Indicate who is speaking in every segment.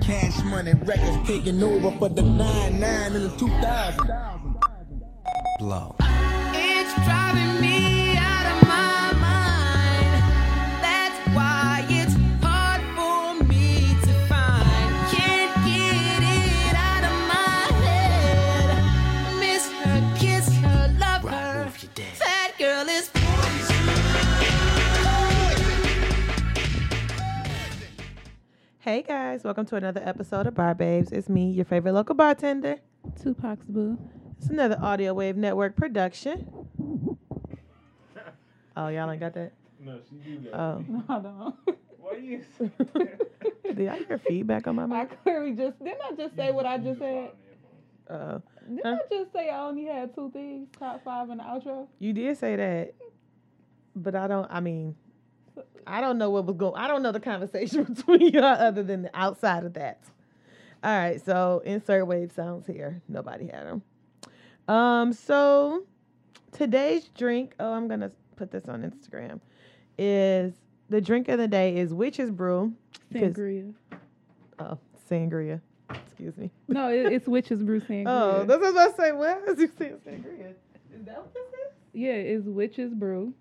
Speaker 1: Cash money records taking over for the 9 9 in the 2000. Blow.
Speaker 2: It's driving me out of my mind. That's why it's hard for me to find. Can't get it out of my head. Miss her, kiss her, love her. That girl is
Speaker 3: Hey guys, welcome to another episode of Bar Babes. It's me, your favorite local bartender.
Speaker 4: Tupac's boo.
Speaker 3: It's another Audio Wave Network production. Oh, y'all ain't got that?
Speaker 5: No, she do that.
Speaker 3: Oh,
Speaker 4: No, I don't.
Speaker 5: Why you?
Speaker 3: did y'all hear feedback on my
Speaker 4: I
Speaker 3: mic?
Speaker 4: clearly just didn't. I just say what I just said.
Speaker 3: Oh,
Speaker 4: Didn't
Speaker 3: Huh?
Speaker 4: I just say I only had two things: top five and the outro.
Speaker 3: you did say that, but I don't. I mean, I don't know what was going. I don't know the conversation between y'all other than the outside of that. All right, so insert wave sounds here. Nobody had them. Um, so today's drink. Oh, I'm gonna put this on Instagram. Is the drink of the day is witch's brew. Because-
Speaker 4: Sangria.
Speaker 3: Oh, sangria. Excuse me.
Speaker 4: No, it, it's witches brew sangria.
Speaker 3: Oh, that's what I was about to say. What? you saying sangria? Is that what this is?
Speaker 4: yeah, it's witches brew,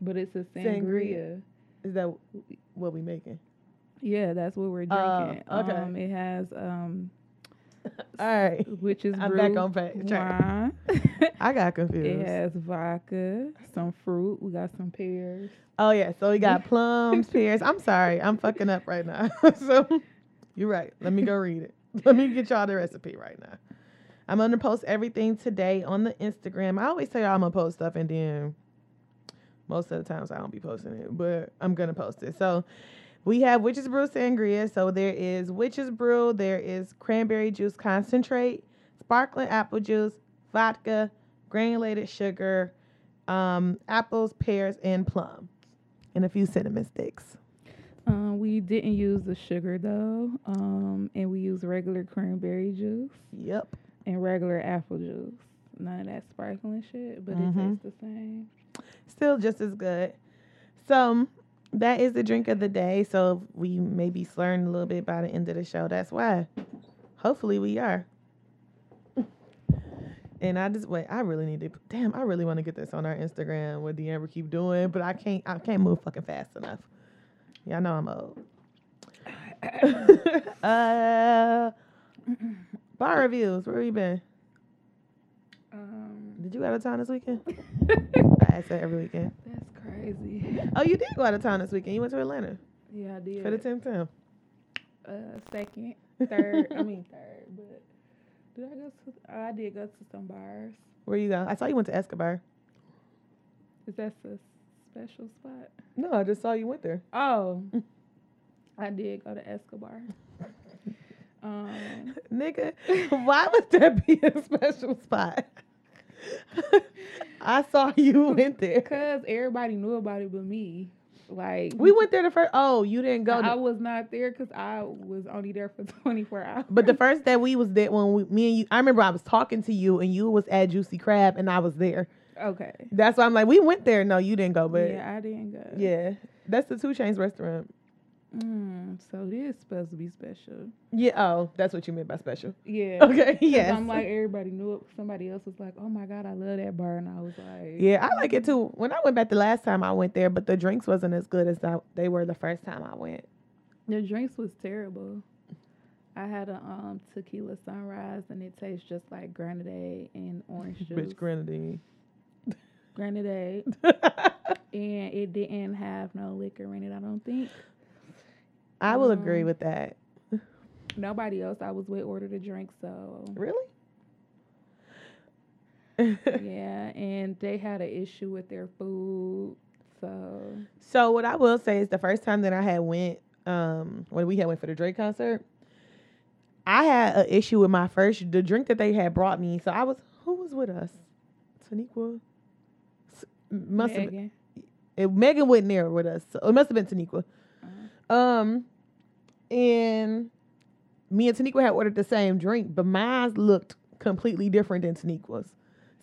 Speaker 4: but it's a
Speaker 3: Sangria.
Speaker 4: sangria.
Speaker 3: Is that what we making?
Speaker 4: Yeah, that's what we're
Speaker 3: Oh,
Speaker 4: drinking.
Speaker 3: okay.
Speaker 4: Um, it has um,
Speaker 3: All right.
Speaker 4: witches
Speaker 3: I'm
Speaker 4: brew.
Speaker 3: back on back track.
Speaker 4: wine.
Speaker 3: I got confused.
Speaker 4: it has vodka, some fruit. We got some pears.
Speaker 3: Oh yeah, so we got plums, pears. I'm sorry, I'm fucking up right now. so you're right. Let me go read it. Let me get y'all the recipe right now. I'm gonna post everything today on the Instagram. I always tell y'all I'm gonna post stuff and then most of the times I don't be posting it, but I'm gonna post it. So we have witch's brew sangria. So there is witch's brew, there is cranberry juice concentrate, sparkling apple juice, vodka, granulated sugar, um, apples, pears, and plum, and a few cinnamon sticks.
Speaker 4: Um, we didn't use the sugar though, um, and we used regular cranberry juice
Speaker 3: Yep.
Speaker 4: and regular apple juice. None of that sparkling shit, but
Speaker 3: Mhm.
Speaker 4: it tastes the same.
Speaker 3: Still just as good. So that is the drink of the day. So we may be slurring a little bit by the end of the show. That's why. Hopefully we are. And I just wait. I really need to. Damn, I really want to get this on our Instagram. What the Amber keep doing, but I can't. I can't move fucking fast enough. Y'all know I'm old. uh, bar reviews. Where you been?
Speaker 4: Um,
Speaker 3: Did you go out of town this weekend?
Speaker 4: that's
Speaker 3: I ask that every weekend.
Speaker 4: crazy.
Speaker 3: Oh, you did go out of town this weekend. You went to Atlanta
Speaker 4: Yeah, I did.
Speaker 3: for the Tim Tam.
Speaker 4: uh, second, third. I mean third, but did I go to? I did go to some bars.
Speaker 3: Where you go? I saw you went to Escobar.
Speaker 4: Is that a special spot?
Speaker 3: No, I just saw you went there.
Speaker 4: Oh, I did go to Escobar. Um,
Speaker 3: Nigga, why would that be a special spot? I saw you went there.
Speaker 4: Because everybody knew about it but me. Like,
Speaker 3: We went there the first. Oh, you didn't go. the-
Speaker 4: I was not there because I was only there for 24 hours.
Speaker 3: but the first day we was there when we, me and you, I remember I was talking to you and you was at Juicy Crab and I was there.
Speaker 4: Okay.
Speaker 3: That's why I'm like, we went there. No, you didn't go, but yeah,
Speaker 4: yeah, I didn't go.
Speaker 3: that's the Two Chains restaurant.
Speaker 4: Mm, so this supposed to be special.
Speaker 3: Yeah. Oh, that's what you meant by special.
Speaker 4: Yeah. 'Cause
Speaker 3: Okay. Yes.
Speaker 4: I'm like, everybody knew it. Somebody else was like, oh my God, I love that bar. And I was like,
Speaker 3: Yeah, I like it
Speaker 4: mm-hmm.
Speaker 3: too. When I went back the last time I went there, but the drinks wasn't as good as I, they were the first time I went.
Speaker 4: The drinks was terrible. I had a um tequila sunrise and it tastes just like grenadine and orange juice.
Speaker 3: grenadine.
Speaker 4: grenadine. and it didn't have no liquor in it, I don't think.
Speaker 3: I will agree
Speaker 4: Um,
Speaker 3: with that.
Speaker 4: Nobody else I was with ordered a drink, so
Speaker 3: Really?
Speaker 4: yeah. And they had an issue with their food, so
Speaker 3: So what I will say is the first time that I had went, um, when we had went for the Drake concert, I had an issue with my first the drink that they had brought me. So I was who was with us? Taniqua. S- Must have
Speaker 4: Megan,
Speaker 3: it, Megan wasn't there with us. So it must have been Taniqua. Um, and me and Taniqua had ordered the same drink, but mine looked completely different than Taniqua's.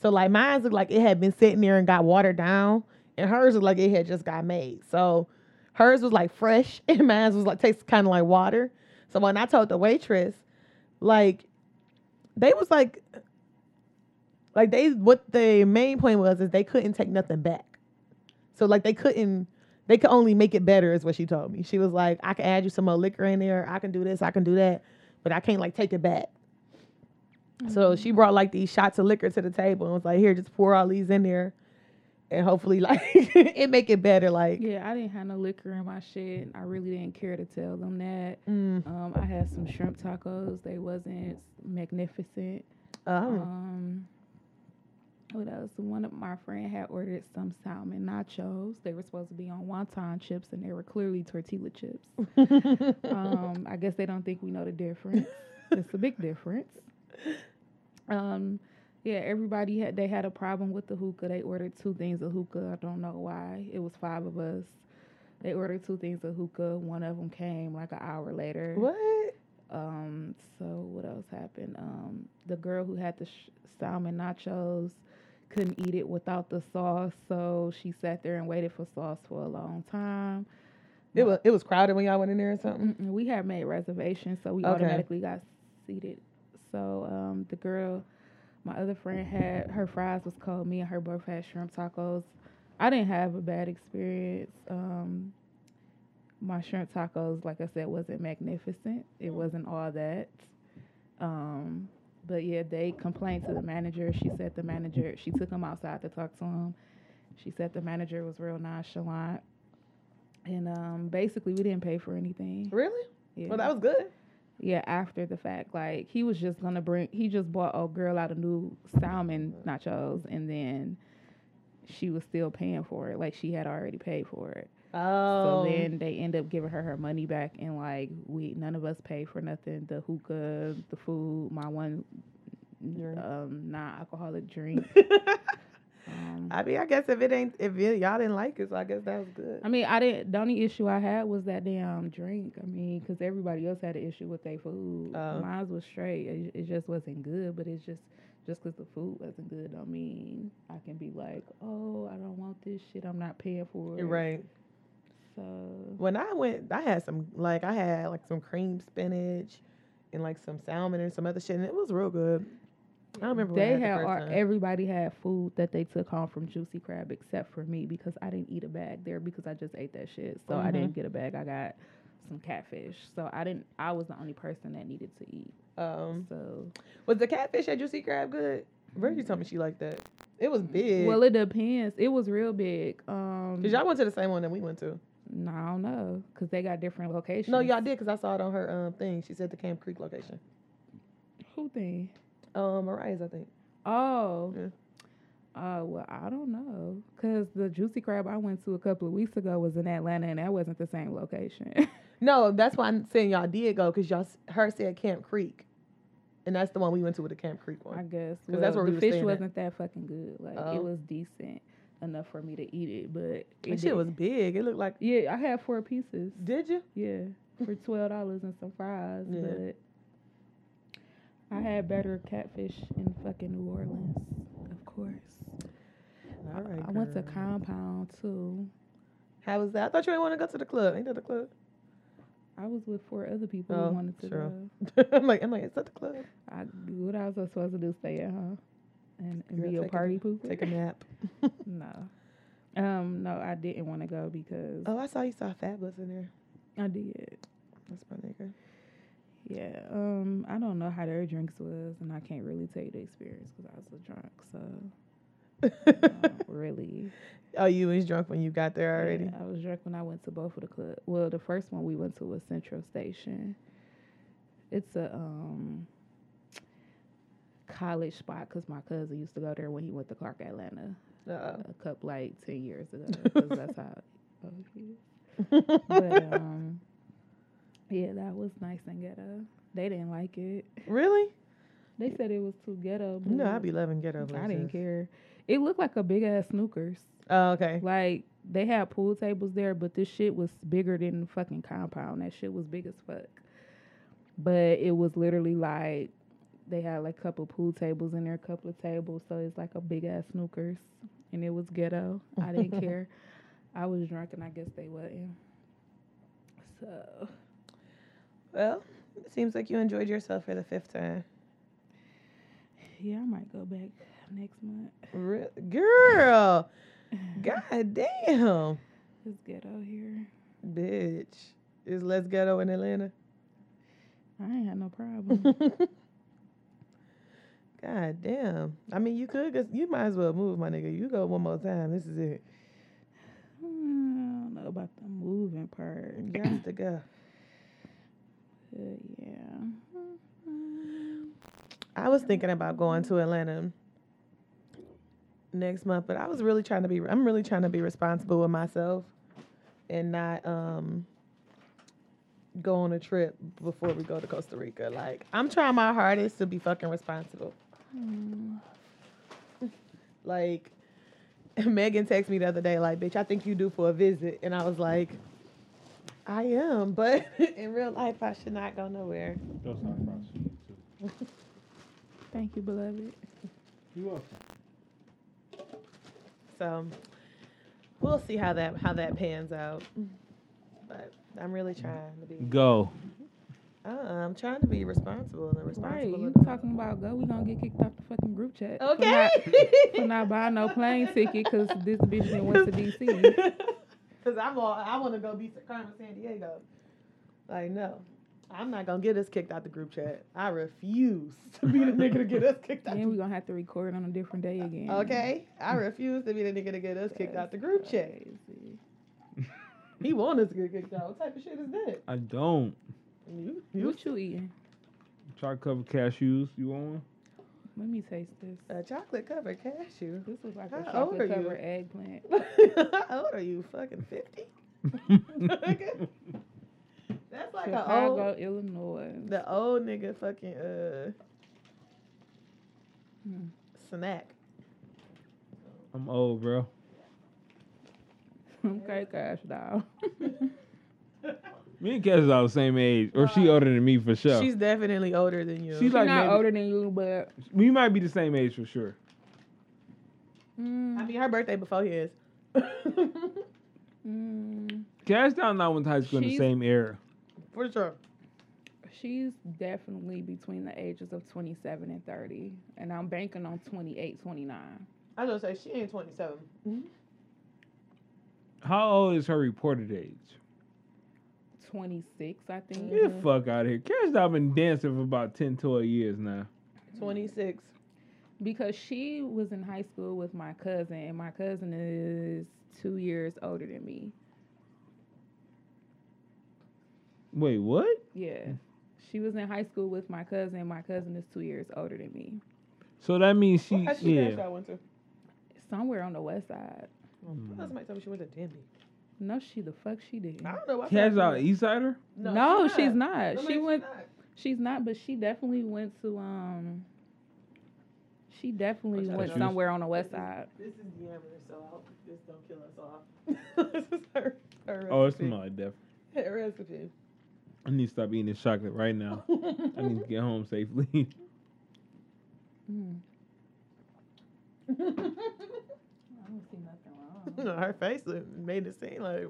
Speaker 3: So like mine looked like it had been sitting there and got watered down, and hers looked like it had just got made. So hers was like fresh, and mine was like tastes kind of like water. So when I told the waitress, like, they was like, like they what the main point was is they couldn't take nothing back. So like they couldn't, they could only make it better is what she told me. She was like, I can add you some more liquor in there. I can do this. I can do that, but I can't like take it back. So she brought like these shots of liquor to the table and was like, here, just pour all these in there. And hopefully, like it make it better. Like,
Speaker 4: Yeah, I didn't have no liquor in my shit. I really didn't care to tell them that.
Speaker 3: mm,
Speaker 4: Um, I had some shrimp tacos. They wasn't magnificent.
Speaker 3: oh,
Speaker 4: Um, what else? One of my friend had ordered some salmon nachos. They were supposed to be on wonton chips, and they were clearly tortilla chips. um, I guess they don't think we know the difference. It's a big difference. Um, yeah, everybody had they had a problem with the hookah. They ordered two things of hookah. I don't know why. It was five of us. They ordered two things of hookah. One of them came like an hour later.
Speaker 3: what?
Speaker 4: Um, so what else happened? Um, the girl who had the sh- salmon nachos couldn't eat it without the sauce, so she sat there and waited for sauce for a long time.
Speaker 3: It was it was crowded when y'all went in there or something.
Speaker 4: Mm-mm, we had made reservations, so we
Speaker 3: Okay.
Speaker 4: automatically got seated. So um, the girl, my other friend had her fries was cold. Me and her both had shrimp tacos. I didn't have a bad experience. Um, my shrimp tacos, like I said, wasn't magnificent. It wasn't all that. Um, but yeah, they complained to the manager. She said the manager. She took them outside to talk to him. She said the manager was real nonchalant. And um, basically, we didn't pay for anything.
Speaker 3: Really?
Speaker 4: Yeah.
Speaker 3: Well, that was good.
Speaker 4: yeah, after the fact. Like he was just gonna bring he just bought a girl out a new salmon nachos and then she was still paying for it. Like she had already paid for it.
Speaker 3: Oh,
Speaker 4: So then they end up giving her her money back and like we none of us paid for nothing. The hookah, the food, my one
Speaker 3: Drink.
Speaker 4: um non alcoholic drink. um,
Speaker 3: I mean, I guess if it ain't if it, y'all didn't like it, so I guess that was good.
Speaker 4: I mean, I didn't. The only issue I had was that damn drink. I mean, because everybody else had an issue with their food.
Speaker 3: Oh.
Speaker 4: Mine was straight. It, it just wasn't good. But it's just just because the food wasn't good, don't mean I can be like, oh, I don't want this shit. I'm not paying for it.
Speaker 3: You're right.
Speaker 4: So
Speaker 3: When I went, I had some like I had like some cream spinach and like some salmon and some other shit, and it was real good. I remember when I
Speaker 4: they
Speaker 3: had the
Speaker 4: had
Speaker 3: first
Speaker 4: our,
Speaker 3: time.
Speaker 4: everybody had food that they took home from Juicy Crab except for me because I didn't eat a bag there because I just ate that shit. So I
Speaker 3: Mm-hmm.
Speaker 4: didn't get a bag. I got some catfish. So I didn't. I was the only person that needed to eat.
Speaker 3: Um,
Speaker 4: So.
Speaker 3: was the catfish at Juicy Crab good? Virgie told me she liked that. It was big.
Speaker 4: Well, it depends. It was real big. Um,
Speaker 3: Cause y'all went to the same one that we went to.
Speaker 4: No, I don't know, cause they got different locations.
Speaker 3: No, y'all did, cause I saw it on her um thing. She said the Camp Creek location.
Speaker 4: Who thing?
Speaker 3: Um, Mariah's, I think.
Speaker 4: Oh.
Speaker 3: Yeah.
Speaker 4: Uh, well, I don't know, cause the Juicy Crab I went to a couple of weeks ago was in Atlanta, and that wasn't the same location.
Speaker 3: No, that's why I'm saying y'all did go, cause y'all s- her said Camp Creek, and that's the one we went to with the Camp Creek
Speaker 4: I
Speaker 3: one.
Speaker 4: guess.
Speaker 3: 'Cause that's
Speaker 4: well,
Speaker 3: where we
Speaker 4: the
Speaker 3: was
Speaker 4: fish
Speaker 3: staying at.
Speaker 4: wasn't that fucking good. Like
Speaker 3: Oh.
Speaker 4: it was decent enough for me to eat it, but it
Speaker 3: That shit
Speaker 4: didn't-
Speaker 3: was big. It looked like.
Speaker 4: Yeah, I had four pieces.
Speaker 3: Did you?
Speaker 4: Yeah, for twelve dollars and some fries.
Speaker 3: Yeah.
Speaker 4: But I had better catfish in fucking New Orleans, of course.
Speaker 3: All right.
Speaker 4: I went to
Speaker 3: girl.
Speaker 4: Compound too.
Speaker 3: How was that? I thought you didn't want to go to the club. Ain't that the club?
Speaker 4: I was with four other people
Speaker 3: Oh,
Speaker 4: who wanted to
Speaker 3: sure.
Speaker 4: go.
Speaker 3: I'm like, I'm like, is that the club?
Speaker 4: I, what I was supposed to do? Stay at home and, and
Speaker 3: Girl,
Speaker 4: be a
Speaker 3: take a-
Speaker 4: party pooper?
Speaker 3: Take a nap.
Speaker 4: no. Um, no, I didn't want to go because
Speaker 3: Oh, I saw you saw Fabulous in there.
Speaker 4: I did.
Speaker 3: That's my nigga.
Speaker 4: Yeah. Um, I don't know how their drinks was, and I can't really tell you the experience because I was a drunk. So not really.
Speaker 3: Oh, you was drunk when you got there already.
Speaker 4: Yeah, I was drunk when I went to both of the club. Well, the first one we went to was Central Station. It's a um college spot because my cousin used to go there when he went to Clark Atlanta
Speaker 3: Uh-oh.
Speaker 4: a couple like ten years ago. 'cause that's how. Oh, he is. but um, yeah, that was nice and ghetto. They didn't like it.
Speaker 3: Really?
Speaker 4: They said it was too ghetto.
Speaker 3: No,
Speaker 4: but
Speaker 3: I'd be loving ghetto.
Speaker 4: I didn't
Speaker 3: Blizzards.
Speaker 4: care. It looked like a big ass snookers.
Speaker 3: Oh, okay.
Speaker 4: Like they had pool tables there, but this shit was bigger than the fucking compound. That shit was big as fuck. But it was literally like they had like a couple pool tables in there, a couple of tables, so it's like a big ass snookers. And it was ghetto. I didn't care. I was drunk and I guess they wasn't. So
Speaker 3: Well, Seems like you enjoyed yourself for the fifth time.
Speaker 4: Yeah, I might go back next month.
Speaker 3: Re- Girl, god damn,
Speaker 4: It's ghetto here.
Speaker 3: bitch, is Les Ghetto in Atlanta?
Speaker 4: I ain't had no problem.
Speaker 3: god damn. I mean, you could, just- you might as well move, my nigga. You go one more time. This is it.
Speaker 4: I don't know about the moving part.
Speaker 3: You got to go.
Speaker 4: But yeah.
Speaker 3: I was thinking about going to Atlanta next month, but I was really trying to be I'm really trying to be responsible with myself and not um go on a trip before we go to Costa Rica. Like I'm trying my hardest to be fucking responsible. Like Megan texted me the other day, like, bitch, I think you do for a visit. And I was like, I am, but in real life I should not go nowhere.
Speaker 5: Those hot fries for you too.
Speaker 4: Thank you, beloved.
Speaker 5: You welcome.
Speaker 3: So we'll see how that how that pans out. But I'm really trying to be.
Speaker 5: Go.
Speaker 3: Uh, I'm trying to be responsible and
Speaker 4: Right,
Speaker 3: responsible.
Speaker 4: you
Speaker 3: about-
Speaker 4: talking about go? We gonna get kicked off the fucking group chat. for
Speaker 3: Okay.
Speaker 4: not- for not buying no plane ticket because this bitch didn't went to DC.
Speaker 3: Because I'm all I want to go be Carmen San Diego. Like no. I'm not gonna get us kicked out the group chat. I refuse to be the nigga to get us kicked out.
Speaker 4: Then we gonna have to record on a different day again.
Speaker 3: Okay, I refuse to be the nigga to get us kicked out the group chat.
Speaker 4: Crazy.
Speaker 3: He want us to get kicked out. What type of shit is that?
Speaker 5: I don't.
Speaker 3: You, you,
Speaker 4: What you eating?
Speaker 5: Chocolate covered cashews. You want one?
Speaker 4: Let me taste this.
Speaker 3: a chocolate covered cashew.
Speaker 4: This is like
Speaker 3: Uh, How
Speaker 4: a
Speaker 3: old are
Speaker 4: chocolate
Speaker 3: you?
Speaker 4: covered eggplant.
Speaker 3: How old are you? Fucking fifty? That's like a
Speaker 4: Chicago,
Speaker 3: old,
Speaker 4: Illinois.
Speaker 3: the old nigga fucking uh
Speaker 4: Hmm.
Speaker 3: snack.
Speaker 5: I'm old, bro.
Speaker 4: okay, gosh, dog.
Speaker 5: Me and Cass is all the same age, or she older than me for sure.
Speaker 3: She's definitely older than you.
Speaker 5: She's
Speaker 4: She
Speaker 5: like
Speaker 4: not
Speaker 5: maybe-
Speaker 4: older than you, but
Speaker 5: we might be the same age for sure.
Speaker 3: I
Speaker 4: mm,
Speaker 3: mean, her birthday before his.
Speaker 4: mm,
Speaker 5: Cass down and I went to high school in the
Speaker 4: She's-
Speaker 5: same era.
Speaker 3: For sure.
Speaker 4: she's definitely between the ages of 27 and 30, and I'm banking on 28, 29.
Speaker 3: I was gonna say she ain't twenty seven.
Speaker 5: How old is her reported age?
Speaker 4: 26, I think.
Speaker 5: Get the fuck out of here. Cass down been dancing for about 10, 12 years now.
Speaker 3: Twenty six.
Speaker 4: Because she was in high school with my cousin, and my cousin is two years older than me.
Speaker 5: Wait, what?
Speaker 4: Yeah. She was in high school with my cousin. My cousin is two years older than me.
Speaker 5: So that means she,
Speaker 3: What high school
Speaker 5: yeah.
Speaker 3: class y'all went to?
Speaker 4: Somewhere on the west side.
Speaker 5: Mm.
Speaker 3: I thought somebody told me she went to Denby.
Speaker 4: No, she the fuck she did.
Speaker 3: I don't know why.
Speaker 5: Cass
Speaker 3: somebody-
Speaker 5: out East Sider?
Speaker 4: No,
Speaker 3: she
Speaker 4: she's not.
Speaker 3: No,
Speaker 4: she
Speaker 3: man,
Speaker 4: went.
Speaker 3: she not.
Speaker 4: She's not, but she definitely went to. Um, she definitely
Speaker 3: What's
Speaker 4: went
Speaker 5: that?
Speaker 4: somewhere on the west side.
Speaker 3: This is the amateur, so I hope this don't kill us off. this is her, her
Speaker 5: Oh, it's
Speaker 3: recipe.
Speaker 5: my death.
Speaker 3: Her recipe.
Speaker 5: I need to stop eating this chocolate right now. I need to get home safely.
Speaker 4: Mm.
Speaker 3: no,
Speaker 4: I don't see nothing wrong.
Speaker 3: her face look- made it seem like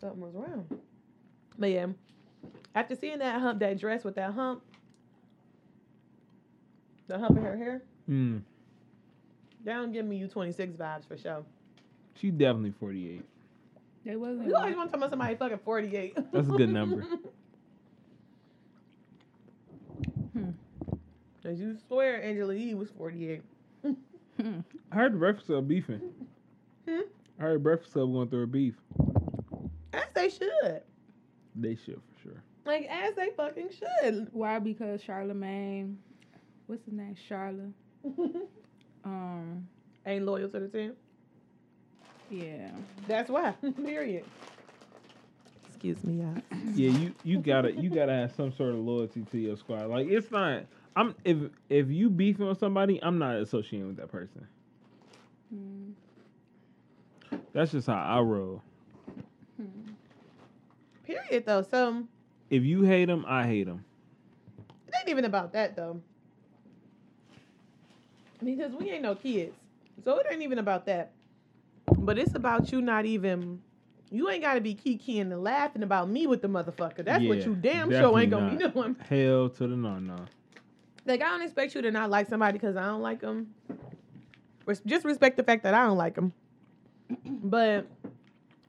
Speaker 3: something was wrong. But yeah, after seeing that hump, that dress with that hump, the hump in her hair,
Speaker 5: mm,
Speaker 3: that don't give me you 26 vibes for sure.
Speaker 5: she definitely 48.
Speaker 4: They wasn't.
Speaker 3: You always want to talk about somebody fucking 48.
Speaker 5: That's a good number.
Speaker 4: Hmm.
Speaker 3: Cause you swear Angela Yee was 48.
Speaker 4: Hmm.
Speaker 5: I heard the breakfast club beefing.
Speaker 3: Hmm?
Speaker 5: I heard breakfast club going through a beef.
Speaker 3: As they should.
Speaker 5: They should for sure.
Speaker 3: Like, as they fucking should.
Speaker 4: Why? Because Charlemagne, what's his name? Charla. Um,
Speaker 3: Ain't loyal to the team.
Speaker 4: yeah.
Speaker 3: That's why. Period. Excuse me, y'all.
Speaker 5: Yeah, you you gotta you gotta have some sort of loyalty to your squad. Like it's not. I'm if if you beefing with somebody, I'm not associating with that person.
Speaker 4: Mm.
Speaker 5: That's just how I roll.
Speaker 3: Period, though. So,
Speaker 5: If you hate them, I hate them.
Speaker 3: it ain't even about that, though. Because we ain't no kids. So, it ain't even about that. But it's about you not even You ain't gotta be kikiing and laughing about me with the motherfucker. That's what
Speaker 5: Yeah,
Speaker 3: you damn sure ain't gonna
Speaker 5: definitely
Speaker 3: be doing.
Speaker 5: Hell to the no no.
Speaker 3: Like I don't expect you to not like somebody because I don't like them. Just respect the fact that I don't like them. But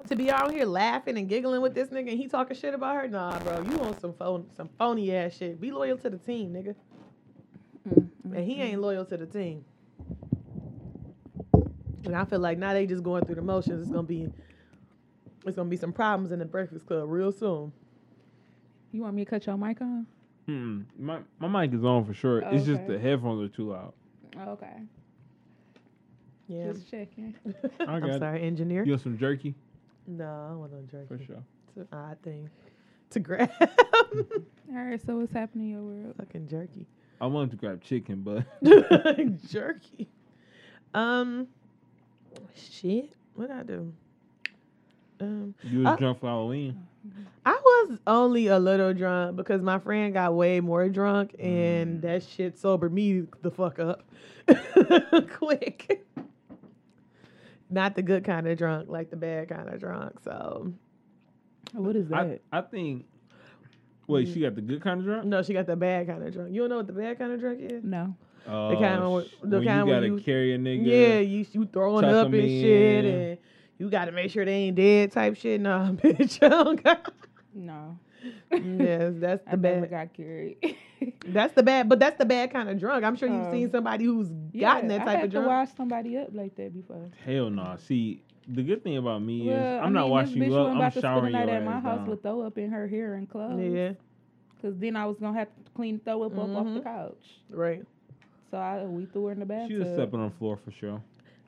Speaker 3: to be out here laughing and giggling with this nigga and he talking shit about her, nah, bro. You on some phone, some phony ass shit. Be loyal to the team, nigga. And he ain't loyal to the team. And I feel like now they just going through the motions. It's gonna be, it's gonna be some problems in the Breakfast Club real soon.
Speaker 4: You want me to cut your mic on?
Speaker 5: Hmm. My my mic is on for sure. It's just
Speaker 4: Okay.
Speaker 5: the headphones are too loud.
Speaker 4: Okay.
Speaker 3: Yeah,
Speaker 4: Just checking.
Speaker 5: I
Speaker 3: I'm
Speaker 5: got it.
Speaker 3: sorry, engineer.
Speaker 5: You want some jerky?
Speaker 3: No, I want no jerky.
Speaker 5: For sure.
Speaker 3: It's an odd thing to grab.
Speaker 4: All right. So what's happening in your world?
Speaker 3: Fucking jerky.
Speaker 5: I wanted to grab chicken, but
Speaker 3: jerky. Um, shit. What I do? Um,
Speaker 5: you was
Speaker 3: Uh,
Speaker 5: drunk for Halloween.
Speaker 3: I was only a little drunk because my friend got way more drunk, and that shit sobered me the fuck up quick. Not the good kind of drunk, like the bad kind of drunk. So
Speaker 4: What is
Speaker 5: I, I think. Wait, she got the good kind of drunk.
Speaker 3: no, she got the bad kind of drunk. You don't know what the bad kind of drunk is?
Speaker 4: no.
Speaker 5: Uh,
Speaker 3: kind where-
Speaker 5: sh-
Speaker 3: the
Speaker 5: when
Speaker 3: kind
Speaker 5: you
Speaker 3: where
Speaker 5: gotta
Speaker 3: you-
Speaker 5: carry a nigga.
Speaker 3: Yeah, you you throwing
Speaker 5: Tuck
Speaker 3: up and
Speaker 5: 'em
Speaker 3: shit,
Speaker 5: in.
Speaker 3: and you got to make sure they ain't dead type shit. Nah, bitch, I don't got.
Speaker 4: No.
Speaker 3: yes, that's
Speaker 4: I
Speaker 3: the
Speaker 4: never
Speaker 3: bad.
Speaker 4: got carried.
Speaker 3: That's the bad, but that's the bad kind of drunk. I'm sure you've
Speaker 4: Um,
Speaker 3: seen somebody who's
Speaker 4: Yeah,
Speaker 3: gotten that
Speaker 4: I
Speaker 3: type
Speaker 4: had
Speaker 3: of drunk.
Speaker 4: to wash somebody up like that before.
Speaker 5: Hell no. See, the good thing about me is
Speaker 4: Well,
Speaker 5: I'm
Speaker 4: I
Speaker 5: not
Speaker 4: mean,
Speaker 5: washing
Speaker 4: this bitch
Speaker 5: you up.
Speaker 4: wasn't
Speaker 5: I'm
Speaker 4: about to spend the
Speaker 5: showering you
Speaker 4: night
Speaker 5: your
Speaker 4: at my
Speaker 5: ass
Speaker 4: house
Speaker 5: down.
Speaker 4: with throw up in her hair and clothes.
Speaker 3: Yeah,
Speaker 4: Cause then I was gonna have to clean throw up up off the
Speaker 3: Mhm.
Speaker 4: couch.
Speaker 3: right.
Speaker 4: So I we threw her in the bathtub.
Speaker 5: She was stepping on the floor for sure.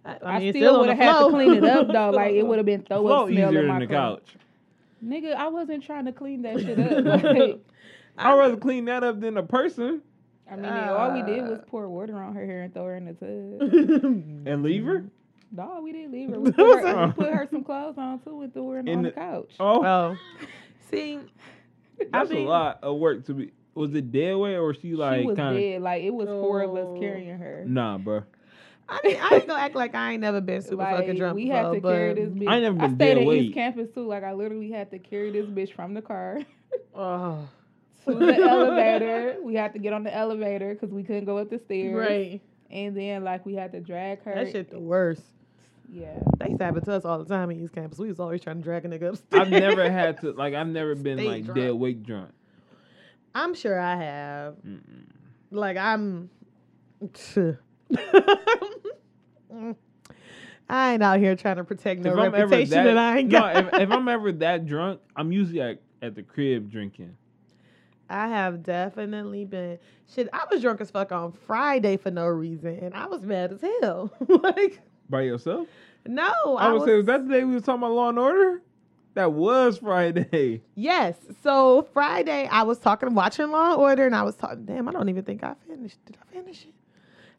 Speaker 3: I,
Speaker 4: I,
Speaker 3: mean, it's
Speaker 4: still
Speaker 3: on
Speaker 4: would have
Speaker 3: the
Speaker 4: had to
Speaker 3: floor.
Speaker 4: clean it up though.
Speaker 3: Still
Speaker 4: Like
Speaker 3: on
Speaker 4: it
Speaker 3: the
Speaker 4: would have been throw
Speaker 5: Flow
Speaker 4: up smell
Speaker 5: easier
Speaker 4: in
Speaker 5: than
Speaker 4: my
Speaker 5: the
Speaker 4: clothes.
Speaker 5: couch.
Speaker 4: Nigga, I wasn't trying to clean that shit up. Like,
Speaker 5: I'd rather clean that up than a person
Speaker 4: I mean, all we did was
Speaker 3: Ah.
Speaker 4: pour water on her hair and throw her in the tub.
Speaker 3: floor.
Speaker 5: and leave her.
Speaker 4: Mm-hmm. Dog, we didn't leave her. We put her, we
Speaker 5: Awesome.
Speaker 4: put her some clothes on too and threw her in
Speaker 5: In
Speaker 4: on
Speaker 5: the-
Speaker 4: the, couch.
Speaker 5: Oh,
Speaker 3: oh, see,
Speaker 5: that's
Speaker 3: mean-
Speaker 5: a lot of work to be. Was it dead weight or she like
Speaker 4: she was
Speaker 5: kind of?
Speaker 4: dead. Like it was four of
Speaker 3: Oh.
Speaker 4: us carrying her.
Speaker 5: Nah, bro.
Speaker 3: I, ain't- I ain't gonna act like I ain't never been super
Speaker 4: Like,
Speaker 3: fucking drunk
Speaker 4: we
Speaker 3: before,
Speaker 4: had to
Speaker 3: but
Speaker 4: carry this bitch.
Speaker 5: I ain't never been
Speaker 4: stayed
Speaker 5: dead
Speaker 4: at
Speaker 5: weight.
Speaker 4: East Campus too. Like I literally had to carry this bitch from the car
Speaker 3: oh,
Speaker 4: to the elevator. We had to get on the elevator because we couldn't go up the stairs.
Speaker 3: right,
Speaker 4: And then like we had to drag her.
Speaker 3: that shit the worst.
Speaker 4: Yeah.
Speaker 3: They used to happen to us all the time in East Campus. We was always trying to drag a nigga upstairs.
Speaker 5: I've never had to like. I've never been
Speaker 3: Stay
Speaker 5: like
Speaker 3: drunk.
Speaker 5: dead weight drunk.
Speaker 3: I'm sure I have.
Speaker 5: Mm-mm.
Speaker 3: Like I'm. I ain't out here trying to protect no
Speaker 5: if I'm ever
Speaker 3: reputation
Speaker 5: that,
Speaker 3: that I ain't
Speaker 5: no,
Speaker 3: got.
Speaker 5: if, if I'm ever that drunk, I'm usually at, at the crib drinking.
Speaker 3: I have definitely been shit. I was drunk as fuck on Friday for no reason, and I was mad as hell. like
Speaker 5: By yourself?
Speaker 3: no,
Speaker 5: I, would say, was that the day we was talking about Law and Order? That was Friday.
Speaker 3: Yes. So Friday, I was talking, watching Law and Order, and I was talking. Damn, I don't even think I finished. Did I finish it?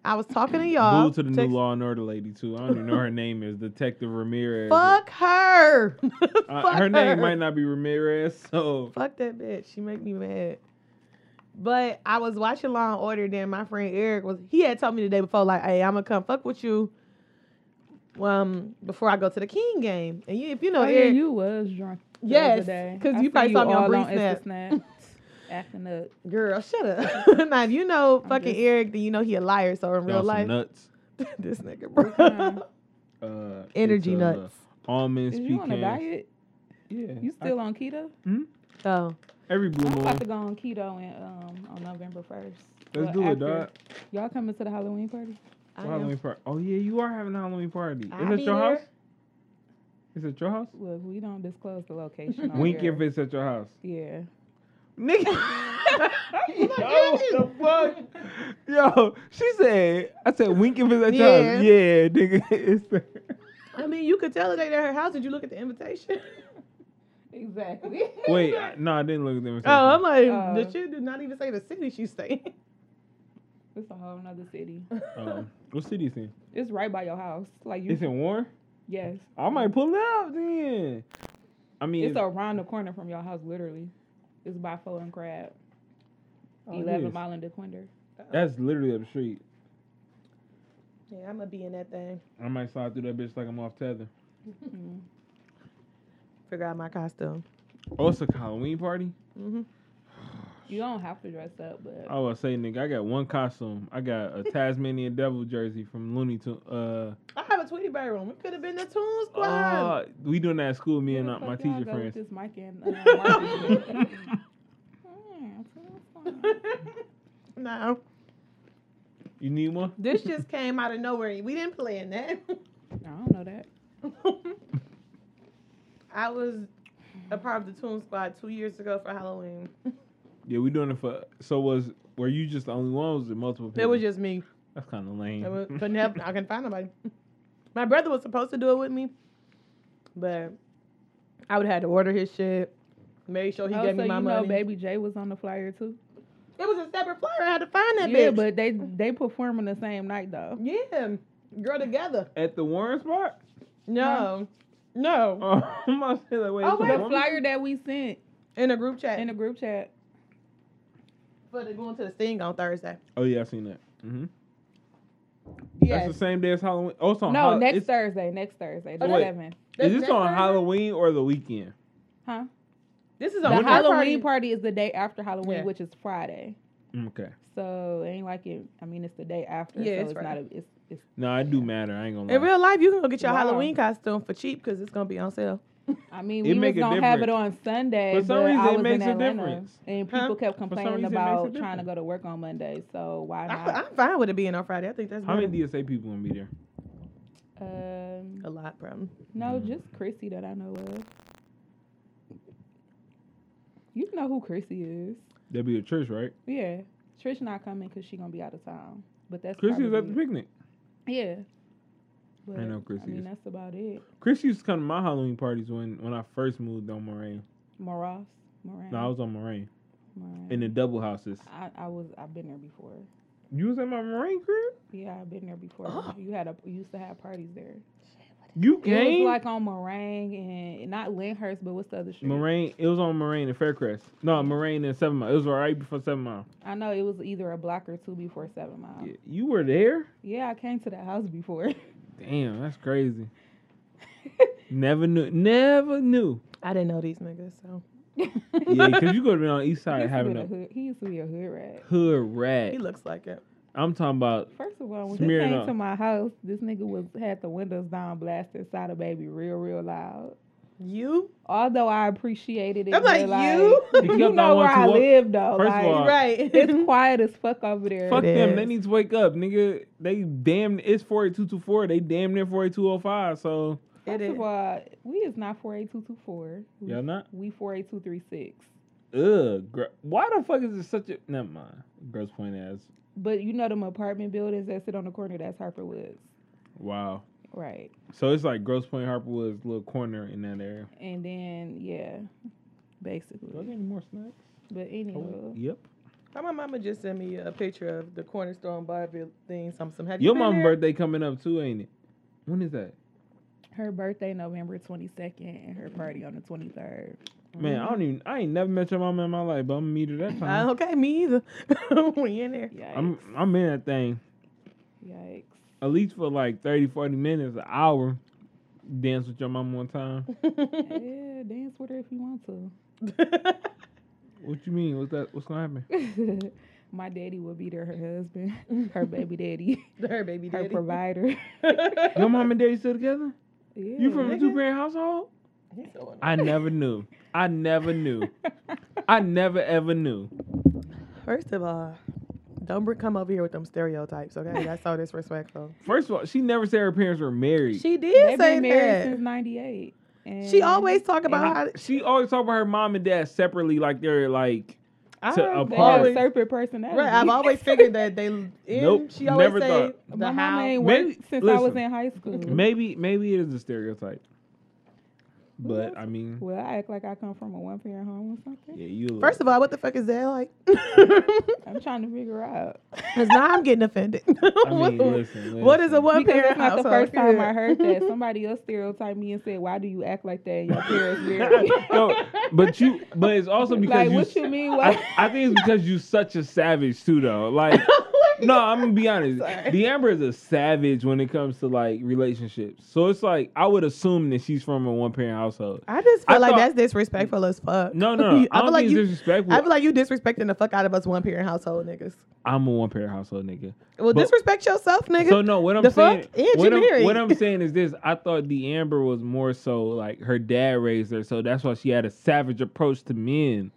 Speaker 3: I was talking to y'all.
Speaker 5: Boo to the
Speaker 3: Text-
Speaker 5: new Law and Order lady too. I don't even know her name is Detective Ramirez.
Speaker 3: Fuck her.
Speaker 5: Uh,
Speaker 3: Fuck
Speaker 5: her name might not be Ramirez, so
Speaker 3: Fuck that bitch. She make me mad. But I was watching Law and Order. Then my friend Eric was. He had told me the day before, like, "Hey, I'm gonna come fuck with you." Um, before I go to the King game, and you, if you know
Speaker 4: Oh, yeah,
Speaker 3: Eric,
Speaker 4: you was drunk. the
Speaker 3: Yes,
Speaker 4: other day.
Speaker 3: 'cause
Speaker 4: I
Speaker 3: you probably
Speaker 4: seen
Speaker 3: saw me on
Speaker 4: all
Speaker 3: Bree
Speaker 4: Instasnap acting up.
Speaker 3: girl, shut up. now, if you know
Speaker 4: I'm
Speaker 3: fucking
Speaker 4: just-
Speaker 3: Eric, then you know he a liar. So in
Speaker 5: Y'all
Speaker 3: real
Speaker 5: some
Speaker 3: life,
Speaker 5: nuts.
Speaker 3: this nigga, bro,
Speaker 4: Mhm.
Speaker 5: Uh,
Speaker 3: energy
Speaker 5: it's, uh,
Speaker 3: nuts.
Speaker 5: Almonds,
Speaker 4: Is you on a
Speaker 5: pecans.
Speaker 4: diet?
Speaker 5: Yeah.
Speaker 4: You
Speaker 5: I-
Speaker 4: still on keto?
Speaker 3: So
Speaker 5: every blue
Speaker 4: I'm
Speaker 5: moon.
Speaker 4: about to go on keto and um on November first.
Speaker 5: Let's do it, dog.
Speaker 4: Y'all coming to the Halloween party?
Speaker 3: I
Speaker 5: Halloween
Speaker 3: am,
Speaker 5: party. Oh yeah, you are having a Halloween party.
Speaker 3: I
Speaker 5: Is
Speaker 3: be
Speaker 5: it your
Speaker 3: there.
Speaker 5: house? Is it your house?
Speaker 4: Look, we don't disclose the location. on
Speaker 5: Wink
Speaker 4: here.
Speaker 5: if it's at your house.
Speaker 4: Yeah.
Speaker 5: Nigga. Yo, what the fuck? Yo, she said, I said, wink if it's at your
Speaker 3: Yeah.
Speaker 5: house. Yeah, nigga. It's the,
Speaker 3: I mean, you could tell it ain't at her house. Did you look at the invitation?
Speaker 4: Exactly.
Speaker 5: wait, I- no, I didn't look at the invitation.
Speaker 3: oh, I'm like,
Speaker 4: Uh,
Speaker 3: the shit did not even say the city she's staying.
Speaker 4: It's a whole nother city.
Speaker 5: Um, what city is it?
Speaker 4: It's right by your house. Like uh-uh. you.
Speaker 5: It's in Warren?
Speaker 4: yes.
Speaker 5: I might pull it up then. I mean,
Speaker 4: It's around the corner from your house, literally. It's by Fo and Crab.
Speaker 5: Oh, it
Speaker 4: Eleven
Speaker 5: is.
Speaker 4: mile in DeQuinder.
Speaker 5: that's literally up the street.
Speaker 3: Yeah, I'm gonna be in that thing.
Speaker 5: I might slide through that bitch like I'm off tether.
Speaker 4: Mhm.
Speaker 3: figure out my costume.
Speaker 5: Oh, it's a Halloween party.
Speaker 3: hmm
Speaker 4: You don't have to dress up, but
Speaker 5: I was say, nigga, I got one costume. I got a Tasmanian Devil jersey from Looney Tunes. Uh,
Speaker 3: I have a Tweety Bird room. We could have been the Toon Squad.
Speaker 5: uh, we doing that at school. Me and
Speaker 4: Where
Speaker 5: uh,
Speaker 4: the
Speaker 5: my
Speaker 4: fuck y'all
Speaker 5: teacher
Speaker 4: go with
Speaker 5: friends.
Speaker 4: This mic and, uh, Marcus shit? Mm, so it's
Speaker 3: Oh.
Speaker 4: fine.
Speaker 3: no,
Speaker 5: you need one?
Speaker 3: this just came out of nowhere. We didn't plan that.
Speaker 4: I don't know that.
Speaker 3: I was a part of the Toon Squad two years ago for Halloween.
Speaker 5: Yeah, we doing it for. So was were you just the only one? Or was it multiple people?
Speaker 3: It was just me.
Speaker 5: That's kind of lame.
Speaker 3: I was,
Speaker 4: Mm-hmm.
Speaker 3: couldn't help. I couldn't find nobody. My brother was supposed to do it with me, but I would have had to order his shit. Made sure he
Speaker 4: oh,
Speaker 3: gave
Speaker 4: so
Speaker 3: me my
Speaker 4: you know,
Speaker 3: money.
Speaker 4: Baby J was on the flyer too.
Speaker 3: It was a separate flyer. I had to find that
Speaker 4: Yeah,
Speaker 3: bitch.
Speaker 4: but they they performing the same night though.
Speaker 3: yeah, girl together.
Speaker 5: at the Warren spot.
Speaker 3: No, no,
Speaker 5: Oh, I'm about to say like, wait,
Speaker 4: Oh,
Speaker 5: it's a
Speaker 4: the
Speaker 5: woman?
Speaker 4: flyer that we sent
Speaker 3: in a group chat.
Speaker 4: in the group chat.
Speaker 3: but they're going to the sting on Thursday.
Speaker 5: Oh yeah, I seen that. hmm
Speaker 3: Yes,
Speaker 5: That's the same day as Halloween. Oh, it's on
Speaker 4: no,
Speaker 5: Hall-
Speaker 4: next
Speaker 5: it's-
Speaker 4: Thursday. Next Thursday, the
Speaker 5: Oh, wait.
Speaker 4: seventh.
Speaker 5: Is
Speaker 3: That's
Speaker 5: this
Speaker 3: next
Speaker 5: on
Speaker 3: Thursday?
Speaker 5: Halloween or the weekend?
Speaker 4: Huh?
Speaker 3: This is
Speaker 5: Oh,
Speaker 4: The
Speaker 3: on her
Speaker 4: Halloween
Speaker 3: party.
Speaker 4: party. is the day after Halloween,
Speaker 3: Yeah.
Speaker 4: which is Friday.
Speaker 5: Mm, Okay.
Speaker 4: So it ain't like it. I mean, it's the day after.
Speaker 3: Yeah,
Speaker 4: so
Speaker 3: it's
Speaker 4: it's, not.
Speaker 3: Friday.
Speaker 4: A, it's it's
Speaker 5: No, I do matter. I ain't gonna lie.
Speaker 3: In real life, you can go get your
Speaker 4: Wow.
Speaker 3: Halloween costume for cheap because it's gonna be on sale.
Speaker 4: I mean,
Speaker 5: It
Speaker 4: we
Speaker 5: make
Speaker 4: was
Speaker 5: a
Speaker 4: gonna have it
Speaker 5: difference.
Speaker 4: on Sunday,
Speaker 5: For some
Speaker 4: but
Speaker 5: reason,
Speaker 4: I
Speaker 5: it
Speaker 4: was in
Speaker 5: makes a
Speaker 4: Atlanta,
Speaker 5: difference.
Speaker 4: and people
Speaker 3: Huh?
Speaker 4: kept
Speaker 5: some
Speaker 4: complaining
Speaker 5: reason, it makes a
Speaker 4: about trying to
Speaker 5: difference.
Speaker 4: go to work on Monday. So why
Speaker 3: I,
Speaker 4: not?
Speaker 3: am fine with it being on Friday. I think that's
Speaker 5: How many
Speaker 3: better.
Speaker 5: DSA people gonna be there?
Speaker 4: Um,
Speaker 5: Oh.
Speaker 3: a lot, problem.
Speaker 4: no, just Chrissy that I know of. You know who Chrissy is?
Speaker 5: That'd be a church, right?
Speaker 4: Yeah, Trish not coming because she gonna be out of town. But that's
Speaker 5: Chrissy was at the
Speaker 4: probably-
Speaker 5: picnic.
Speaker 4: Yeah. But,
Speaker 5: know Chrissy
Speaker 4: I mean,
Speaker 5: is.
Speaker 4: that's about it.
Speaker 5: Chris used to come to my Halloween parties when, when I first moved on Moraine.
Speaker 4: Morass, Moran.
Speaker 5: No, I was on Moraine.
Speaker 4: Moran.
Speaker 5: In the double houses.
Speaker 4: I, I was. I've been there before.
Speaker 5: You was at my Moraine crib?
Speaker 4: Yeah, I've been there before.
Speaker 5: Ah.
Speaker 3: Oh.
Speaker 4: You had a you used to have parties there.
Speaker 5: You
Speaker 4: It
Speaker 5: came?
Speaker 4: was like on Meringue and not Lyndhurst, but what's the other street?
Speaker 5: Moraine, it was on Moraine and Faircrest. No, Moraine and Seven Mile. It was right before Seven Mile.
Speaker 4: I know it was either a block or two before Seven Mile.
Speaker 5: Yeah,
Speaker 4: Yeah,
Speaker 5: you were there?
Speaker 4: I came to that house before.
Speaker 5: Damn, that's crazy. never knew. Never knew.
Speaker 3: I didn't know these niggas, so
Speaker 5: Yeah, because you could have been on the east
Speaker 4: he,
Speaker 5: side
Speaker 4: used to be
Speaker 5: having
Speaker 4: the
Speaker 5: a
Speaker 4: hood, he used to be a hood rat.
Speaker 5: hood rat.
Speaker 3: he looks like it.
Speaker 5: I'm talking about
Speaker 4: First of all, when
Speaker 5: Smearing
Speaker 4: he came
Speaker 5: up.
Speaker 4: to my house, this nigga was had the windows down, blasting Sada Baby real, real loud.
Speaker 3: You
Speaker 4: Although I appreciated it,
Speaker 3: I'm like,
Speaker 4: but,
Speaker 3: you?
Speaker 5: You
Speaker 4: you,
Speaker 5: kept on
Speaker 4: know where
Speaker 5: wanting
Speaker 4: I
Speaker 5: to walk-
Speaker 4: live though.
Speaker 5: First of
Speaker 4: like,
Speaker 5: all,
Speaker 3: right?
Speaker 4: it's quiet as fuck over there.
Speaker 5: Fuck
Speaker 3: It
Speaker 5: them. They
Speaker 3: is.
Speaker 5: need to wake up, nigga. They damn it's forty two two four. They damn near forty two oh five. So
Speaker 3: It
Speaker 4: First
Speaker 3: is.
Speaker 4: of all, we is not four eight two two four.
Speaker 5: y'all not.
Speaker 4: We four eight two three six.
Speaker 5: Ugh. Gr- Why the fuck is it such a? Never mind. Gross point ass.
Speaker 4: But you know them apartment buildings that sit on the corner that's Harper Woods.
Speaker 5: Wow.
Speaker 4: Right.
Speaker 5: So it's like Gross Point Harper was little corner in that area.
Speaker 4: And then yeah.
Speaker 5: Do I get
Speaker 4: Basically.
Speaker 5: any more snacks?
Speaker 4: But anyway.
Speaker 5: Oh, yep.
Speaker 3: How my mama just sent me a picture of the corner store on Barbie thing. Some some. Have you
Speaker 5: Your
Speaker 3: been
Speaker 5: mom's
Speaker 3: there?
Speaker 5: birthday coming up too, ain't it? When is that?
Speaker 4: Her birthday November twenty second and her party on the twenty third.
Speaker 5: Man, I
Speaker 3: Mm-hmm.
Speaker 5: don't even. I ain't never met your mama in my life, but I'm gonna meet her that
Speaker 3: Uh,
Speaker 5: time.
Speaker 3: okay, me either. we in there.
Speaker 4: Yikes.
Speaker 5: I'm I'm in that thing
Speaker 4: Yikes.
Speaker 5: at least for like 30, 40 minutes, an hour. Dance with your mama one time.
Speaker 4: yeah, dance with her if you want
Speaker 5: What you mean? What's that? What's gonna happen?
Speaker 4: to. My daddy will be there, her husband, her baby daddy,
Speaker 3: Her baby
Speaker 4: her
Speaker 3: daddy.
Speaker 4: provider.
Speaker 5: Your mom and daddy still together?
Speaker 4: Yeah.
Speaker 5: You from a
Speaker 3: nigga.
Speaker 5: two parent household?
Speaker 3: He's going on.
Speaker 5: I never knew. I never knew. I never ever knew.
Speaker 3: First of all, don't br- come over here with them stereotypes. Okay, that's so disrespectful.
Speaker 5: First of all, she never said her parents were married.
Speaker 3: She
Speaker 4: They've
Speaker 3: did say
Speaker 4: been married
Speaker 3: that.
Speaker 4: since ninety eight.
Speaker 3: She always talk
Speaker 5: And
Speaker 3: about how
Speaker 5: she always talk about her mom and dad separately, like they're like.
Speaker 3: I
Speaker 5: to
Speaker 3: heard
Speaker 5: a
Speaker 3: they
Speaker 4: they
Speaker 5: part.
Speaker 4: have
Speaker 3: always-
Speaker 4: separate personality.
Speaker 3: Right, I've always figured that they. In,
Speaker 5: Nope,
Speaker 3: She always
Speaker 5: never
Speaker 3: say
Speaker 5: thought.
Speaker 3: the
Speaker 4: My mama
Speaker 3: how.
Speaker 4: ain't
Speaker 5: Maybe-
Speaker 4: worked since I was
Speaker 5: listen.
Speaker 4: in high school.
Speaker 3: Mm-hmm.
Speaker 5: Maybe, maybe it is a stereotype. But I mean,
Speaker 4: Well, I act like I come from a one parent home or something.
Speaker 5: yeah, you.
Speaker 3: First of all, what the fuck is that like?
Speaker 4: I'm trying to figure out.
Speaker 3: Because now I'm getting offended.
Speaker 5: I mean, listen,
Speaker 3: what is a
Speaker 5: listen.
Speaker 3: one
Speaker 4: Because
Speaker 3: parent
Speaker 4: that's not the
Speaker 3: household?
Speaker 4: first time I heard that. Somebody else stereotyped me and said, "Why do you act like that?" in Your parents married you?"
Speaker 5: No, but you, but it's also because
Speaker 4: Like,
Speaker 5: you.
Speaker 4: what you mean? Why?
Speaker 5: I, I think it's because you such a savage too, though. Like no, I'm gonna be honest.
Speaker 3: Sorry.
Speaker 5: The Amber is a savage when it comes to like relationships. So it's like I would assume that she's from a one parent household.
Speaker 3: I just feel
Speaker 5: I
Speaker 3: like
Speaker 5: thought-
Speaker 3: that's disrespectful as fuck.
Speaker 5: No, no, no.
Speaker 3: I
Speaker 5: I, don't
Speaker 3: feel like
Speaker 5: think
Speaker 3: you.
Speaker 5: it's disrespectful.
Speaker 3: I feel like you disrespecting the fuck out of us one parent household niggas.
Speaker 5: I'm a one parent household nigga.
Speaker 3: Well,
Speaker 5: But-
Speaker 3: disrespect yourself, nigga.
Speaker 5: So no, what I'm
Speaker 3: The
Speaker 5: saying,
Speaker 3: fuck? And you
Speaker 5: what, I'm,
Speaker 3: married.
Speaker 5: what I'm saying is this: I thought the Amber was more so like her dad raised her, so that's why she had a savage approach to men.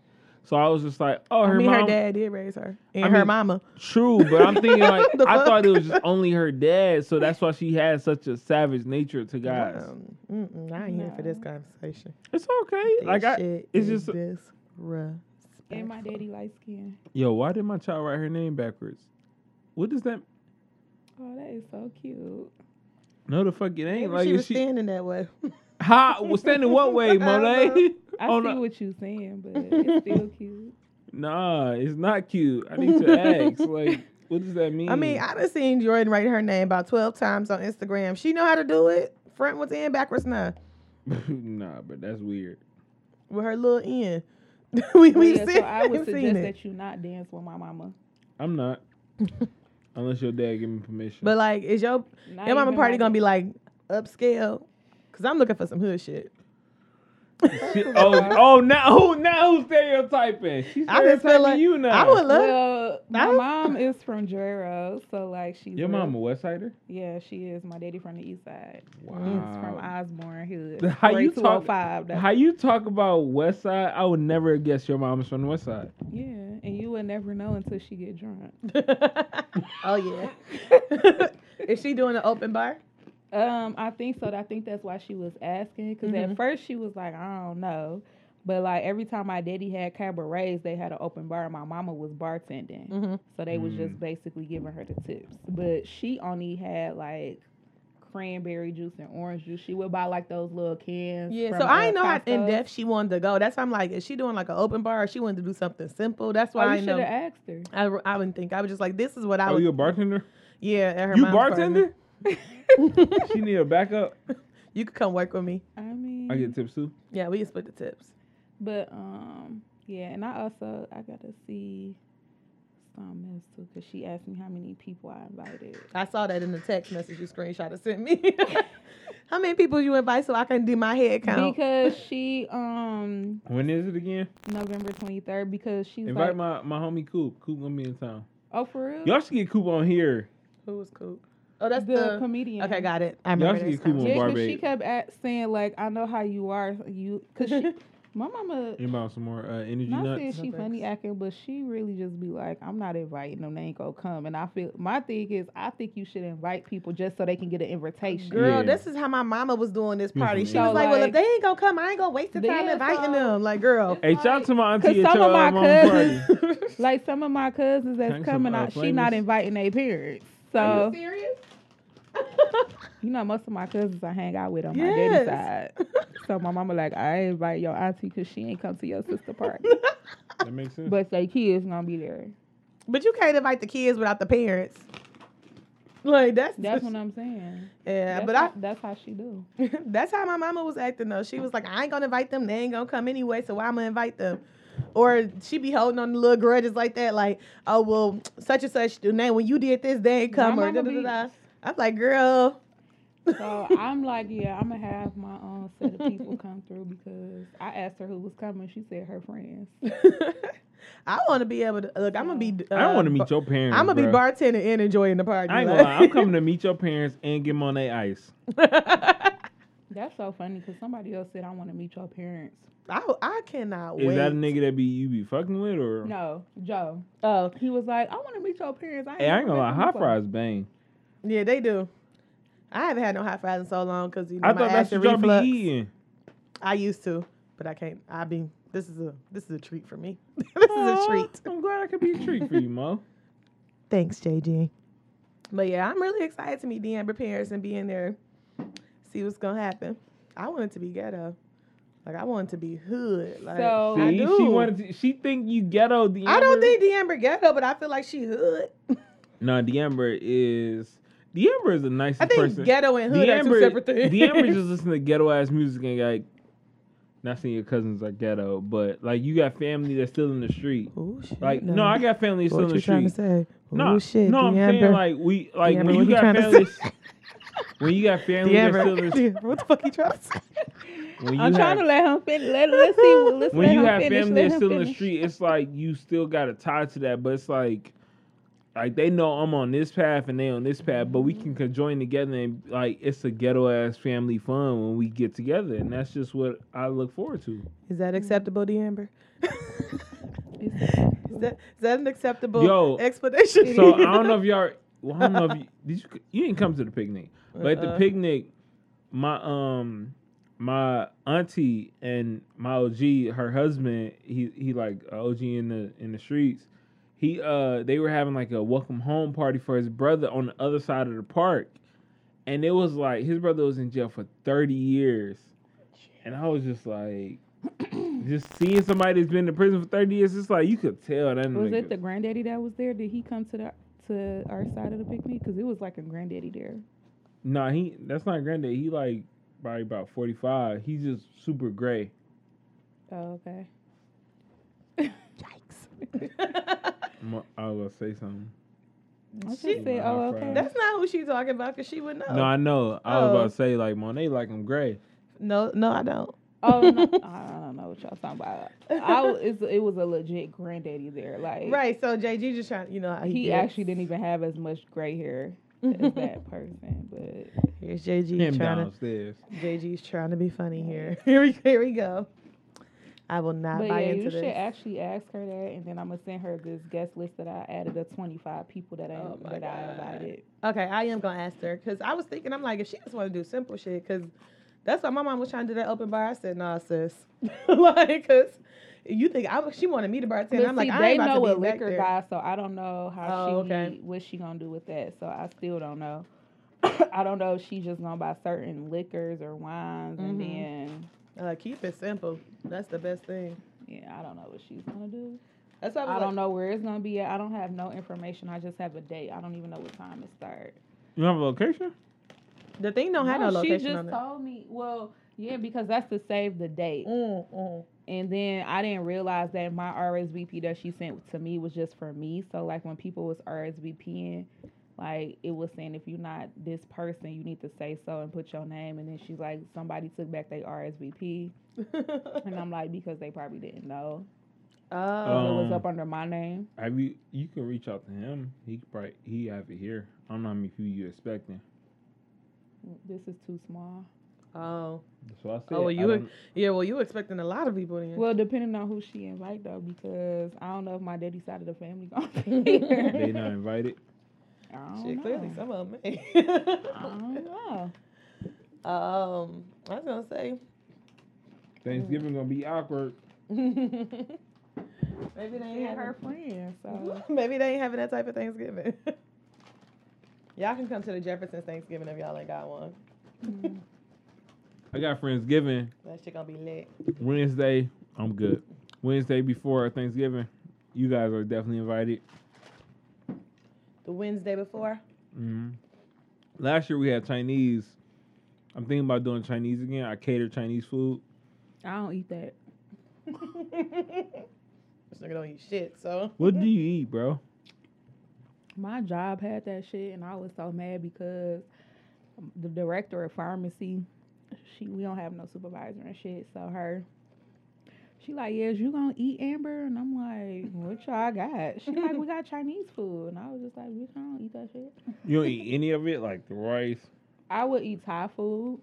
Speaker 5: So I was just like, oh,
Speaker 3: I
Speaker 5: her
Speaker 3: mean,
Speaker 5: mom.
Speaker 3: her dad did raise her and
Speaker 5: I
Speaker 3: her
Speaker 5: mean-
Speaker 3: mama.
Speaker 5: True, but I'm thinking like
Speaker 3: The
Speaker 5: I
Speaker 3: fuck?
Speaker 5: thought it was just only her dad, so that's why she had such a savage nature to guys.
Speaker 3: Um, mm-mm, I ain't here for this conversation.
Speaker 5: It's okay.
Speaker 3: This
Speaker 5: like I,
Speaker 3: shit
Speaker 5: it's
Speaker 3: is
Speaker 5: just
Speaker 3: disrespectful.
Speaker 4: And my daddy light skin.
Speaker 5: yo. Why did my child write her name backwards? What does that?
Speaker 4: Oh, that is so cute.
Speaker 5: No, the fuck it ain't.
Speaker 3: Maybe
Speaker 5: Like
Speaker 3: she
Speaker 5: if
Speaker 3: was
Speaker 5: she
Speaker 3: standing that way.
Speaker 5: how well, standing what way, Monet?
Speaker 4: I
Speaker 5: Oh,
Speaker 4: see
Speaker 5: no.
Speaker 4: what you're saying, but it's still cute.
Speaker 5: Nah, it's not cute. I need to ask. Like, what does that mean?
Speaker 3: I mean, I done seen Jordan write her name about twelve times on Instagram. She know how to do it. Frontwards and backwards now
Speaker 5: nah, but that's weird.
Speaker 3: with her little end. we
Speaker 4: Well,
Speaker 3: we
Speaker 4: yeah,
Speaker 3: seen,
Speaker 4: so I would
Speaker 3: we've seen
Speaker 4: suggest
Speaker 3: it.
Speaker 4: that you not dance with my mama.
Speaker 5: I'm not. Unless your dad give me permission.
Speaker 3: But like, is your
Speaker 4: Not
Speaker 3: your mama
Speaker 4: even
Speaker 3: party
Speaker 4: like-
Speaker 3: gonna be like upscale? Cause I'm looking for some hood shit.
Speaker 5: She- oh, oh, now who now who's stereotyping? She's
Speaker 3: I just feel
Speaker 5: stereotyping
Speaker 3: like
Speaker 5: you now.
Speaker 3: I would love.
Speaker 4: Well, my
Speaker 3: That's-
Speaker 4: mom is from Jero, so like she's
Speaker 5: your
Speaker 4: real-
Speaker 5: mom a West Sider?
Speaker 4: Yeah, she is. My daddy from the east side. He's
Speaker 3: Um,
Speaker 4: from
Speaker 5: Wow.
Speaker 4: Osborne Hood.
Speaker 5: How you talk-
Speaker 4: 3205, oh, that's-
Speaker 5: How you talk about West Side? I would never guess your mom's from the West Side.
Speaker 4: Yeah, and you would never know until she get drunk.
Speaker 3: oh yeah. is she doing an open bar?
Speaker 4: Um, I think so. I think that's why she was asking. because
Speaker 3: Mm-hmm.
Speaker 4: at first she was like, I don't know, but like every time my daddy had cabarets, they had an open bar. and My mama was bartending,
Speaker 3: Mhm.
Speaker 4: so they was
Speaker 5: Mm.
Speaker 4: just basically giving her the tips. But she only had like cranberry juice and orange juice. She would buy like those little cans.
Speaker 3: Yeah,
Speaker 4: from,
Speaker 3: so I
Speaker 4: uh,
Speaker 3: ain't know how in
Speaker 4: Costco's.
Speaker 3: depth she wanted to go. That's why I'm like, is she doing like an open bar? Or she wanted to do something simple. That's
Speaker 4: Oh,
Speaker 3: why I
Speaker 4: you
Speaker 3: ain't
Speaker 4: should have
Speaker 3: know.
Speaker 4: asked her.
Speaker 3: I, I wouldn't think. I was just like, this is what I
Speaker 5: Are
Speaker 3: would.
Speaker 5: Oh, you a bartender?
Speaker 3: Yeah, at her
Speaker 5: You
Speaker 3: mom's party.
Speaker 5: bartender? she need a backup.
Speaker 3: You could come work with me.
Speaker 4: I mean,
Speaker 5: I get tips too.
Speaker 3: Yeah, we can split the tips.
Speaker 4: But um, yeah, and I also I gotta see something else too, cause she asked me how many people I invited.
Speaker 3: I saw that in the text message you screenshot and sent me. How many people you invite so I can do my head count?
Speaker 4: Because she um
Speaker 5: When is it again?
Speaker 4: November twenty third because she's like
Speaker 5: Invite my, my homie Coop. Coop gonna be in town.
Speaker 4: oh for real
Speaker 5: Y'all should get Coop on here.
Speaker 3: Who was cool? Oh, that's
Speaker 4: the,
Speaker 3: the.
Speaker 4: comedian
Speaker 3: Okay, got it. I
Speaker 5: Y'all
Speaker 3: remember
Speaker 5: should
Speaker 3: this.
Speaker 5: get Coop on
Speaker 4: yeah 'cause
Speaker 5: Barbade.
Speaker 4: she kept at, saying like I know how you are you cause she my mama
Speaker 5: Inbound some more uh, energy
Speaker 4: not saying
Speaker 5: nuts.
Speaker 4: she
Speaker 3: No,
Speaker 4: funny
Speaker 3: thanks.
Speaker 4: acting but she really just be like I'm not inviting them they ain't gonna come and I feel my thing is I think you should invite people just so they can get an invitation
Speaker 3: Girl,
Speaker 5: Yeah.
Speaker 3: this is how my mama was doing this party. She
Speaker 5: So,
Speaker 3: was like, "Well,
Speaker 4: like-
Speaker 3: if they ain't gonna come, I ain't gonna waste the time
Speaker 4: Yeah,
Speaker 3: inviting
Speaker 4: so-
Speaker 3: them." Like, girl,
Speaker 5: Hey, shout out to my
Speaker 4: Cause
Speaker 5: auntie at
Speaker 4: some
Speaker 5: your
Speaker 4: of my
Speaker 5: uh, mama party.
Speaker 4: Like some of my cousins that's
Speaker 5: Hang some,
Speaker 4: coming
Speaker 5: uh,
Speaker 4: out, she not
Speaker 5: flamers.
Speaker 4: inviting their parents.
Speaker 3: Are
Speaker 4: So
Speaker 3: you serious?
Speaker 4: you know, most of my cousins I hang out with on
Speaker 3: Yes.
Speaker 4: my daddy's side. So my mama like, I ain't invite your auntie because she ain't come to your sister party,
Speaker 5: That makes sense.
Speaker 4: but they kids gonna be there.
Speaker 3: But you can't invite the kids without the parents. Like that's
Speaker 4: That's what I'm saying.
Speaker 3: yeah.
Speaker 4: That's
Speaker 3: But
Speaker 4: how,
Speaker 3: I
Speaker 4: that's how she do.
Speaker 3: that's how my mama was acting though. She was like, I ain't gonna invite them. They ain't gonna come anyway. So why I'm gonna invite them? Or she be holding on to little grudges like that. Like oh well, such and such. do Name when you did this, they ain't come.
Speaker 4: My
Speaker 3: Or da
Speaker 4: mama
Speaker 3: da
Speaker 4: be-
Speaker 3: da. da. I'm like, girl.
Speaker 4: So I'm like, yeah, I'm gonna have my own set of people come through because I asked her who was coming. She said her friends.
Speaker 3: I want to be able to look. I'm gonna be. Uh,
Speaker 5: I don't want to meet your parents.
Speaker 3: I'm gonna be
Speaker 5: bruh.
Speaker 3: bartending and enjoying the party.
Speaker 5: I ain't gonna lie. I'm coming to meet your parents and get them on their ice.
Speaker 4: That's so funny because somebody else said I want to meet your parents.
Speaker 3: I, I cannot
Speaker 5: Is
Speaker 3: wait.
Speaker 5: that a nigga that be you be fucking with or?
Speaker 4: No, Joe. Uh,
Speaker 3: Oh
Speaker 4: He was like, I want to meet your parents. I ain't,
Speaker 5: Hey, I ain't
Speaker 4: never
Speaker 5: gonna lie.
Speaker 4: met them
Speaker 5: Hot
Speaker 4: before."
Speaker 5: fries bang.
Speaker 3: yeah, they do. I haven't had no hot fries in so long because you know
Speaker 5: I
Speaker 3: my
Speaker 5: thought that's
Speaker 3: acid
Speaker 5: what y'all
Speaker 3: reflux.
Speaker 5: be eating.
Speaker 3: I used to, but I can't. I be. This is a this is a treat for me. this is
Speaker 5: Aw,
Speaker 3: a treat.
Speaker 5: Oh, I'm glad I could be a treat for you, Mo.
Speaker 3: Thanks, JG. But yeah, I'm really excited to meet the Amber parents and be in there, see what's gonna happen. I want it to be ghetto, like I want it to be hood. Like,
Speaker 4: So-
Speaker 3: I
Speaker 5: See,
Speaker 3: do.
Speaker 5: she wanted. To, she think you ghetto. The
Speaker 3: I don't
Speaker 5: Amber-
Speaker 3: think the Amber ghetto, but I feel like she hood.
Speaker 5: No, the Amber is. The Amber is the nicest
Speaker 3: I think
Speaker 5: person.
Speaker 3: ghetto and hood are two
Speaker 5: D'Amber-
Speaker 3: separate things.
Speaker 5: D'Amber just listen to ghetto ass music and like, Not saying your cousins are ghetto, but like you got family that's still in the street.
Speaker 3: Oh shit.
Speaker 5: Like no, I got family that's
Speaker 3: what
Speaker 5: still in
Speaker 3: you
Speaker 5: the
Speaker 3: trying
Speaker 5: street.
Speaker 3: to say?
Speaker 5: No,
Speaker 3: oh shit.
Speaker 5: no, I'm
Speaker 3: Deamber.
Speaker 5: saying like we like
Speaker 3: Deamber, what
Speaker 5: when you
Speaker 3: you
Speaker 5: got
Speaker 3: trying to
Speaker 5: family,
Speaker 3: say?
Speaker 5: when you got family that's still in
Speaker 3: Deamber.
Speaker 5: the street.
Speaker 3: what the fuck you trying to say?
Speaker 5: When you
Speaker 4: I'm
Speaker 5: have,
Speaker 4: trying to let him finish. Let, let's see. what- Let's
Speaker 5: when
Speaker 4: let
Speaker 5: you
Speaker 4: him
Speaker 5: have
Speaker 4: finish.
Speaker 5: family
Speaker 4: let
Speaker 5: that's
Speaker 4: him
Speaker 5: still in the
Speaker 4: finish.
Speaker 5: street, it's like you still got to tie to that, but it's like, like they know I'm on this path and they on this path, but we
Speaker 4: Mm-hmm.
Speaker 5: can conjoin together and like it's a ghetto ass family fun when we get together, and that's just what I look forward to.
Speaker 3: Is that acceptable, Deamber? is, that, is that an acceptable
Speaker 5: Yo,
Speaker 3: explanation?
Speaker 5: So I don't know if y'all, well, I don't know if you did you you didn't come to the picnic, but at
Speaker 4: uh.
Speaker 5: the
Speaker 3: Uh-uh.
Speaker 5: picnic, my um my auntie and my OG, her husband, he he like a OG in the in the streets. He uh they were having like a welcome home party for his brother on the other side of the park. And it was like his brother was in jail for 30 years. And I was just like just seeing somebody that's been in prison for 30 years, it's like you could tell that
Speaker 4: Was
Speaker 5: Hmm, nigga-
Speaker 4: it the granddaddy that was there? Did he come to the to our side of the picnic? Because it was like a granddaddy there.
Speaker 5: No, he that's not granddad. He like probably about forty five. He's just super gray.
Speaker 4: Oh, okay.
Speaker 5: I'm- I was gonna say something.
Speaker 4: I was
Speaker 3: She-
Speaker 4: gonna say, oh, okay.
Speaker 5: That's-
Speaker 3: That's not who she's talking about because she would know.
Speaker 5: No, I know. I was about
Speaker 3: Oh.
Speaker 5: to say like Monet like him gray.
Speaker 3: no, no, I don't.
Speaker 4: oh, no, I don't know what y'all talking about. I w- it's, it was a legit granddaddy there. Like
Speaker 3: Right. So JG just trying, you know, how
Speaker 4: He
Speaker 3: gets.
Speaker 4: actually didn't e- even have as much gray hair as that person, but
Speaker 3: Here's JG
Speaker 5: Him
Speaker 3: trying
Speaker 5: downstairs.
Speaker 3: to JG's trying to be funny here. Here we here we go. I will not
Speaker 4: but
Speaker 3: buy
Speaker 4: yeah, you
Speaker 3: into
Speaker 4: should
Speaker 3: this.
Speaker 4: actually ask her that, and then I'm gonna send her this guest list that I added of 25 people that I
Speaker 3: Oh my
Speaker 4: that I
Speaker 3: God.
Speaker 4: invited.
Speaker 3: Okay, I am gonna ask her because I was thinking, I'm like, if she just want to do simple shit, because that's why my mom was trying to do that open bar. I said, nah, sis, like, cause you think I she wanted me to bartend.
Speaker 4: But
Speaker 3: I'm like,
Speaker 4: see,
Speaker 3: I
Speaker 4: they
Speaker 3: ain't about
Speaker 4: know
Speaker 3: to be
Speaker 4: what
Speaker 3: back
Speaker 4: liquor
Speaker 3: there.
Speaker 4: guy, so I don't know how
Speaker 3: Oh,
Speaker 4: she
Speaker 3: okay.
Speaker 4: what she gonna do with that. So I still don't know. I don't know if she's just gonna buy certain liquors or wines, and
Speaker 3: Mhm.
Speaker 4: then
Speaker 3: Uh, keep it simple. That's the best thing.
Speaker 4: yeah, I don't know what she's gonna do.
Speaker 3: That's why I, was
Speaker 4: I
Speaker 3: like,
Speaker 4: don't know where it's gonna be at. I don't have no information. I just have a date. I don't even know what time it starts.
Speaker 5: You have a location?
Speaker 3: The thing don't have no,
Speaker 4: She
Speaker 3: location
Speaker 4: just
Speaker 3: on it.
Speaker 4: told me. Well, yeah, because that's to save the date.
Speaker 3: Mm, mm.
Speaker 4: And then I didn't realize that my RSVP that she sent to me was just for me. So like when people was RSVPing, like it was saying if you're not this person, you need to say so and put your name. And then she's like, somebody took back their RSVP, and I'm like, because they probably didn't know
Speaker 3: oh,
Speaker 4: it was
Speaker 5: Um,
Speaker 4: up under my name.
Speaker 5: Have you? You can reach out to him. He could probably he have it here. I don't know how many people you expecting.
Speaker 4: This is too small.
Speaker 3: oh,
Speaker 5: That's what I said.
Speaker 3: oh. Well,
Speaker 5: I
Speaker 3: you
Speaker 5: don't-
Speaker 3: yeah. Well, you expecting a lot of people then.
Speaker 4: Well, depending on who she invite though, because I don't know if my daddy side of the family gonna be here.
Speaker 5: they not invited.
Speaker 4: I don't
Speaker 3: Shit,
Speaker 4: know.
Speaker 3: clearly some of them.
Speaker 4: I don't know.
Speaker 3: um, I was gonna say.
Speaker 5: Thanksgiving gonna be awkward.
Speaker 3: Maybe they ain't
Speaker 4: She and
Speaker 3: having,
Speaker 4: her friend, mm-hmm. so
Speaker 3: Maybe they ain't having that type of Thanksgiving. y'all can come to the Jefferson's Thanksgiving if y'all ain't got one.
Speaker 5: I got Friendsgiving
Speaker 3: That shit gonna be lit.
Speaker 5: Wednesday. I'm good. Wednesday before Thanksgiving, you guys are definitely invited.
Speaker 3: The Wednesday before.
Speaker 5: hmm Last year we had Chinese. I'm thinking about doing Chinese again. I cater Chinese food.
Speaker 4: I don't eat that.
Speaker 3: this nigga don't eat shit, so.
Speaker 5: What do you eat, bro?
Speaker 4: My job had that shit, and I was so mad because the director of pharmacy, she we don't have no supervisor and shit. So her, she like, yes, you gonna eat Amber, and I'm like, what y'all got? She like, we got Chinese food, and I was just like, bitch, I don't eat that shit.
Speaker 5: You don't eat any of it, like the rice.
Speaker 4: I would eat Thai food.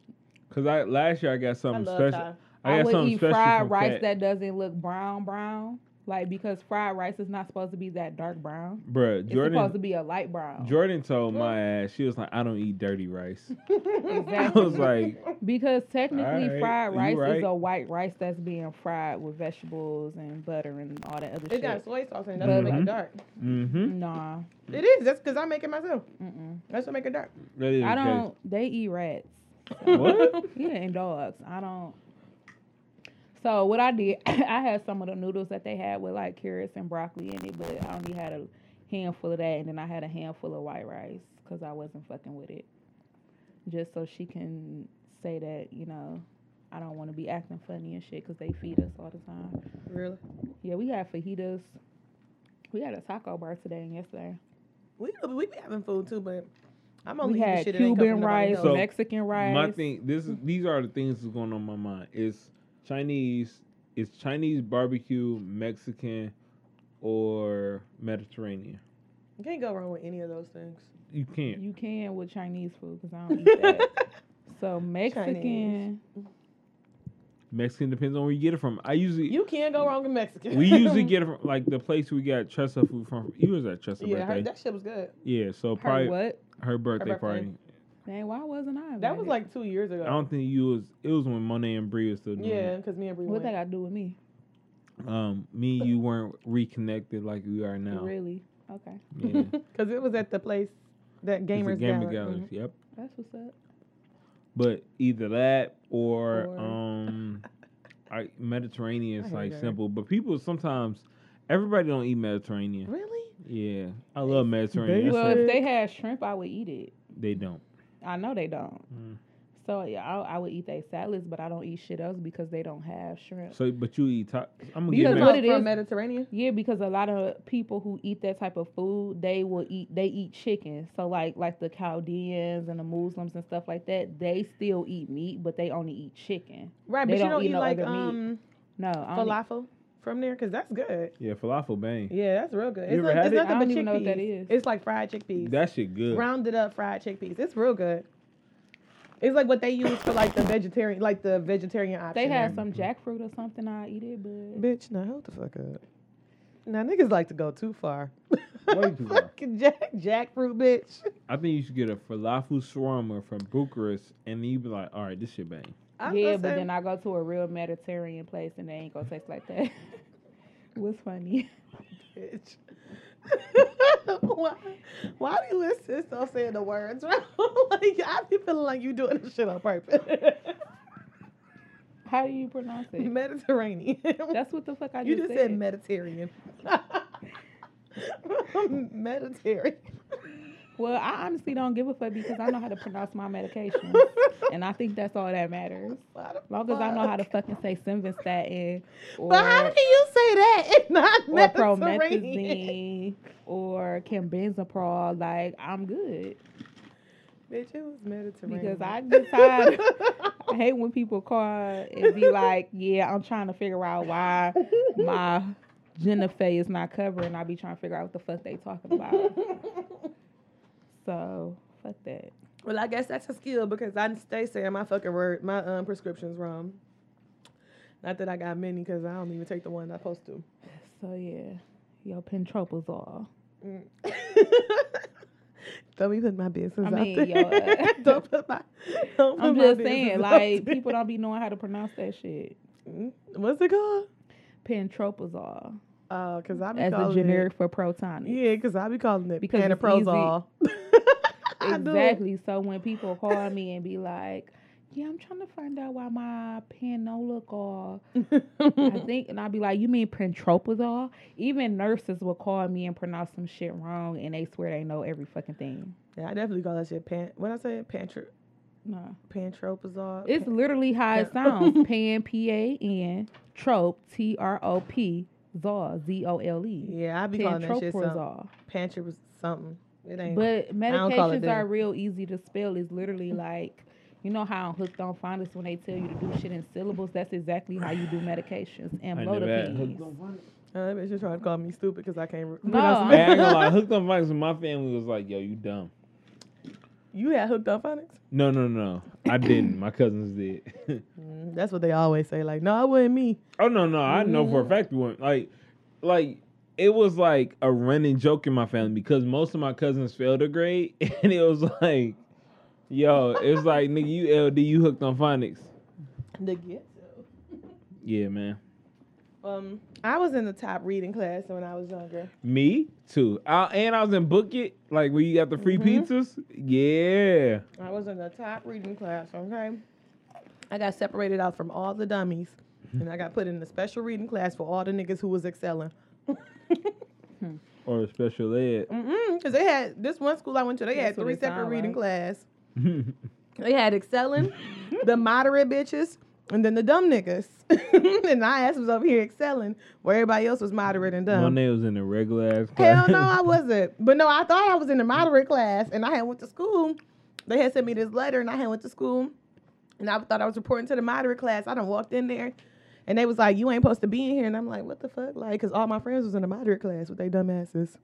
Speaker 5: Cause I last year I got something
Speaker 3: I love
Speaker 5: special.
Speaker 3: Thai.
Speaker 4: I,
Speaker 5: got
Speaker 4: would
Speaker 5: something
Speaker 4: eat
Speaker 5: special
Speaker 4: fried
Speaker 5: from
Speaker 4: rice
Speaker 5: Kat.
Speaker 4: that doesn't look brown brown, like because fried rice is not supposed to be that dark brown.
Speaker 5: Bruh,
Speaker 4: it's supposed to
Speaker 5: Jordan.
Speaker 4: be a light brown.
Speaker 5: Jordan told my ass she was like, I don't eat dirty rice. I
Speaker 4: Exactly.
Speaker 5: was like,
Speaker 4: Because technically,
Speaker 5: Alright,
Speaker 4: fried
Speaker 5: you
Speaker 4: rice
Speaker 5: right.
Speaker 4: is a white rice that's being fried with vegetables and butter and all that other
Speaker 3: It
Speaker 4: shit.
Speaker 3: got soy sauce in it. That's what make
Speaker 5: Mhm.
Speaker 3: it dark.
Speaker 5: mm-hmm.
Speaker 4: Nah,
Speaker 3: It is. That's because I make it myself.
Speaker 4: mm-mm.
Speaker 3: That's what make it dark.
Speaker 5: That is
Speaker 4: I
Speaker 5: the
Speaker 4: don't. They eat rats.
Speaker 5: case. What?
Speaker 4: Yeah, and dogs. I don't. So what I did, I had some of the noodles that they had with like carrots and broccoli in it, but I only had a handful of that, and then I had a handful of white rice because I wasn't fucking with it. Just so she can say that you know I don't want to be acting funny and shit because they feed us all the time.
Speaker 3: Really?
Speaker 4: Yeah, we had fajitas. We had a taco bar today and yesterday.
Speaker 3: We we be having food too, but I'm only
Speaker 4: We
Speaker 3: eating
Speaker 4: had
Speaker 3: shit that ain't come from
Speaker 4: Cuban
Speaker 3: nobody
Speaker 4: rice,
Speaker 3: else.
Speaker 5: So,
Speaker 4: Mexican rice.
Speaker 5: My thing, this is these are the things that's going on in my mind. It's Chinese, it's Chinese barbecue, Mexican, or Mediterranean.
Speaker 3: You can't go wrong with any of those things.
Speaker 5: You can't.
Speaker 4: You can with Chinese food because I don't eat that. so Mexican.
Speaker 5: Mexican depends on where you get it from. I usually
Speaker 3: You can go wrong with Mexican.
Speaker 5: we usually get it from like the place we got Tressa food from. You was at Tressa
Speaker 3: yeah, her,
Speaker 5: birthday.
Speaker 3: that shit was good.
Speaker 5: Yeah, so
Speaker 4: Her
Speaker 5: probably
Speaker 4: what?
Speaker 5: her birthday,
Speaker 3: birthday.
Speaker 5: party.
Speaker 4: Man, why wasn't I?
Speaker 3: That was
Speaker 4: invited?
Speaker 3: like two years ago.
Speaker 5: I don't think you was. It was when Monet and Bree was still doing.
Speaker 3: yeah,
Speaker 5: it.
Speaker 3: because me and Bree
Speaker 4: what
Speaker 3: went.
Speaker 4: that got to do with me?
Speaker 5: Um, me and you weren't reconnected like we are now.
Speaker 4: Really? Okay,
Speaker 5: Yeah.
Speaker 3: Because it was at the place that
Speaker 5: It's a
Speaker 3: gamers
Speaker 5: Gamer
Speaker 3: Gala-
Speaker 5: Gallery,
Speaker 3: mhm.
Speaker 5: Yep.
Speaker 4: that's what's up.
Speaker 5: But either that or,
Speaker 3: Or-
Speaker 5: um, I, Mediterranean
Speaker 3: I
Speaker 5: is
Speaker 3: hear
Speaker 5: like
Speaker 3: that.
Speaker 5: simple. But people sometimes, everybody don't eat Mediterranean.
Speaker 3: Really?
Speaker 5: Yeah, I love Mediterranean. That's
Speaker 4: Well,
Speaker 5: what-
Speaker 4: if they had shrimp, I would eat it.
Speaker 5: they don't.
Speaker 4: I know they don't.
Speaker 5: Mm.
Speaker 4: So yeah, I, I would eat their salads, but I don't eat shit else because they don't have shrimp.
Speaker 5: So, but you eat. Ta- I'm gonna
Speaker 4: You
Speaker 5: get
Speaker 3: Because
Speaker 4: know
Speaker 5: Mex-
Speaker 4: what
Speaker 3: what
Speaker 4: it
Speaker 3: it from
Speaker 4: is-
Speaker 3: Mediterranean.
Speaker 4: Yeah, because a lot of people who eat that type of food, they will eat they eat chicken. So like like the Chaldeans and the Muslims and stuff like that, they still eat meat, but they only eat chicken.
Speaker 3: Right,
Speaker 4: They
Speaker 3: but you
Speaker 4: don't
Speaker 3: don't
Speaker 4: eat
Speaker 3: eat,
Speaker 4: no
Speaker 3: like
Speaker 4: other meat.
Speaker 3: um
Speaker 4: No, I don't eat-
Speaker 3: falafel from there because that's good.
Speaker 5: Yeah, falafel bang.
Speaker 3: Yeah, that's real good.
Speaker 5: You
Speaker 3: it's
Speaker 5: ever
Speaker 3: like,
Speaker 5: had
Speaker 3: it's
Speaker 5: it?
Speaker 3: nothing
Speaker 4: I
Speaker 3: but
Speaker 4: don't even know
Speaker 3: chickpeas.
Speaker 4: what that is.
Speaker 3: It's like fried chickpeas,
Speaker 5: That shit good.
Speaker 3: rounded up fried chickpeas. It's real good. It's like what they use for like the vegetarian, like the vegetarian option.
Speaker 4: they
Speaker 3: there.
Speaker 4: had some jackfruit or something, I eat it, but
Speaker 3: Bitch, now hold the fuck up. Now niggas like to go too far.
Speaker 5: Way too far.
Speaker 3: Fucking Jack jackfruit, bitch.
Speaker 5: I think you should get a falafel shawarma from Bucharest, and then you be like, all right, this shit bang.
Speaker 3: I'm
Speaker 4: yeah,
Speaker 3: just
Speaker 4: but
Speaker 3: saying-
Speaker 4: then I go to a real Mediterranean place and they ain't gonna taste like that. What's funny?
Speaker 3: bitch. why, why do you insist on saying the words wrong? like I be feeling like you doing this shit on purpose.
Speaker 4: How do you pronounce it?
Speaker 3: Mediterranean.
Speaker 4: That's what the fuck I
Speaker 3: you
Speaker 4: just
Speaker 3: just said Mediterranean. Mediterranean.
Speaker 4: Well, I honestly don't give a fuck because I know how to pronounce my medication. and I think that's all that matters.
Speaker 3: Why the
Speaker 4: long as I know how to
Speaker 3: fuck?
Speaker 4: fucking say simvastatin or,
Speaker 3: But how can you say that? It's not
Speaker 4: or
Speaker 3: Mediterranean.
Speaker 4: promethazine or cambenzapral, like I'm good.
Speaker 3: Bitch, it was Mediterranean.
Speaker 4: Because I get tired. I hate when people call and be like, "Yeah, I'm trying to figure out why my Jennifer is not covered," and I be trying to figure out what the fuck they talking about. So fuck that.
Speaker 3: Well, I guess that's a skill because I stay saying my fucking word, my um, prescriptions wrong. Not that I got many because I don't even take the one I'm supposed to.
Speaker 4: So yeah, your pentropazole.
Speaker 3: Mm. don't be putting my business
Speaker 4: I mean,
Speaker 3: out there.
Speaker 4: yo, uh,
Speaker 3: don't put my. Don't put
Speaker 4: I'm
Speaker 3: my
Speaker 4: just
Speaker 3: business
Speaker 4: saying,
Speaker 3: out
Speaker 4: like
Speaker 3: there.
Speaker 4: people don't be knowing how to pronounce that shit.
Speaker 3: Mm. What's it called?
Speaker 4: Pentropazole
Speaker 3: Uh, cause I be
Speaker 4: as
Speaker 3: calling
Speaker 4: a generic for protonic.
Speaker 3: It, yeah, cause I be calling it
Speaker 4: Because it's
Speaker 3: panaprozole. I do.
Speaker 4: Exactly. So when people call me and be like, "Yeah, I'm trying to find out why my panolicol," I think, and I'll be like, "You mean pentropazole?" Even nurses will call me and pronounce some shit wrong, and they swear they know every fucking thing.
Speaker 3: Yeah, I definitely call that shit pan. What I say, pantro,
Speaker 4: No,
Speaker 3: pantropazole.
Speaker 4: it's literally how it
Speaker 3: Yeah.
Speaker 4: sounds: pan, p a n, trope, t r o p, zol, z o l e.
Speaker 3: yeah, I be calling that shit something.
Speaker 4: Pentroprazole.
Speaker 3: Pantro something. It ain't.
Speaker 4: But
Speaker 3: don't call it
Speaker 4: medications
Speaker 3: that.
Speaker 4: are real easy to spell. It's literally like, you know how on Hooked on Phonics when they tell you to do shit in syllables. That's exactly how you do medications and
Speaker 5: I never had
Speaker 4: lodopenes.
Speaker 5: hooked on Vikes.
Speaker 3: Uh, that bitch just trying to call me stupid because I can't re-
Speaker 4: No,
Speaker 3: pronounce
Speaker 4: I'm-
Speaker 5: Hey, I ain't gonna lie, hooked on Vikes. My family was like, yo, you dumb.
Speaker 3: You had hooked on phonics?
Speaker 5: No, no, no. I didn't. My cousins did.
Speaker 3: Mm, that's what they always say. Like, no, it wasn't me.
Speaker 5: oh no, no. I know for a fact we weren't. Like, like it was like a running joke in my family because most of my cousins failed a grade, and it was like, yo, it was like nigga, you LD, you hooked on phonics.
Speaker 3: The ghetto.
Speaker 5: Yeah, man.
Speaker 3: Um, I was in the top reading class when I was younger.
Speaker 5: Me too. I, and I was in Book It, like where you got the free
Speaker 3: Mm-hmm.
Speaker 5: pizzas. Yeah.
Speaker 3: I was in the top reading class, okay? I got separated out from all the dummies, and I got put in a special reading class for all the niggas who was excelling.
Speaker 5: Or special ed.
Speaker 3: Mm-mm, because they had, this one school I went to, they had
Speaker 4: That's what
Speaker 3: three
Speaker 4: it
Speaker 3: separate
Speaker 4: sound
Speaker 3: reading
Speaker 4: like.
Speaker 3: class. They had excelling, the moderate bitches, And then the dumb niggas. and I ass was over here excelling where everybody else was moderate and dumb.
Speaker 5: Monet was in the regular ass
Speaker 3: Hell
Speaker 5: class.
Speaker 3: no, I wasn't. But no, I thought I was in the moderate class, and I had went to school. They had sent me this letter, and I had went to school, and I thought I was reporting to the moderate class. I done walked in there, and they was like, "You ain't supposed to be in here," and I'm like, "What the fuck?" Like, cause all my friends was in the moderate class with they dumb asses.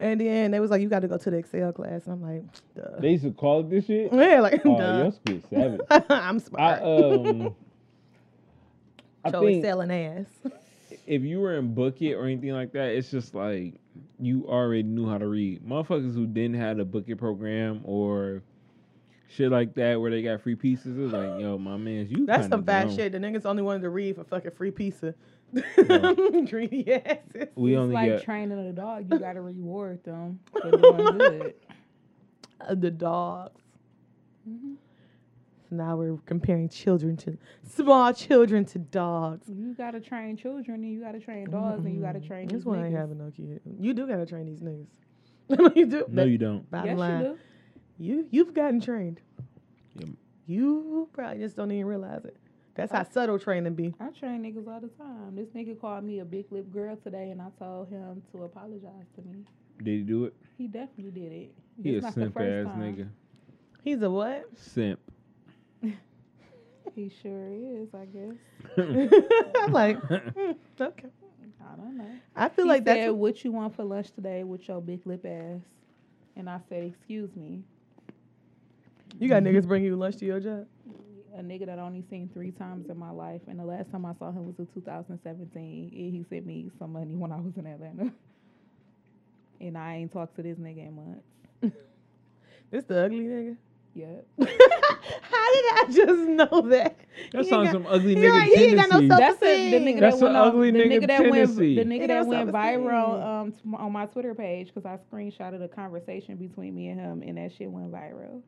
Speaker 3: And then they was like, "You got to go to the Excel class," and I'm like, "Duh."
Speaker 5: They used to call it this shit.
Speaker 3: yeah, like,
Speaker 5: Oh,
Speaker 3: Mm, duh.
Speaker 5: your school savage.
Speaker 3: I'm
Speaker 5: I
Speaker 3: smart.
Speaker 5: um. I
Speaker 3: so
Speaker 5: think
Speaker 3: excelling ass.
Speaker 5: if you were in book it or anything like that, it's just like you already knew how to read. Motherfuckers who didn't have a book it program or shit like that where they got free pieces, it's like, yo, my man's you.
Speaker 3: That's
Speaker 5: kinda
Speaker 3: some bad
Speaker 5: dumb.
Speaker 3: shit. The niggas only wanted to read for fucking free pizza.
Speaker 5: Yeah.
Speaker 3: Greedy asses.
Speaker 5: We
Speaker 4: it's
Speaker 5: only
Speaker 4: like
Speaker 5: got
Speaker 4: training a dog. You gotta reward them for doing good.
Speaker 3: Uh, the dogs.
Speaker 4: Mhm.
Speaker 3: Now we're comparing children to small children to dogs.
Speaker 4: You gotta train children, and you gotta train dogs, and you gotta train.
Speaker 3: This
Speaker 4: these
Speaker 3: one ain't
Speaker 4: niggas.
Speaker 3: having no kid. You do gotta train these niggas. you do.
Speaker 5: No,
Speaker 3: That-
Speaker 5: you don't.
Speaker 3: Bottom
Speaker 4: Yes,
Speaker 3: line,
Speaker 4: you do.
Speaker 3: you you've gotten trained.
Speaker 5: Yep.
Speaker 3: You probably just don't even realize it. That's
Speaker 4: Oh.
Speaker 3: how subtle training be.
Speaker 4: I train niggas all the time. This nigga called me a big lip girl today, and I told him to apologize to me.
Speaker 5: Did he do it?
Speaker 4: He definitely did it.
Speaker 5: He
Speaker 4: It's
Speaker 5: a
Speaker 4: not the
Speaker 5: simp
Speaker 4: first
Speaker 5: ass
Speaker 4: time.
Speaker 5: nigga.
Speaker 3: He's a what?
Speaker 5: Simp.
Speaker 4: He sure is, I guess.
Speaker 3: I'm like, hmm, okay.
Speaker 4: I don't know.
Speaker 3: I
Speaker 4: He
Speaker 3: feel like
Speaker 4: said,
Speaker 3: that's
Speaker 4: what you want for lunch today with your big lip ass? And I said, excuse me.
Speaker 3: you got niggas bringing you lunch to your job.
Speaker 4: A nigga that I only seen three times in my life, and the last time I saw him was in 2017. And he sent me some money when I was in Atlanta, and I ain't talked to this nigga in months.
Speaker 3: This the ugly nigga.
Speaker 4: Yep.
Speaker 3: How did I just know that?
Speaker 5: That's
Speaker 3: He ain't
Speaker 5: on
Speaker 3: got-
Speaker 5: some ugly
Speaker 3: You're
Speaker 5: nigga
Speaker 3: right, he ain't got no
Speaker 5: tendencies.
Speaker 3: self-
Speaker 4: That's a, the
Speaker 3: Self-esteem.
Speaker 4: nigga
Speaker 5: That's
Speaker 4: that went
Speaker 5: an
Speaker 4: on,
Speaker 5: ugly
Speaker 4: the
Speaker 5: nigga
Speaker 4: nigga that went
Speaker 5: tendency.
Speaker 4: the
Speaker 3: Nigga
Speaker 4: nigga that
Speaker 3: don't
Speaker 4: went
Speaker 3: self-esteem.
Speaker 4: viral um t- on my Twitter page because I screenshotted a conversation between me and him and that shit went viral.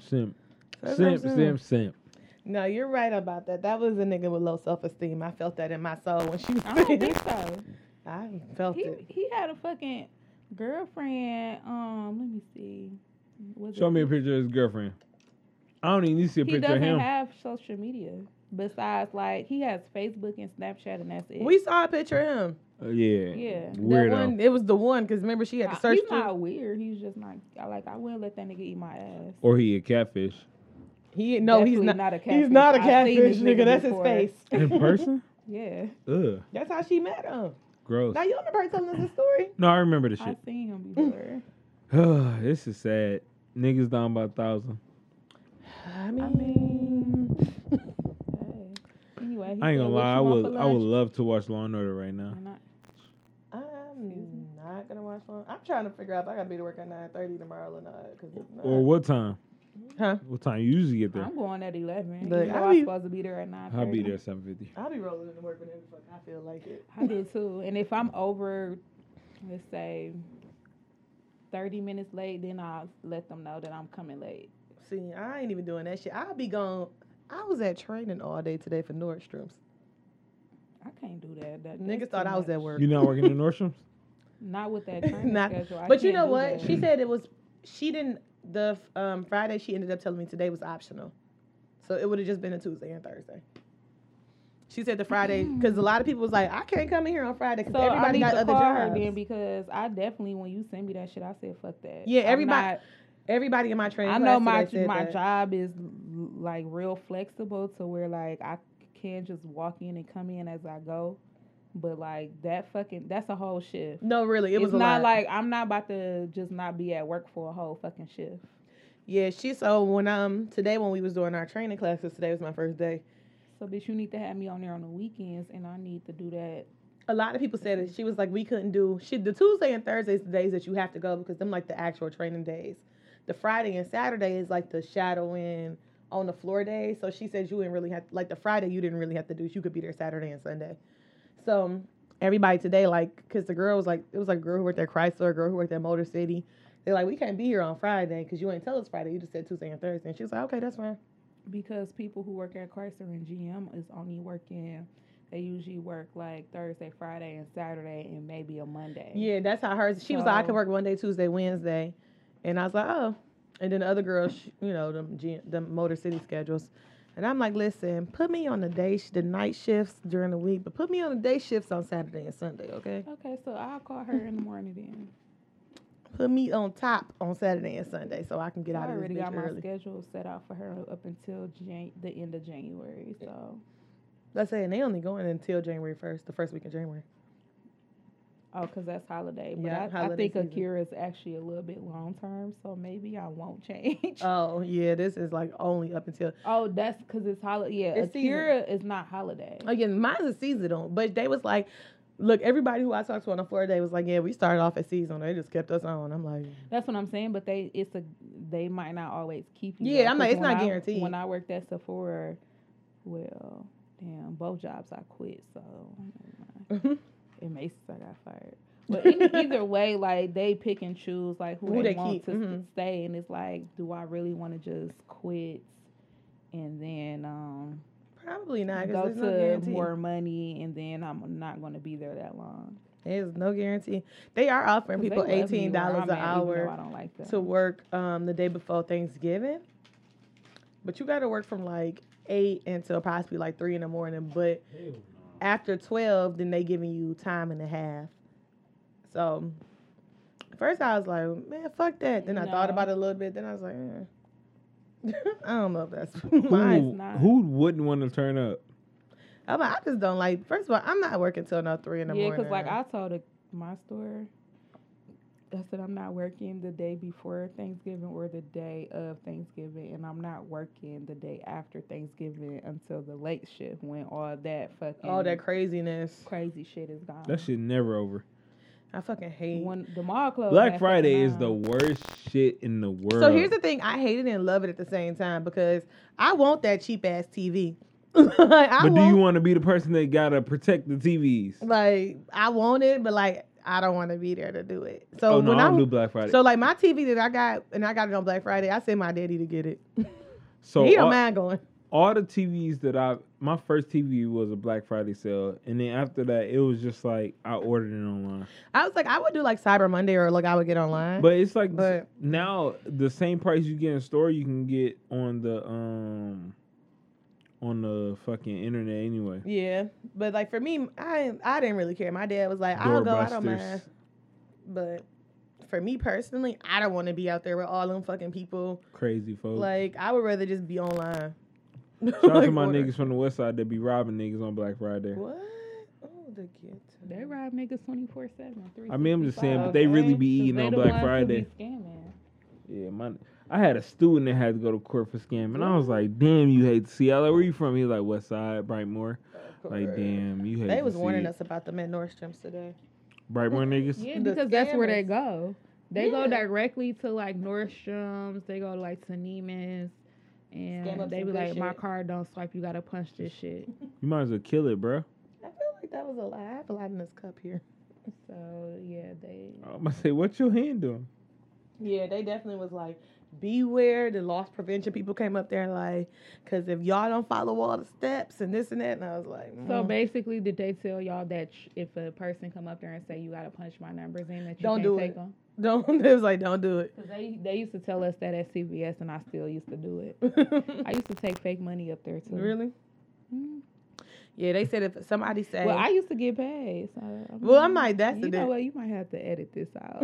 Speaker 5: Simp.
Speaker 3: That's what I'm
Speaker 5: Simp,
Speaker 3: saying.
Speaker 5: simp, simp.
Speaker 3: No, you're right about that. That was a nigga with low self esteem. I felt that in my soul when she was.
Speaker 4: I don't think so.
Speaker 3: I felt
Speaker 4: Oh, He
Speaker 3: it.
Speaker 4: he had a fucking girlfriend. Um, let me see. Was
Speaker 5: Show
Speaker 4: it-
Speaker 5: me a picture of his girlfriend. I don't even need to see a
Speaker 4: He
Speaker 5: picture of
Speaker 4: doesn't
Speaker 5: him.
Speaker 4: have social media besides like he has Facebook and Snapchat and that's it.
Speaker 3: We saw a picture of him.
Speaker 5: Uh, yeah.
Speaker 4: Yeah. That
Speaker 3: That
Speaker 5: Weirdo.
Speaker 3: one, it was the one because remember she had
Speaker 4: I-
Speaker 3: to search.
Speaker 4: Uh, he's
Speaker 3: through-
Speaker 4: not weird. He's just not I- like I wouldn't let that nigga eat my ass.
Speaker 5: Or he a catfish.
Speaker 3: He no, he's
Speaker 4: Definitely
Speaker 3: not.
Speaker 4: not a
Speaker 3: He's not a
Speaker 4: catfish. I've seen
Speaker 3: catfish,
Speaker 4: this
Speaker 3: nigga.
Speaker 4: nigga
Speaker 3: That's
Speaker 4: before.
Speaker 3: his face.
Speaker 5: In person?
Speaker 4: Yeah,
Speaker 5: Ugh.
Speaker 3: That's how she met him.
Speaker 5: Gross.
Speaker 3: Now you remember her telling us the story?
Speaker 5: No, I remember the
Speaker 4: I've
Speaker 5: shit.
Speaker 4: seen him before.
Speaker 5: this is sad. Niggas down by a thousand.
Speaker 3: I mean,
Speaker 4: Hey. Anyway, he
Speaker 5: I
Speaker 4: said,
Speaker 5: ain't gonna
Speaker 4: "What
Speaker 5: lie, I
Speaker 4: you want
Speaker 5: would
Speaker 4: for
Speaker 5: I would
Speaker 4: lunch?"
Speaker 5: love to watch Law and Order right now.
Speaker 4: And I-
Speaker 3: I'm not gonna watch one. I'm trying to figure out if I gotta be to work at nine thirty tomorrow or not. Cause it's not.
Speaker 5: Or what time?
Speaker 3: Huh?
Speaker 5: What time you usually get there?
Speaker 4: I'm going at eleven.
Speaker 3: Look,
Speaker 4: you
Speaker 3: I
Speaker 4: know I'm
Speaker 3: be-
Speaker 4: supposed to be there at nine.
Speaker 5: I'll be there seven fifty.
Speaker 3: I'll be rolling into work whenever the fuck I feel like it.
Speaker 4: I do too. And if I'm over, let's say, thirty minutes late, then I'll let them know that I'm coming late.
Speaker 3: See, I ain't even doing that shit. I'll be gone. I was at training all day today for Nordstrom's.
Speaker 4: I can't do that. that
Speaker 3: Niggas
Speaker 4: that's
Speaker 3: thought
Speaker 4: too
Speaker 3: I was at
Speaker 4: much.
Speaker 3: work.
Speaker 5: You not working in Nordstrom's?
Speaker 4: Not with that training
Speaker 3: Not-
Speaker 4: schedule. I
Speaker 3: but you
Speaker 4: can't
Speaker 3: know
Speaker 4: do
Speaker 3: what?
Speaker 4: that.
Speaker 3: She said it was. She didn't. The um, Friday she ended up telling me today was optional, so it would have just been a Tuesday and Thursday. She said the Friday because a lot of people was like, I can't come in here on Friday because
Speaker 4: Mm. So I
Speaker 3: everybody
Speaker 4: need
Speaker 3: got
Speaker 4: to
Speaker 3: other
Speaker 4: call her
Speaker 3: jobs.
Speaker 4: then because I definitely when you send me that shit, I said fuck that.
Speaker 3: Yeah,
Speaker 4: I'm
Speaker 3: everybody-
Speaker 4: not-
Speaker 3: everybody in my training.
Speaker 4: I know my
Speaker 3: class today said
Speaker 4: my
Speaker 3: that.
Speaker 4: job is l- like real flexible to where like I can just walk in and come in as I go, but like that fucking that's a whole shift.
Speaker 3: No, really, it was
Speaker 4: it's
Speaker 3: a
Speaker 4: not
Speaker 3: lot.
Speaker 4: like I'm not about to just not be at work for a whole fucking shift.
Speaker 3: yeah, she. So when um today when we was doing our training classes, today was my first day.
Speaker 4: So bitch, you need to have me on there on the weekends, and I need to do that.
Speaker 3: a lot of people said it. She was like, we couldn't do she the Tuesday and Thursdays the days that you have to go because them like the actual training days. The Friday and Saturday is like the shadowing on the floor days. So she said you didn't really have like the Friday you didn't really have to do. You could be there Saturday and Sunday. So um, everybody today like because the girl was like it was like a girl who worked at Chrysler, a girl who worked at Motor City. They're like, we can't be here on Friday because you ain't tell us Friday. You just said Tuesday and Thursday. And she was like, okay, that's fine.
Speaker 4: because people who work at Chrysler and GM is only working. They usually work like Thursday, Friday, and Saturday, and maybe a Monday.
Speaker 3: Yeah, that's how hers. She was like, I
Speaker 4: So-
Speaker 3: can work Monday, Tuesday, Wednesday, and I was like, oh. And then the other girls, sh- you know, them G- the Motor City schedules, And I'm like, listen, put me on the day sh- the night shifts during the week, but put me on the day shifts on Saturday and Sunday, okay?
Speaker 4: Okay, so I'll call her in the morning then.
Speaker 3: Put me on top on Saturday and Sunday so I can get
Speaker 4: I
Speaker 3: out of this
Speaker 4: already
Speaker 3: bitch
Speaker 4: got my
Speaker 3: early.
Speaker 4: schedule set out for her up until Jan- the end of January. So
Speaker 3: Let's say, and they only going until January first, the first week of January.
Speaker 4: oh, because that's holiday. But
Speaker 3: Yeah,
Speaker 4: I, I
Speaker 3: holiday
Speaker 4: think
Speaker 3: season.
Speaker 4: Akira is actually a little bit long term, so maybe I won't change.
Speaker 3: Oh yeah, this is like only up until
Speaker 4: oh, that's because it's holiday. Yeah,
Speaker 3: It's season.
Speaker 4: Akira is not holiday.
Speaker 3: again. Mine's a seasonal, but they was like, look, everybody who I talked to on the floor day was like, yeah, we started off at seasonal. They just kept us on. I'm like,
Speaker 4: That's what I'm saying. But they, it's a, they might not always keep you.
Speaker 3: Yeah,
Speaker 4: though,
Speaker 3: I'm like,
Speaker 4: 'cause
Speaker 3: it's not
Speaker 4: when I-
Speaker 3: guaranteed.
Speaker 4: When I worked at Sephora, well, damn, both jobs I quit, so never mind. it makes I got fired. But e- either way, like they pick and choose like who,
Speaker 3: Who
Speaker 4: they,
Speaker 3: they
Speaker 4: want
Speaker 3: keep,
Speaker 4: to s-
Speaker 3: mhm.
Speaker 4: stay, and it's like, do I really want to just quit? And then um,
Speaker 3: probably not.
Speaker 4: go
Speaker 3: Cause there's no
Speaker 4: to
Speaker 3: guarantee.
Speaker 4: more money, and then I'm not going to be there that long.
Speaker 3: There's no guarantee. They are offering
Speaker 4: 'Cause they
Speaker 3: people
Speaker 4: love me where
Speaker 3: eighteen dollars
Speaker 4: I'm
Speaker 3: an
Speaker 4: at, even though
Speaker 3: hour.
Speaker 4: I don't like that.
Speaker 3: to work um, the day before Thanksgiving, but you got to work from like eight until possibly like three in the morning. But after twelve, then they giving you time and a half. So first I was like, man, fuck that. Then I thought
Speaker 4: No.
Speaker 3: about it a little bit. Then I was like, eh. I don't know if that's mine.
Speaker 5: Who,
Speaker 4: Mine's not.
Speaker 5: who wouldn't want to turn up?
Speaker 3: I'm like, I just don't like. First of all, I'm not working till no three in the
Speaker 4: yeah,
Speaker 3: morning.
Speaker 4: because like I told a, my store, I said I'm not working the day before Thanksgiving or the day of Thanksgiving, and I'm not working the day after Thanksgiving until the late shift when all that fucking
Speaker 3: all that craziness.
Speaker 4: crazy shit is gone.
Speaker 5: That shit never over.
Speaker 3: I fucking hate.
Speaker 4: when the mall
Speaker 3: Oh,
Speaker 4: closed.
Speaker 5: Black
Speaker 4: at
Speaker 5: Friday
Speaker 4: fucking
Speaker 5: is the
Speaker 4: nine.
Speaker 5: worst shit in the world.
Speaker 3: So here's the thing: I hate it and love it at the same time because I want that cheap ass TV. like, I
Speaker 5: but do
Speaker 3: want,
Speaker 5: you want to be the person that gotta protect the TVs?
Speaker 3: like I want it, but like I don't want to be there to do it. So
Speaker 5: oh no,
Speaker 3: when
Speaker 5: I don't
Speaker 3: I'm
Speaker 5: do Black Friday.
Speaker 3: so
Speaker 5: So,
Speaker 3: like my TV that I got and I got it on Black Friday, I sent my daddy to get it. he don't
Speaker 5: all,
Speaker 3: mind going.
Speaker 5: all the TVs that I my first TV was a Black Friday sale, and then after that it was just like I ordered it online.
Speaker 3: I was like, I would do like Cyber Monday or like I would get online.
Speaker 5: But it's like
Speaker 3: But-
Speaker 5: now the same price you get in store, you can get on the um on the fucking internet anyway.
Speaker 3: yeah, but like for me, I I didn't really care. My dad was like, I'll go, I don't mind.
Speaker 5: Doorbusters,
Speaker 3: But for me personally, I don't want to be out there with all them fucking people.
Speaker 5: crazy folks.
Speaker 3: Like I would rather just be online.
Speaker 5: Shout out to
Speaker 3: Like,
Speaker 5: my
Speaker 3: order.
Speaker 5: niggas from the west side that be robbing niggas on Black Friday.
Speaker 3: What? Oh, the ghetto.
Speaker 4: They rob niggas 24 7.
Speaker 5: I mean, I'm just saying, but they really be eating on Black Friday.
Speaker 4: scamming.
Speaker 5: Yeah, my, I had a student that had to go to court for scamming. I was like, damn, you hate to see. I like, where you from? He was like, West Side, Brightmore. Like, damn, you hate
Speaker 3: They
Speaker 5: to
Speaker 3: was
Speaker 5: see
Speaker 3: warning
Speaker 5: it.
Speaker 3: us about them at Nordstrom's today.
Speaker 5: Brightmore niggas?
Speaker 4: Yeah,
Speaker 3: The
Speaker 4: because that's where they
Speaker 3: scammers.
Speaker 4: go. They go
Speaker 3: Yeah.
Speaker 4: directly to like Nordstrom's. They go like to Neiman's,
Speaker 3: Scam up
Speaker 4: and they
Speaker 3: some
Speaker 4: be
Speaker 3: good
Speaker 4: like, "My
Speaker 3: shit."
Speaker 4: card don't swipe. You gotta punch this shit."
Speaker 5: You might as well kill it, bro.
Speaker 3: I feel like that was a lot. I have a lot in this cup here.
Speaker 4: So yeah, they.
Speaker 5: I'm going to say, what your hand doing?
Speaker 3: Yeah, they definitely was like, beware. The loss prevention people came up there and like, because if y'all don't follow all the steps and this and that. And I was like,
Speaker 4: So
Speaker 3: mm,
Speaker 4: basically, did they tell y'all that sh- if a person come up there and say you gotta punch my numbers in, that you
Speaker 3: Don't
Speaker 4: can't
Speaker 3: do
Speaker 4: take
Speaker 3: it.
Speaker 4: them?
Speaker 3: "Mm." don't. It was like, don't do it.
Speaker 4: Because they they used to tell us that at CVS, and I still used to do it. I used to take fake money up there too.
Speaker 3: really?
Speaker 4: Mm.
Speaker 3: Mm-hmm. Yeah, they said if somebody say,
Speaker 4: Well, I used to get paid. So I'm
Speaker 3: Well, I might- that's the
Speaker 4: you know
Speaker 3: di-
Speaker 4: what? You might have to edit this out.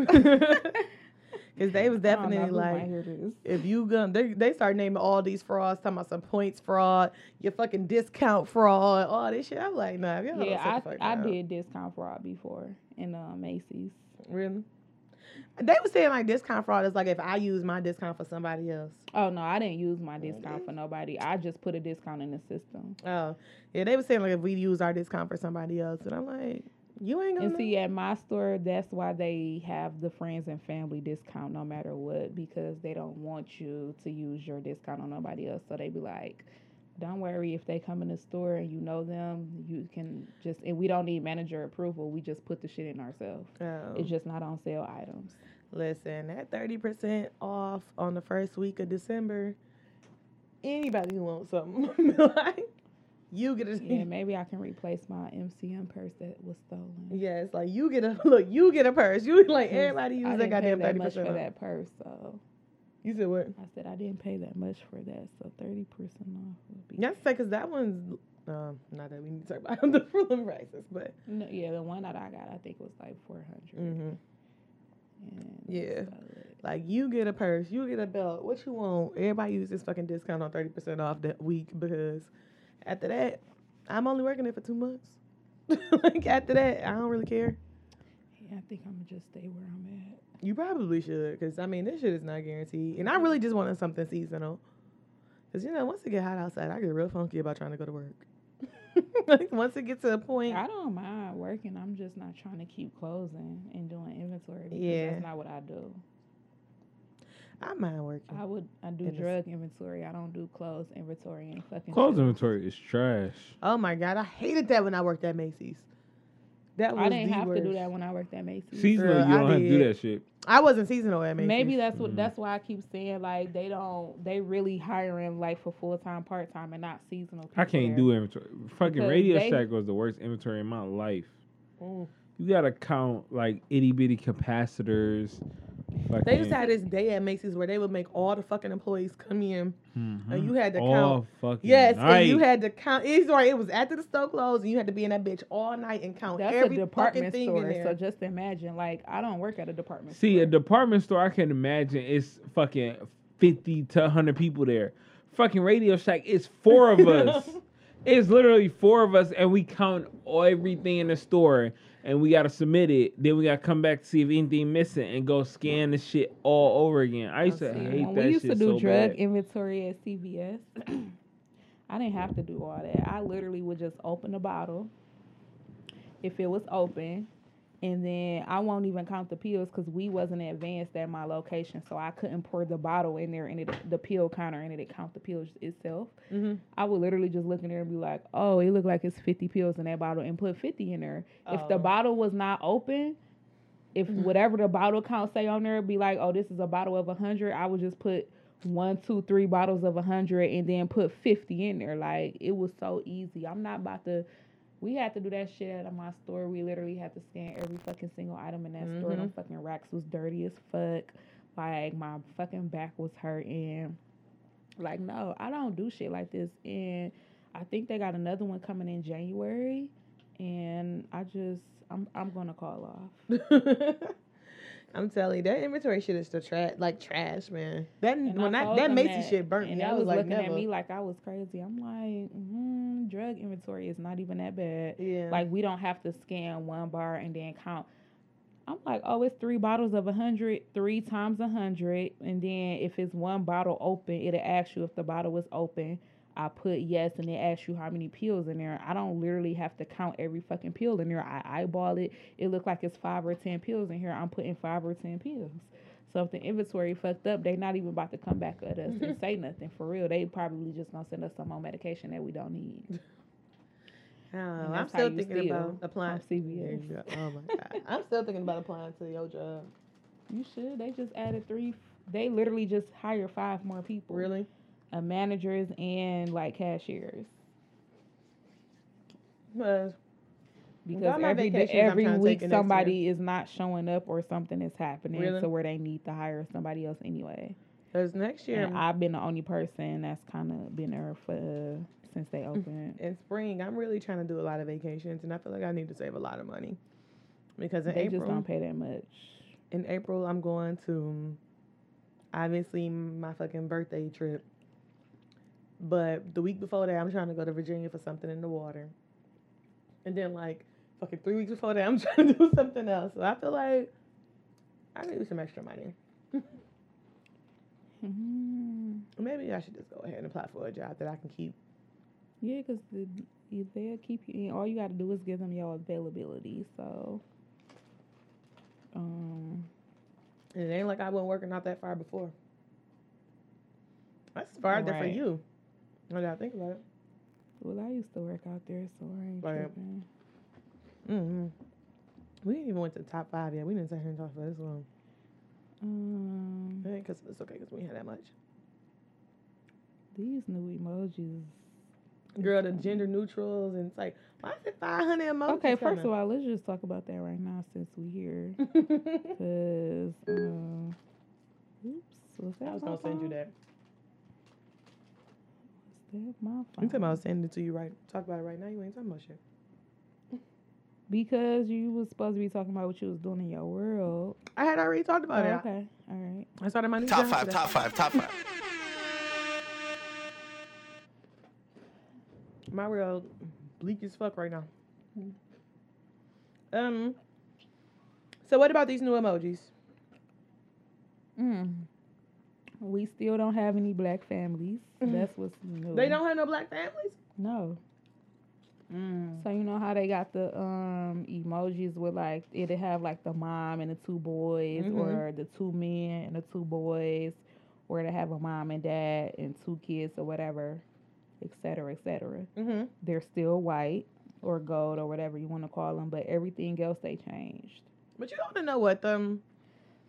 Speaker 3: because they was
Speaker 4: I
Speaker 3: definitely
Speaker 4: don't know who might
Speaker 3: like,
Speaker 4: hear this.
Speaker 3: If you gonna, they, they start naming all these frauds, talking about some points fraud, your fucking discount fraud, all this shit. I'm like, nah, if y'all don't sit
Speaker 4: Yeah,
Speaker 3: the fuck
Speaker 4: I, I
Speaker 3: down.
Speaker 4: did discount fraud before in uh, Macy's.
Speaker 3: Really? They were saying like discount fraud is like if I use my discount for somebody else.
Speaker 4: Oh no, I didn't use my discount for nobody. I just put a discount in the system.
Speaker 3: Oh, yeah, they were saying like if we use our discount for somebody else, and I'm like, you ain't
Speaker 4: And
Speaker 3: gonna.
Speaker 4: see, at my store, that's why they have the friends and family discount no matter what because they don't want you to use your discount on nobody else. So they be like, "Don't worry if they come in the store and you know them, you can just and we don't need manager approval. We just put the shit in ourselves.
Speaker 3: Oh,
Speaker 4: It's just not on sale items."
Speaker 3: listen, that thirty percent off on the first week of December. Anybody who wants something, like, you get a
Speaker 4: Yeah, maybe I can replace my MCM purse that was stolen.
Speaker 3: Yeah, it's like you get a look, you get a purse. You like everybody
Speaker 4: I
Speaker 3: use that goddamn
Speaker 4: didn't pay that
Speaker 3: thirty
Speaker 4: much for
Speaker 3: percent.
Speaker 4: that purse, so
Speaker 3: You said what?
Speaker 4: I said I didn't pay that much for that, so thirty percent off would be.
Speaker 3: Yes, because that one's um, not that we need to talk about the ruling prices, but
Speaker 4: No, yeah, the one that I got, I think was like four Mm-hmm.
Speaker 3: mhm.
Speaker 4: And
Speaker 3: Yeah.
Speaker 4: that's about it.
Speaker 3: like you get a purse, you get a belt, what you want. Everybody use this fucking discount on thirty percent off that week because after that, I'm only working it for two months. like after that, I don't really care.
Speaker 4: Yeah, I think I'm gonna just stay where I'm at.
Speaker 3: You probably should, cause I mean this shit is not guaranteed, and I
Speaker 4: Mm-hmm.
Speaker 3: really just wanted something seasonal. Cause you know, once it get hot outside, I get real funky about trying to go to work. like once it gets to a point,
Speaker 4: I don't mind working. I'm just not trying to keep closing and doing inventory because
Speaker 3: Yeah.
Speaker 4: that's not what I do.
Speaker 3: I mind working.
Speaker 4: I would I do
Speaker 3: Mm. It is-
Speaker 4: drug inventory. I don't do clothes inventory and fucking
Speaker 5: Clothes
Speaker 4: shoes.
Speaker 5: inventory is trash.
Speaker 3: Oh my god, I hated that when I worked at Macy's. That was
Speaker 4: I didn't
Speaker 3: the
Speaker 4: have
Speaker 3: worst.
Speaker 4: to do that when I worked at Macy's.
Speaker 5: Seasonal,
Speaker 3: Girl,
Speaker 5: you
Speaker 3: I
Speaker 5: don't have to do
Speaker 3: did.
Speaker 5: that shit.
Speaker 3: I wasn't seasonal at Macy's.
Speaker 4: Maybe that's
Speaker 5: Mhm.
Speaker 4: what that's why I keep saying like they don't they really hiring like for full time, part time, and not seasonal.
Speaker 5: I
Speaker 4: people
Speaker 5: can't
Speaker 4: there.
Speaker 5: do inventory. Fucking
Speaker 4: Because
Speaker 5: Radio
Speaker 4: they-
Speaker 5: Shack was the worst inventory in my life.
Speaker 3: Mm.
Speaker 5: You gotta count like itty bitty capacitors.
Speaker 3: They used
Speaker 5: fucking-
Speaker 3: to have this day at Macy's where they would make all the fucking employees come in.
Speaker 5: Mhm.
Speaker 3: and you had to
Speaker 5: all fucking
Speaker 3: Yes,
Speaker 5: night.
Speaker 3: and you had to count. It's right. It was after the store closed, and you had to be in that bitch all night and count
Speaker 4: That's
Speaker 3: every fucking
Speaker 4: a department
Speaker 3: thing in
Speaker 4: store.
Speaker 3: there.
Speaker 4: So just imagine, like I don't work at a department.
Speaker 5: See,
Speaker 4: store.
Speaker 5: a department store, I can imagine it's fucking 50 to 100 people there. Fucking Radio Shack, it's four of us. it's literally four of us, and we count all- everything in the store, and we got to submit it. Then we got to come back to see if anything missing and go scan the shit all over again. I used to
Speaker 3: See,
Speaker 5: hate
Speaker 4: when
Speaker 5: that
Speaker 4: we used
Speaker 5: shit
Speaker 4: to do
Speaker 5: so
Speaker 4: drug
Speaker 5: bad.
Speaker 4: inventory at CVS, I didn't have to do all that. I literally would just open the bottle if it was open, and then I won't even count the pills because we wasn't advanced at my location, so I couldn't pour the bottle in there and it, the pill counter and it count the pills itself.
Speaker 5: Mm-hmm.
Speaker 3: Mhm.
Speaker 4: I would literally just look in there and be like, "Oh, it looked like it's fifty pills in that bottle," and put fifty in there. If the
Speaker 3: Oh.
Speaker 4: bottle was not open, if whatever the bottle count say on there be like, oh, this is a bottle of hundred, I would just put one, two, three bottles of hundred and then put fifty in there. Like it was so easy. I'm not about to we had to do that shit at my store. We literally had to scan every fucking single item in that store. Them fucking racks was dirty as fuck. Like my fucking back was hurting. Like no, I don't do shit like this. And I think they got another one coming in January. And I just I'm I'm gonna call off.
Speaker 3: I'm telling you, that inventory shit is the trash, like trash, man. That
Speaker 4: And I
Speaker 3: when that
Speaker 4: told
Speaker 3: that
Speaker 4: them
Speaker 3: Macy
Speaker 4: that,
Speaker 3: shit burnt
Speaker 4: and
Speaker 3: me.
Speaker 4: they
Speaker 3: I was like,
Speaker 4: looking
Speaker 3: never.
Speaker 4: at me like I was crazy. I'm like, mm, drug inventory is not even that bad.
Speaker 3: yeah,
Speaker 4: Like we don't have to scan one bar and then count. I'm like, oh, it's three bottles of a hundred, three times a hundred, and then if it's one bottle open, it'll ask you if the bottle was open. I put yes, and it asks you how many pills in there. I don't literally have to count every fucking pill in there. I eyeball it. It looked like it's five or ten pills in here. I'm putting five or ten pills. So if the inventory fucked up, they not even about to come back at us and say nothing for real. They probably just gonna send us some more medication that we don't need.
Speaker 3: Oh,
Speaker 4: And
Speaker 3: I'm
Speaker 4: that's how
Speaker 3: still
Speaker 4: you
Speaker 3: thinking
Speaker 4: steal
Speaker 3: about applying.
Speaker 4: from CVS.
Speaker 3: There you go. Oh my god, I'm still thinking about applying to your job.
Speaker 4: You should. They just added three. They literally just hire five more people.
Speaker 3: Really?
Speaker 4: Uh, managers and like cashiers.
Speaker 3: But
Speaker 4: Because
Speaker 3: Got my
Speaker 4: every day,
Speaker 3: vacations I'm
Speaker 4: every
Speaker 3: trying to
Speaker 4: week
Speaker 3: take it next year.
Speaker 4: somebody is not showing up or something is happening
Speaker 3: Really?
Speaker 4: to where they need to hire somebody else anyway.
Speaker 3: Because next year
Speaker 4: And I've been the only person that's kind of been there for uh, since they
Speaker 3: Mm.
Speaker 4: opened.
Speaker 3: in spring, I'm really trying to do a lot of vacations, and I feel like I need to save a lot of money because in
Speaker 4: They just
Speaker 3: April,
Speaker 4: don't pay that much.
Speaker 3: in April, I'm going to obviously my fucking birthday trip. But the week before that, I'm trying to go to Virginia for something in the water, and then like fucking three weeks before that, I'm trying to do something else. So I feel like I need some extra money. Mm-hmm.
Speaker 4: Mhm.
Speaker 3: Maybe I should just go ahead and apply for a job that I can keep.
Speaker 4: Yeah, because the, you- they'll keep you in. All you got to do is give them your availability. So, um,
Speaker 3: And it ain't like I wasn't working out that far before. That's farther for
Speaker 4: Right.
Speaker 3: you. Now that I think about it.
Speaker 4: Well, I used to work out there, so I ain't
Speaker 3: Right.
Speaker 4: tripping.
Speaker 3: Mm-hmm. We didn't even went to the top five yet. We didn't sit here and talk for this long.
Speaker 4: Um,
Speaker 3: Because it's okay because we had that much.
Speaker 4: these new emojis.
Speaker 3: Girl, the gender neutrals and it's like, why is it 500 emojis?
Speaker 4: Okay, first of all, let's just talk about that right now since we here,
Speaker 3: all.
Speaker 4: cause um, oops, Was that
Speaker 3: I was
Speaker 4: my
Speaker 3: gonna send you
Speaker 4: phone?
Speaker 3: that.
Speaker 4: Was that my
Speaker 3: You talking
Speaker 4: phone?
Speaker 3: about sending it to you right? Talk about it right now. You ain't talking about shit.
Speaker 4: Because you was supposed to be talking about what you was doing in your world.
Speaker 3: I had already talked about it.
Speaker 4: okay. All right.
Speaker 3: I started my new
Speaker 6: Top
Speaker 3: job
Speaker 6: five,
Speaker 3: today.
Speaker 6: top five, top five.
Speaker 3: My world bleak as fuck right now. Um. So what about these new emojis?
Speaker 4: Mm. We still don't have any black families.
Speaker 3: Mhm.
Speaker 4: That's what's new.
Speaker 3: They don't have no black families.
Speaker 4: No.
Speaker 3: Mm.
Speaker 4: So you know how they got the um emojis with like it'll have like the mom and the two boys
Speaker 3: Mhm.
Speaker 4: or the two men and the two boys or they have a mom and dad and two kids or whatever, et cetera, et cetera.
Speaker 3: hmm
Speaker 4: They're still white or gold or whatever you want to call them, but everything else they changed.
Speaker 3: But you don't wanna know what um, them.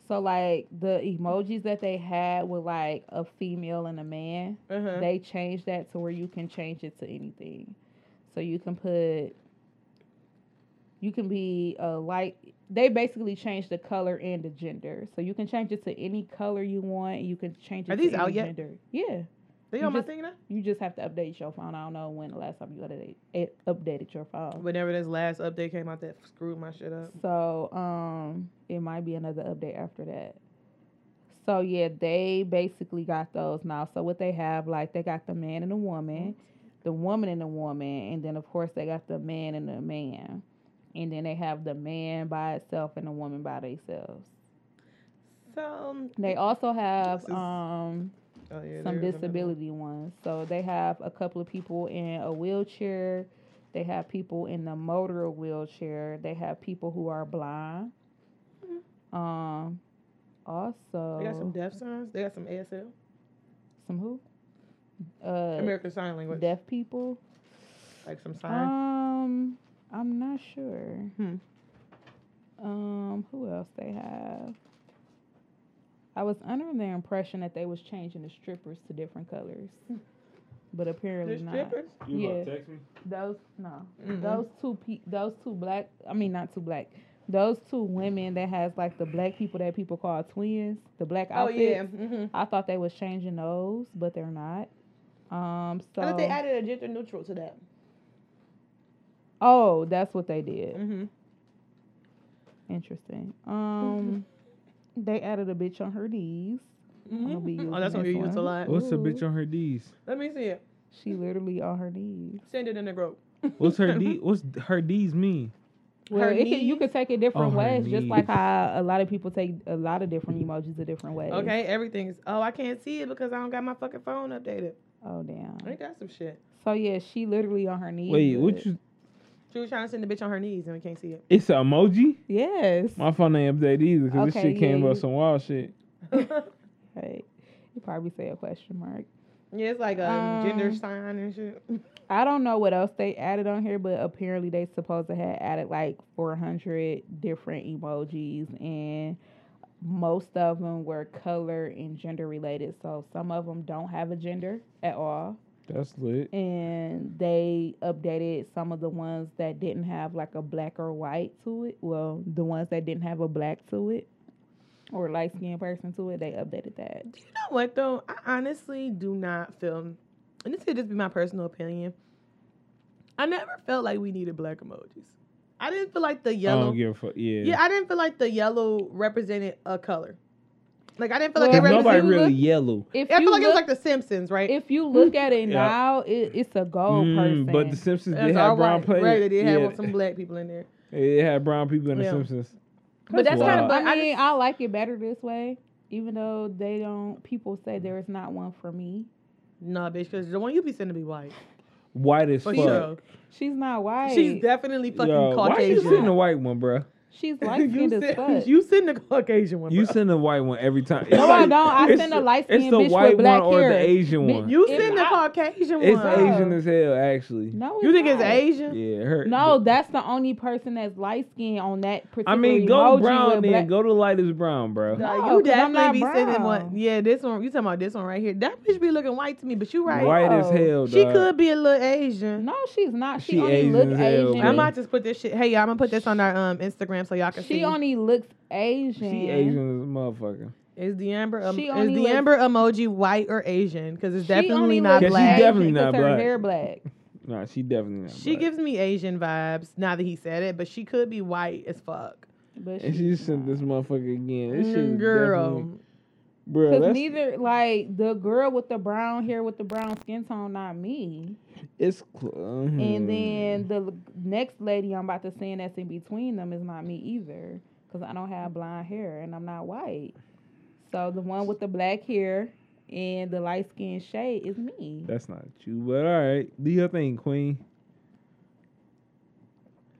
Speaker 4: So like the emojis that they had with like a female and a man,
Speaker 3: Uh-huh.
Speaker 4: they changed that to where you can change it to anything. So you can put you can be a light they basically changed the color and the gender. So you can change it to any color you want. You can change it
Speaker 3: Are
Speaker 4: to
Speaker 3: these
Speaker 4: any
Speaker 3: out yet?
Speaker 4: gender. Yeah.
Speaker 3: they
Speaker 4: you
Speaker 3: on my
Speaker 4: just-
Speaker 3: thing now.
Speaker 4: You just have to update your phone. I don't know when the last time you updated, it, updated your phone.
Speaker 3: Whenever this last update came out, that screwed my shit up.
Speaker 4: So um, it might be another update after that. So yeah, they basically got those now. So what they have, like they got the man and the woman, the woman and the woman, and then of course they got the man and the man, and then they have the man by itself and the woman by themselves.
Speaker 3: So um,
Speaker 4: They also have
Speaker 3: This is-
Speaker 4: um
Speaker 3: oh, yeah, there is
Speaker 4: some
Speaker 3: another one.
Speaker 4: disability ones. So they have a couple of people in a wheelchair. They have people in the motor wheelchair. They have people who are blind. Um, also
Speaker 3: Mm-hmm. They got some deaf signs. They got some ASL,
Speaker 4: some who? Uh,
Speaker 3: American Sign Language,
Speaker 4: deaf people.
Speaker 3: like some sign.
Speaker 4: Um, I'm not sure.
Speaker 3: Hmm.
Speaker 4: Um, who else they have? I was under the impression that they was changing the strippers to different colors,
Speaker 3: Hmm.
Speaker 4: but apparently
Speaker 3: They're
Speaker 4: not.
Speaker 3: strippers.
Speaker 5: You gonna
Speaker 4: Yeah.
Speaker 5: text me?
Speaker 4: Those no,
Speaker 3: Mm-mm.
Speaker 4: those two pe- those two black. I mean, not two black. Those two women that has like the black people that people call twins, the black
Speaker 3: Oh
Speaker 4: outfits.
Speaker 3: yeah. Mm-hmm.
Speaker 4: I thought they was changing those, but they're not. Um, so
Speaker 3: I think they added a gender neutral to that.
Speaker 4: oh, that's what they did.
Speaker 3: Mm-hmm.
Speaker 4: Interesting. Um,
Speaker 3: Mm-hmm.
Speaker 4: they added a bitch on her knees. I'ma be
Speaker 3: Oh, that's
Speaker 4: using
Speaker 3: what
Speaker 4: this
Speaker 3: you used a
Speaker 4: one.
Speaker 3: lot.
Speaker 5: What's the
Speaker 4: Ooh.
Speaker 5: bitch on her D's?
Speaker 3: Let me see it.
Speaker 4: She literally on her knees.
Speaker 3: Send it in the group.
Speaker 5: What's her D? What's her D's mean?
Speaker 4: Well,
Speaker 3: Her
Speaker 4: it can, you
Speaker 3: knees?
Speaker 4: can take it different
Speaker 5: Oh, her
Speaker 4: ways, just like
Speaker 5: knees.
Speaker 4: how a lot of people take a lot of different emojis a different ways.
Speaker 3: Okay, everything's. Oh, I can't see it because I don't got my fucking phone updated.
Speaker 4: Oh damn.
Speaker 3: Ain't that some shit?
Speaker 4: So yeah, she literally on her knees.
Speaker 5: Wait,
Speaker 4: but-
Speaker 5: what you?
Speaker 3: She was trying to send the bitch on her knees and we can't see it.
Speaker 5: It's an emoji.
Speaker 4: Yes.
Speaker 5: My phone ain't updated either because this
Speaker 4: Okay,
Speaker 5: shit came
Speaker 4: yeah,
Speaker 5: up
Speaker 4: you-
Speaker 5: some wild shit.
Speaker 4: Right. You probably say a question mark.
Speaker 3: Yeah, it's like a gender
Speaker 4: Um,
Speaker 3: sign and shit.
Speaker 4: I don't know what else they added on here, but apparently they supposed to have added like 400 different emojis, and most of them were color and gender related. So some of them don't have a gender at all,
Speaker 5: That's lit.
Speaker 4: and they updated some of the ones that didn't have like a black or white to it. Well, the ones that didn't have a black to it or light skinned person to it, they updated that.
Speaker 3: You know what though? I honestly do not feel, and this could just be my personal opinion. I never felt like we needed black emojis. I didn't feel like the
Speaker 5: I
Speaker 3: yellow.
Speaker 5: don't give a fuck. Yeah.
Speaker 3: yeah, I didn't feel like the yellow represented a color. Like I didn't feel like
Speaker 4: Well,
Speaker 3: it
Speaker 5: Cause
Speaker 4: represent-
Speaker 5: nobody
Speaker 3: represented.
Speaker 4: you
Speaker 5: really
Speaker 4: look-
Speaker 5: yellow.
Speaker 4: If
Speaker 3: I feel
Speaker 4: you
Speaker 3: like it was
Speaker 4: look-
Speaker 3: like the Simpsons, right?
Speaker 4: If you look at it
Speaker 5: Yeah.
Speaker 4: now, it, it's a gold person.
Speaker 5: Mm, but the Simpsons
Speaker 3: That's
Speaker 5: did
Speaker 3: all
Speaker 5: have brown
Speaker 3: right.
Speaker 5: people.
Speaker 3: Right, they did
Speaker 5: yeah,
Speaker 3: have some black people in there.
Speaker 5: It had brown people in the
Speaker 3: Yeah.
Speaker 5: Simpsons.
Speaker 4: but that's
Speaker 5: Wow.
Speaker 4: kind of.
Speaker 3: But I
Speaker 4: I mean,
Speaker 3: just-
Speaker 4: I, like it better this way, even though they don't. People say there is not one for me.
Speaker 3: Nah, bitch, because the one you be sending be white.
Speaker 5: White as
Speaker 3: For
Speaker 5: fuck.
Speaker 3: sure.
Speaker 4: She's not white.
Speaker 3: She's definitely fucking
Speaker 5: Yo, Why you
Speaker 3: Caucasian.
Speaker 5: send the white one, bruh?
Speaker 4: She's light skinned as
Speaker 3: send-
Speaker 4: fuck.
Speaker 3: you send the Caucasian one.
Speaker 5: You
Speaker 3: bro.
Speaker 5: send the white one every time.
Speaker 4: no, I don't. I
Speaker 5: it's
Speaker 4: send
Speaker 5: the-
Speaker 4: a light
Speaker 5: It's
Speaker 4: skinned
Speaker 5: the
Speaker 4: bitch
Speaker 5: white
Speaker 4: with
Speaker 5: one
Speaker 4: black
Speaker 5: or
Speaker 4: hair.
Speaker 5: the Asian
Speaker 4: Bi-
Speaker 5: one.
Speaker 3: You
Speaker 4: If
Speaker 3: send the
Speaker 4: I-
Speaker 3: Caucasian one.
Speaker 5: it's
Speaker 4: Wow.
Speaker 5: Asian as hell, actually.
Speaker 4: No,
Speaker 3: You think it's
Speaker 4: not.
Speaker 3: Asian?
Speaker 5: Yeah, her.
Speaker 4: No, that's the only person that's light skinned on that particular.
Speaker 5: I mean, go
Speaker 4: emoji
Speaker 5: brown
Speaker 4: with
Speaker 5: then.
Speaker 4: black-
Speaker 5: Go to light as brown, bro.
Speaker 3: Nah,
Speaker 4: No,
Speaker 3: Uh, you
Speaker 4: 'cause I'm not
Speaker 3: definitely be sending one.
Speaker 4: brown.
Speaker 3: Yeah, this one. You talking about this one right here? That bitch be looking white to me, but you right.
Speaker 5: White as
Speaker 4: No.
Speaker 5: hell,
Speaker 3: She
Speaker 5: dawg.
Speaker 3: could be a little Asian.
Speaker 4: No, she's not. She,
Speaker 5: She
Speaker 4: only
Speaker 5: Asian
Speaker 4: looks
Speaker 5: as hell,
Speaker 4: Asian.
Speaker 5: bro.
Speaker 3: I might just put this shit. Hey, y'all, I'm gonna put this on our um Instagram so y'all can
Speaker 4: she
Speaker 3: see.
Speaker 4: only looks Asian.
Speaker 5: She Asian as a motherfucker.
Speaker 3: Is the amber um,
Speaker 4: She
Speaker 3: is
Speaker 4: only
Speaker 3: the
Speaker 4: looks-
Speaker 3: amber emoji white or Asian? Because it's
Speaker 4: She only
Speaker 3: definitely not
Speaker 4: looks
Speaker 5: Yeah, she's
Speaker 3: black.
Speaker 5: definitely
Speaker 4: because
Speaker 5: not
Speaker 4: her
Speaker 5: black.
Speaker 4: hair black.
Speaker 5: Nah, she definitely not.
Speaker 3: She
Speaker 5: black.
Speaker 3: gives me Asian vibes now that he said it, but she could be white as fuck. Mm,
Speaker 4: But
Speaker 5: And
Speaker 4: she's
Speaker 5: she sent this motherfucker again. This shit is
Speaker 3: Girl,
Speaker 5: definitely- Bro,
Speaker 4: Cause
Speaker 5: that's,
Speaker 4: neither like the girl with the brown hair with the brown skin tone, not me.
Speaker 5: it's cl- mhm.
Speaker 4: And then the l- next lady I'm about to send that's in between them is not me either, cause I don't have blonde hair and I'm not white. So the one with the black hair and the light skin shade is me.
Speaker 5: That's not you, but all right. Do your thing, Queen.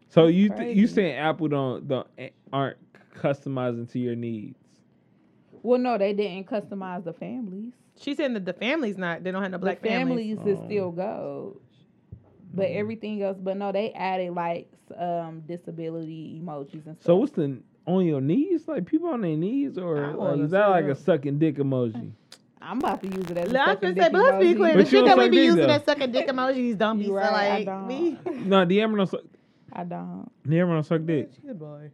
Speaker 5: So you th- you
Speaker 4: crazy.
Speaker 5: saying Apple don't don't a- aren't customizing to your needs?
Speaker 4: Well, no, they didn't customize the families.
Speaker 3: she's saying that the family's not. They don't have no black
Speaker 4: the
Speaker 3: families.
Speaker 4: families,
Speaker 5: Oh. Hmm.
Speaker 4: is still gold. But everything else, but no, they added like s- um disability emojis and stuff.
Speaker 5: So what's the on your knees? Like people on their knees, or
Speaker 3: I
Speaker 5: like,
Speaker 3: wanna
Speaker 5: is that
Speaker 3: see
Speaker 5: like a
Speaker 3: that.
Speaker 5: sucking dick emoji?
Speaker 4: I'm about to use it as. a
Speaker 3: Like, I was gonna
Speaker 4: sucking
Speaker 3: say,
Speaker 4: dick
Speaker 3: but let's be
Speaker 4: emoji.
Speaker 3: clear.
Speaker 5: But
Speaker 3: The
Speaker 5: you don't
Speaker 3: shit that we
Speaker 5: suck
Speaker 3: be
Speaker 5: dick,
Speaker 3: using
Speaker 5: though.
Speaker 3: that sucking dick emojis don't be
Speaker 4: You
Speaker 3: so
Speaker 4: right, I
Speaker 3: like
Speaker 4: don't.
Speaker 3: me.
Speaker 5: No, the Amber don't suck.
Speaker 4: I don't.
Speaker 5: The Amber don't suck dick.
Speaker 3: She's a boy.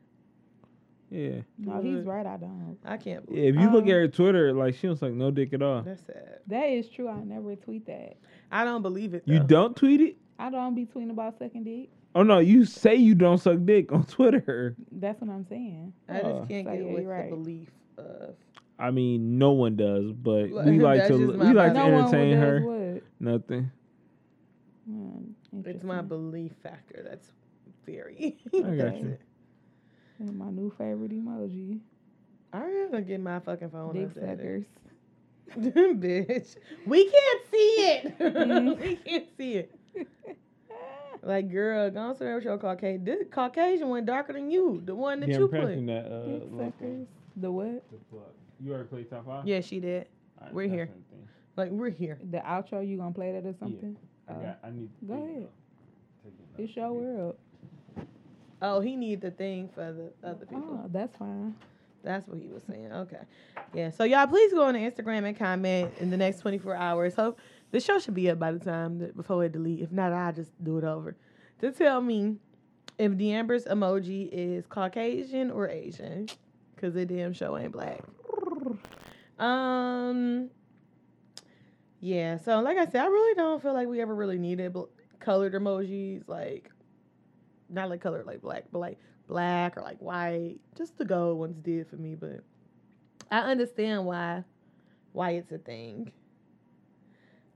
Speaker 5: Yeah,
Speaker 4: No,
Speaker 3: Good.
Speaker 4: he's right. I don't.
Speaker 3: I can't.
Speaker 5: yeah. If you look
Speaker 4: Um,
Speaker 5: at her Twitter, like she don't suck no dick at all.
Speaker 3: That's sad.
Speaker 4: That is true. I never tweet that.
Speaker 3: I don't believe it.
Speaker 5: You
Speaker 3: though.
Speaker 5: don't tweet it.
Speaker 4: I don't be tweeting about second dick.
Speaker 5: Oh no, you say you don't suck dick on Twitter.
Speaker 4: That's what I'm saying.
Speaker 3: I
Speaker 5: Oh.
Speaker 3: just can't
Speaker 4: So,
Speaker 3: get
Speaker 4: yeah,
Speaker 3: with
Speaker 4: you're right.
Speaker 3: the belief of.
Speaker 5: I mean, no one does, but
Speaker 3: Well,
Speaker 5: we like
Speaker 3: that's
Speaker 5: to
Speaker 3: just
Speaker 5: we
Speaker 3: my
Speaker 5: like
Speaker 3: bad.
Speaker 5: to
Speaker 4: no one
Speaker 5: entertain
Speaker 4: does
Speaker 5: her.
Speaker 4: What?
Speaker 5: Nothing.
Speaker 4: Hmm,
Speaker 3: It's my
Speaker 4: interesting.
Speaker 3: belief factor. That's theory.
Speaker 5: I got
Speaker 3: That's
Speaker 5: you.
Speaker 3: it.
Speaker 4: And my new favorite emoji.
Speaker 3: I really gonna get my fucking phone.
Speaker 4: Dick
Speaker 3: upset.
Speaker 4: suckers.
Speaker 3: bitch. We can't see it.
Speaker 4: Mm.
Speaker 3: we can't see it. Like, girl, go on somewhere with your Caucasian. This Caucasian one darker than you, the one that
Speaker 5: Yeah,
Speaker 3: you
Speaker 5: I'm
Speaker 3: put.
Speaker 5: pressing that. Uh,
Speaker 4: Dick
Speaker 5: little thing.
Speaker 4: suckers. The what?
Speaker 5: The plug. You already played top five.
Speaker 3: Yeah, she did.
Speaker 5: Alright,
Speaker 3: we're
Speaker 5: that's
Speaker 3: here.
Speaker 5: another thing.
Speaker 3: Like, we're here.
Speaker 4: The outro. You gonna play that or something?
Speaker 5: I
Speaker 3: Uh,
Speaker 4: Oh.
Speaker 5: got. I need.
Speaker 4: Go
Speaker 5: there you
Speaker 4: ahead.
Speaker 5: Take it
Speaker 4: It's your world.
Speaker 3: Oh, he need the thing for the other people.
Speaker 4: Oh, that's fine.
Speaker 3: That's what he was saying. Okay. Yeah. So y'all, please go on to Instagram and comment in the next 24 hours. Hope the show should be up by the time that before it delete. If not, I'll just do it over. To tell me if the Amber's emoji is Caucasian or Asian, cause the damn show ain't black. Um. Yeah. So like I said, I really don't feel like we ever really needed bl- colored emojis. Like, not like colored like black, but like black or like white. Just the gold ones did for me, but I understand why why it's a thing.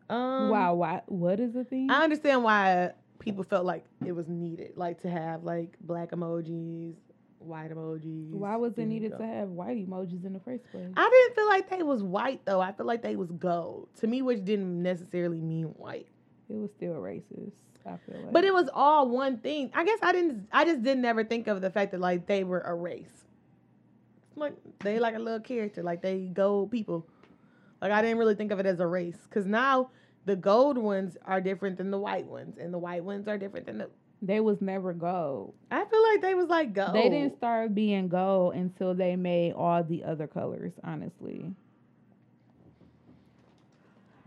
Speaker 3: Um,
Speaker 4: wow. Why? What is the thing?
Speaker 3: I understand why people felt like it was needed, like to have like black emojis, white emojis.
Speaker 4: Why was it
Speaker 3: and
Speaker 4: needed
Speaker 3: gold.
Speaker 4: to have white emojis in the first place?
Speaker 3: I didn't feel like they was white though. I feel like they was gold to me, which didn't necessarily mean white.
Speaker 4: it was still racist. I feel like.
Speaker 3: But it was all one thing. I guess I didn't. I just didn't ever think of the fact that like they were a race. It's Like they like a little character. Like they gold people. Like I didn't really think of it as a race because now the gold ones are different than the white ones, and the white ones are different than the.
Speaker 4: they was never gold.
Speaker 3: I feel like they was like gold.
Speaker 4: They didn't start being gold until they made all the other colors. Honestly.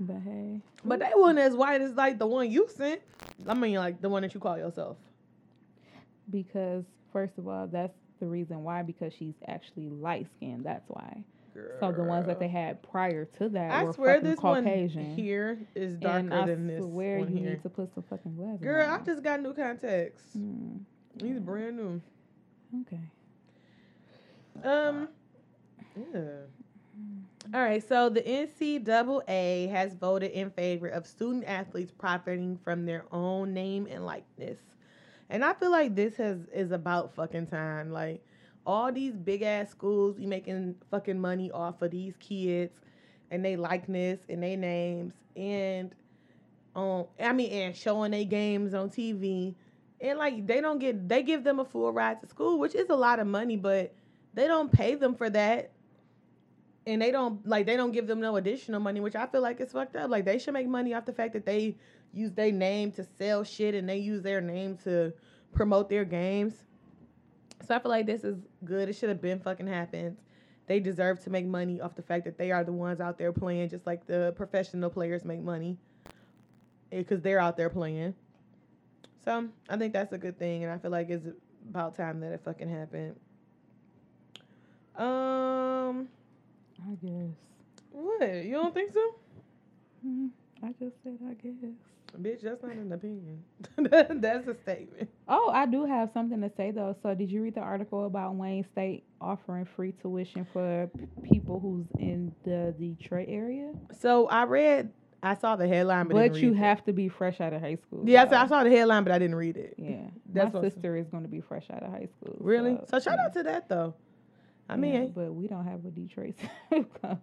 Speaker 4: But hey,
Speaker 3: but they wasn't as white as like the one you sent. I mean, like the one that you call yourself.
Speaker 4: because first of all, that's the reason why. Because she's actually light skinned. That's why. So the ones that they had prior to that
Speaker 3: I
Speaker 4: were
Speaker 3: swear
Speaker 4: fucking
Speaker 3: this
Speaker 4: Caucasian.
Speaker 3: one here is darker
Speaker 4: and I
Speaker 3: than this
Speaker 4: swear
Speaker 3: one
Speaker 4: you
Speaker 3: here.
Speaker 4: need to put some fucking glasses.
Speaker 3: Girl,
Speaker 4: on.
Speaker 3: I just got new contacts.
Speaker 4: Mm,
Speaker 3: He's brand new.
Speaker 4: okay.
Speaker 3: Um. Yeah. All right. So the NCAA has voted in favor of student athletes profiting from their own name and likeness, and I feel like this has is about fucking time. Like all these big ass schools be making fucking money off of these kids and they likeness and they names and um I mean and showing their games on TV. And like they don't get they give them a full ride to school, which is a lot of money, but they don't pay them for that and they don't like they don't give them no additional money which i feel like is fucked up like they should make money off the fact that they use their name to sell shit and they use their name to promote their games so i feel like this is good it should have been fucking happened they deserve to make money off the fact that they are the ones out there playing just like the professional players make money because they're out there playing so i think that's a good thing and i feel like it's about time that it fucking happened um,
Speaker 4: I guess.
Speaker 3: What? You don't think so?
Speaker 4: Mm, I just said I guess.
Speaker 3: Bitch, that's not an opinion. that's a statement.
Speaker 4: Oh, I do have something to say though. So, did you read the article about Wayne State offering free tuition for p- people who's in the Detroit area?
Speaker 3: So I read, I saw the headline, but,
Speaker 4: But
Speaker 3: didn't
Speaker 4: you
Speaker 3: read it.
Speaker 4: have to be fresh out of high school.
Speaker 3: Yeah, so
Speaker 4: so-
Speaker 3: I saw the headline, but I didn't read it.
Speaker 4: yeah.
Speaker 3: That's
Speaker 4: My
Speaker 3: awesome.
Speaker 4: sister is going to be fresh out of high school.
Speaker 3: Really? So, shout
Speaker 4: yeah.
Speaker 3: out to that though. I
Speaker 4: Yeah,
Speaker 3: mean,
Speaker 4: but we don't have a Detroit. so,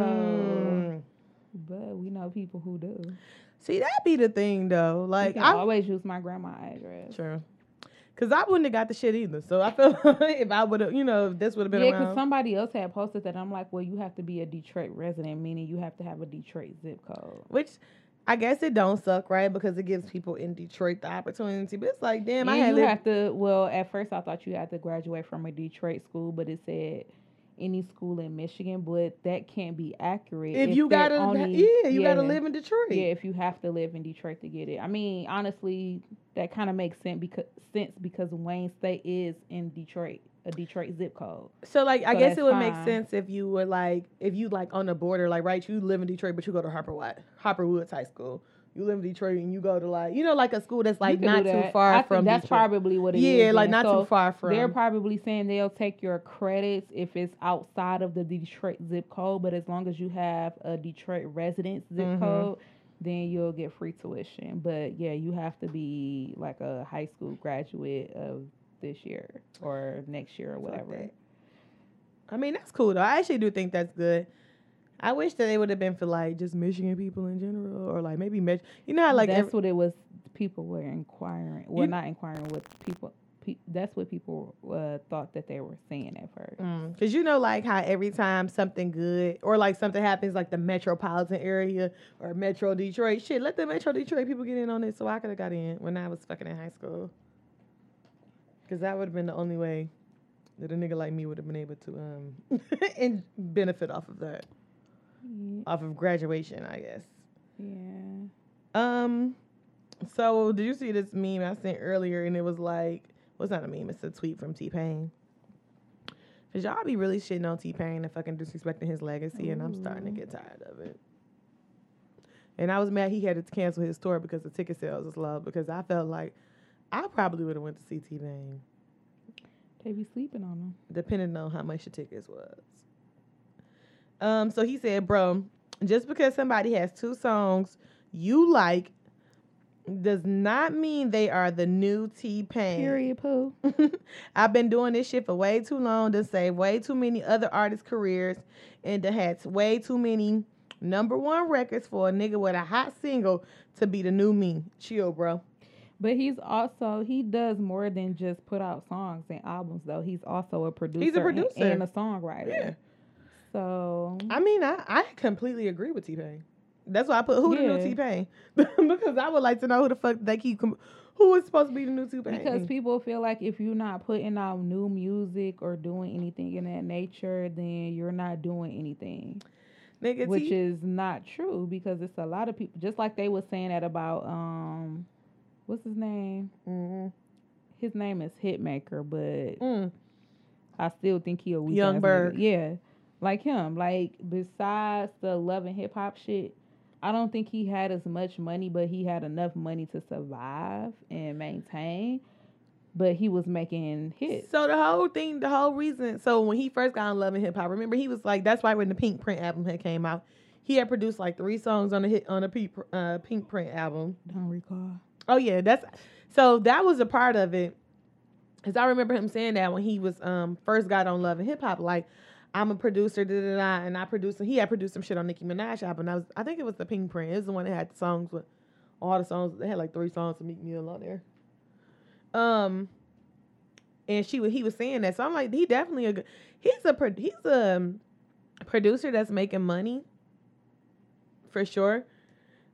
Speaker 3: mm,
Speaker 4: but we know people who do.
Speaker 3: see that be the thing though.
Speaker 4: Like
Speaker 3: Like
Speaker 4: can
Speaker 3: I
Speaker 4: always use my grandma address.
Speaker 3: True. Cause I wouldn't have got the shit either. So I feel like if I would have, you know, if this would have been
Speaker 4: Yeah, because
Speaker 3: around.
Speaker 4: somebody else had posted that. I'm like, well, you have to be a Detroit resident, meaning you have to have a Detroit zip code.
Speaker 3: which I guess it don't suck, right? Because it gives people in Detroit the opportunity. But it's like, damn,
Speaker 4: And
Speaker 3: I had
Speaker 4: you
Speaker 3: lived.
Speaker 4: have to. Well, at first I thought you had to graduate from a Detroit school, but it said any school in Michigan. But that can't be accurate.
Speaker 3: if, you
Speaker 4: they're
Speaker 3: gotta,
Speaker 4: only-
Speaker 3: yeah, you gotta
Speaker 4: yeah,
Speaker 3: live in Detroit.
Speaker 4: Yeah, if you have to live in Detroit to get it. I mean, honestly, that kind of makes sense because sense because Wayne State is in Detroit, a Detroit zip code.
Speaker 3: So like, I
Speaker 4: So
Speaker 3: guess
Speaker 4: that's
Speaker 3: it would make
Speaker 4: fine.
Speaker 3: sense if you were like, if you like on the border, like, right? You live in Detroit, but you go to Harper White, Harper Woods High School. You live in Detroit and you go to like, you know, like a school that's
Speaker 4: You
Speaker 3: like
Speaker 4: could do
Speaker 3: not too
Speaker 4: that.
Speaker 3: far
Speaker 4: I think
Speaker 3: from.
Speaker 4: that's
Speaker 3: Detroit.
Speaker 4: probably what it is.
Speaker 3: yeah, like
Speaker 4: then.
Speaker 3: not
Speaker 4: So
Speaker 3: too far from.
Speaker 4: They're probably saying they'll take your credits if it's outside of the Detroit zip code, but as long as you have a Detroit residence zip
Speaker 3: Mhm.
Speaker 4: code, then you'll get free tuition. But yeah, you have to be like a high school graduate of this year or next year or
Speaker 3: Fuck
Speaker 4: whatever.
Speaker 3: that. I mean, that's cool though. I actually do think that's good. I wish that they would have been for like just Michigan people in general, or like maybe Mich- You know how like
Speaker 4: that's
Speaker 3: every-
Speaker 4: what it was. People were inquiring. Well,
Speaker 3: You-
Speaker 4: not inquiring. What people. Pe- that's what people uh, thought that they were saying at first.
Speaker 3: Mm. Cause you know, like how every time something good or like something happens, like the metropolitan area or Metro Detroit, shit, let the Metro Detroit people get in on it. So I could have got in when I was fucking in high school. Cause that would have been the only way that a nigga like me would have been able to um and benefit off of that,
Speaker 4: Yeah.
Speaker 3: off of graduation, I guess.
Speaker 4: yeah.
Speaker 3: Um, so did you see this meme I sent earlier? And it was like, well, it's not a meme; it's a tweet from T Pain. Cause y'all be really shitting on T Pain and fucking disrespecting his legacy, and I'm starting to
Speaker 4: Ooh.
Speaker 3: get tired of it. And I was mad he had to cancel his tour because the ticket sales was low. Because I felt like I probably would have went to see T Pain,
Speaker 4: They be sleeping on them.
Speaker 3: depending on how much the tickets was. Um, so he said, bro, just because somebody has two songs you like does not mean they are the new T Pain.
Speaker 4: Period, poo.
Speaker 3: I've been doing this shit for way too long to save way too many other artists' careers and to had way too many number one records for a nigga with a hot single to be the new me. Chill, bro.
Speaker 4: But he's also he does more than just put out songs and albums though. He's also a producer. and-
Speaker 3: producer.
Speaker 4: and, a songwriter.
Speaker 3: Yeah.
Speaker 4: So
Speaker 3: I mean, I, I completely agree with T Pain. That's why I put who the
Speaker 4: Yeah.
Speaker 3: new T Pain because I would like to know who the fuck they keep. Com- who is supposed to be the new Mm. T Pain?
Speaker 4: because people feel like if you're not putting out new music or doing anything in that nature, then you're not doing anything.
Speaker 3: nigga,
Speaker 4: which
Speaker 3: T-
Speaker 4: is not true because it's a lot of people just like they were saying that about um what's his name?
Speaker 3: Mhm.
Speaker 4: His name is Hitmaker, but
Speaker 3: Mm.
Speaker 4: I still think he a weak
Speaker 3: Young
Speaker 4: ass nigga.
Speaker 3: Berg.
Speaker 4: Yeah, like him. Like besides the love and hip hop shit, I don't think he had as much money, but he had enough money to survive and maintain. But he was making hits.
Speaker 3: So the whole thing, the whole reason. So when he first got on Love and Hip Hop, remember he was like, that's why when the Pink Print album had came out, he had produced like three songs on a hit on a Pink, uh, Pink Print album.
Speaker 4: don't recall.
Speaker 3: Oh yeah, that's so that was a part of it. Cause I remember him saying that when he was um first got on Love and Hip Hop, like I'm a producer, da da da, and I produced. And he had produced some shit on Nicki Minaj album. And I was, I think it was the Pink Print. It was the one that had the songs with all the songs. They had like three songs to Meek Mill on there. Um, and she wa- he was saying that, so I'm like, he definitely a good. He's a pro- he's a um, producer that's making money for sure.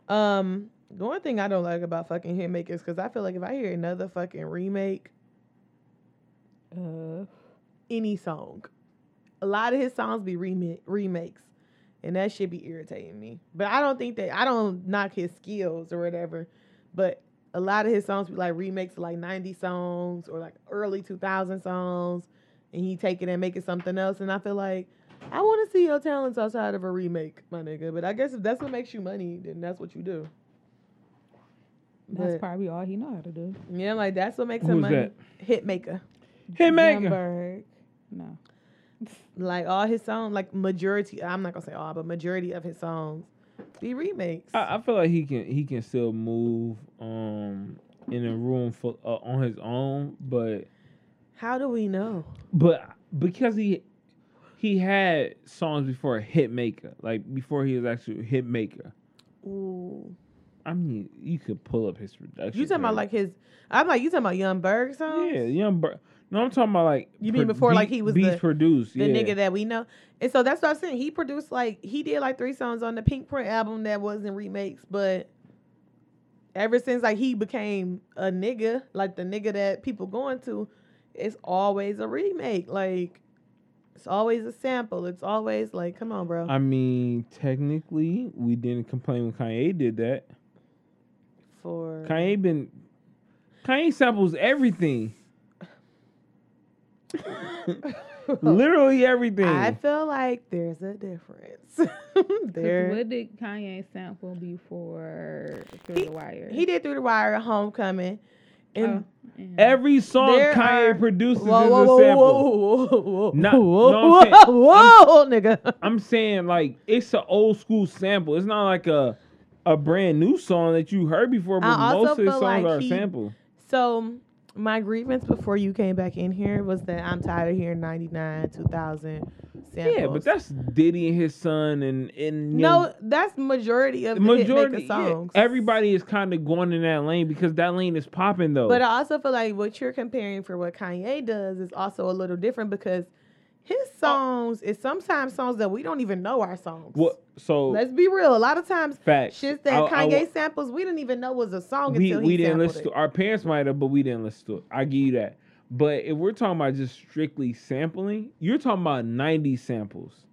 Speaker 3: Um, the one thing I don't like about fucking hitmakers because I feel like if I hear another fucking remake
Speaker 4: Uh,
Speaker 3: any song, a lot of his songs be remake remakes, and that should be irritating me. But I don't think that I don't knock his skills or whatever, but a lot of his songs be like remakes of like ninety songs or like early two thousand songs, and he take it and make it something else. And I feel like I want to see your talents outside of a remake, my nigga. But I guess if that's what makes you money, then that's what you do.
Speaker 4: That's
Speaker 3: But-
Speaker 4: probably all he know how to do.
Speaker 3: Yeah, like that's what makes him
Speaker 5: Who's
Speaker 3: money.
Speaker 5: that?
Speaker 3: Hit maker.
Speaker 5: Hitmaker.
Speaker 4: Youngberg. No.
Speaker 3: Like all his songs, like majority. I'm not gonna say all, but majority of his songs be remakes.
Speaker 5: I, I feel like he can he can still move um in a room for uh, on his own, but
Speaker 3: How do we know?
Speaker 5: but because he he had songs before Hitmaker, like before he was actually a Hitmaker.
Speaker 3: Ooh,
Speaker 5: I mean, you could pull up his production.
Speaker 3: you talking about
Speaker 5: credits.
Speaker 3: like his? I'm like you talking about Young Berg songs?
Speaker 5: Yeah, young. Bur- no, I'm talking about like.
Speaker 3: You mean before, like, he was
Speaker 5: beats
Speaker 3: the-
Speaker 5: produced?
Speaker 3: the
Speaker 5: yeah.
Speaker 3: nigga that we know. And so that's what I'm saying. He produced like he did like three songs on the Pink Print album that wasn't remakes, but ever since like he became a nigga, like the nigga that people going to, it's always a remake. Like it's always a sample. It's always like, come on, bro.
Speaker 5: I mean, technically, we didn't complain when Kanye did that.
Speaker 3: For
Speaker 5: Kanye been Kanye samples everything, literally everything.
Speaker 3: I feel like there's a difference.
Speaker 4: 'Cause
Speaker 3: there,
Speaker 4: What did Kanye sample before Through the Wire?
Speaker 3: he did through the wire, at Homecoming, and.
Speaker 4: Oh, yeah.
Speaker 5: Every song
Speaker 3: There
Speaker 5: Kanye
Speaker 3: are-
Speaker 5: produces
Speaker 3: whoa,
Speaker 5: is
Speaker 3: whoa,
Speaker 5: a
Speaker 3: whoa,
Speaker 5: sample.
Speaker 3: whoa, whoa, whoa,
Speaker 5: Nah,
Speaker 3: whoa,
Speaker 5: no, I'm saying-
Speaker 3: whoa, whoa, nigga.
Speaker 5: I'm saying like it's an old school sample. It's not like a a brand new song that you heard before, but
Speaker 3: I also
Speaker 5: most of his
Speaker 3: feel
Speaker 5: songs
Speaker 3: like
Speaker 5: are
Speaker 3: he-
Speaker 5: sample.
Speaker 3: So my grievance before you came back in here was that I'm tired of hearing 99, 2000 samples.
Speaker 5: Yeah, but that's Diddy and his son and and you know,
Speaker 3: no, that's majority of the majority
Speaker 5: yeah,
Speaker 3: songs.
Speaker 5: everybody is kind of going in that lane because that lane is popping though.
Speaker 3: But uh, I also feel like what you're comparing for what Kanye does is also a little different because his
Speaker 5: Oh.
Speaker 3: songs is sometimes songs that we don't even know are songs.
Speaker 5: what? So
Speaker 3: Let's be real. A lot of times,
Speaker 5: Facts.
Speaker 3: shit that
Speaker 5: I- I
Speaker 3: Kanye
Speaker 5: wa-
Speaker 3: samples, we didn't even know was a song
Speaker 5: we
Speaker 3: until he
Speaker 5: we didn't
Speaker 3: sampled
Speaker 5: listen
Speaker 3: it.
Speaker 5: to our parents might have, but we didn't listen to it. I give you that. But if we're talking about just strictly sampling, you're talking about 90 samples.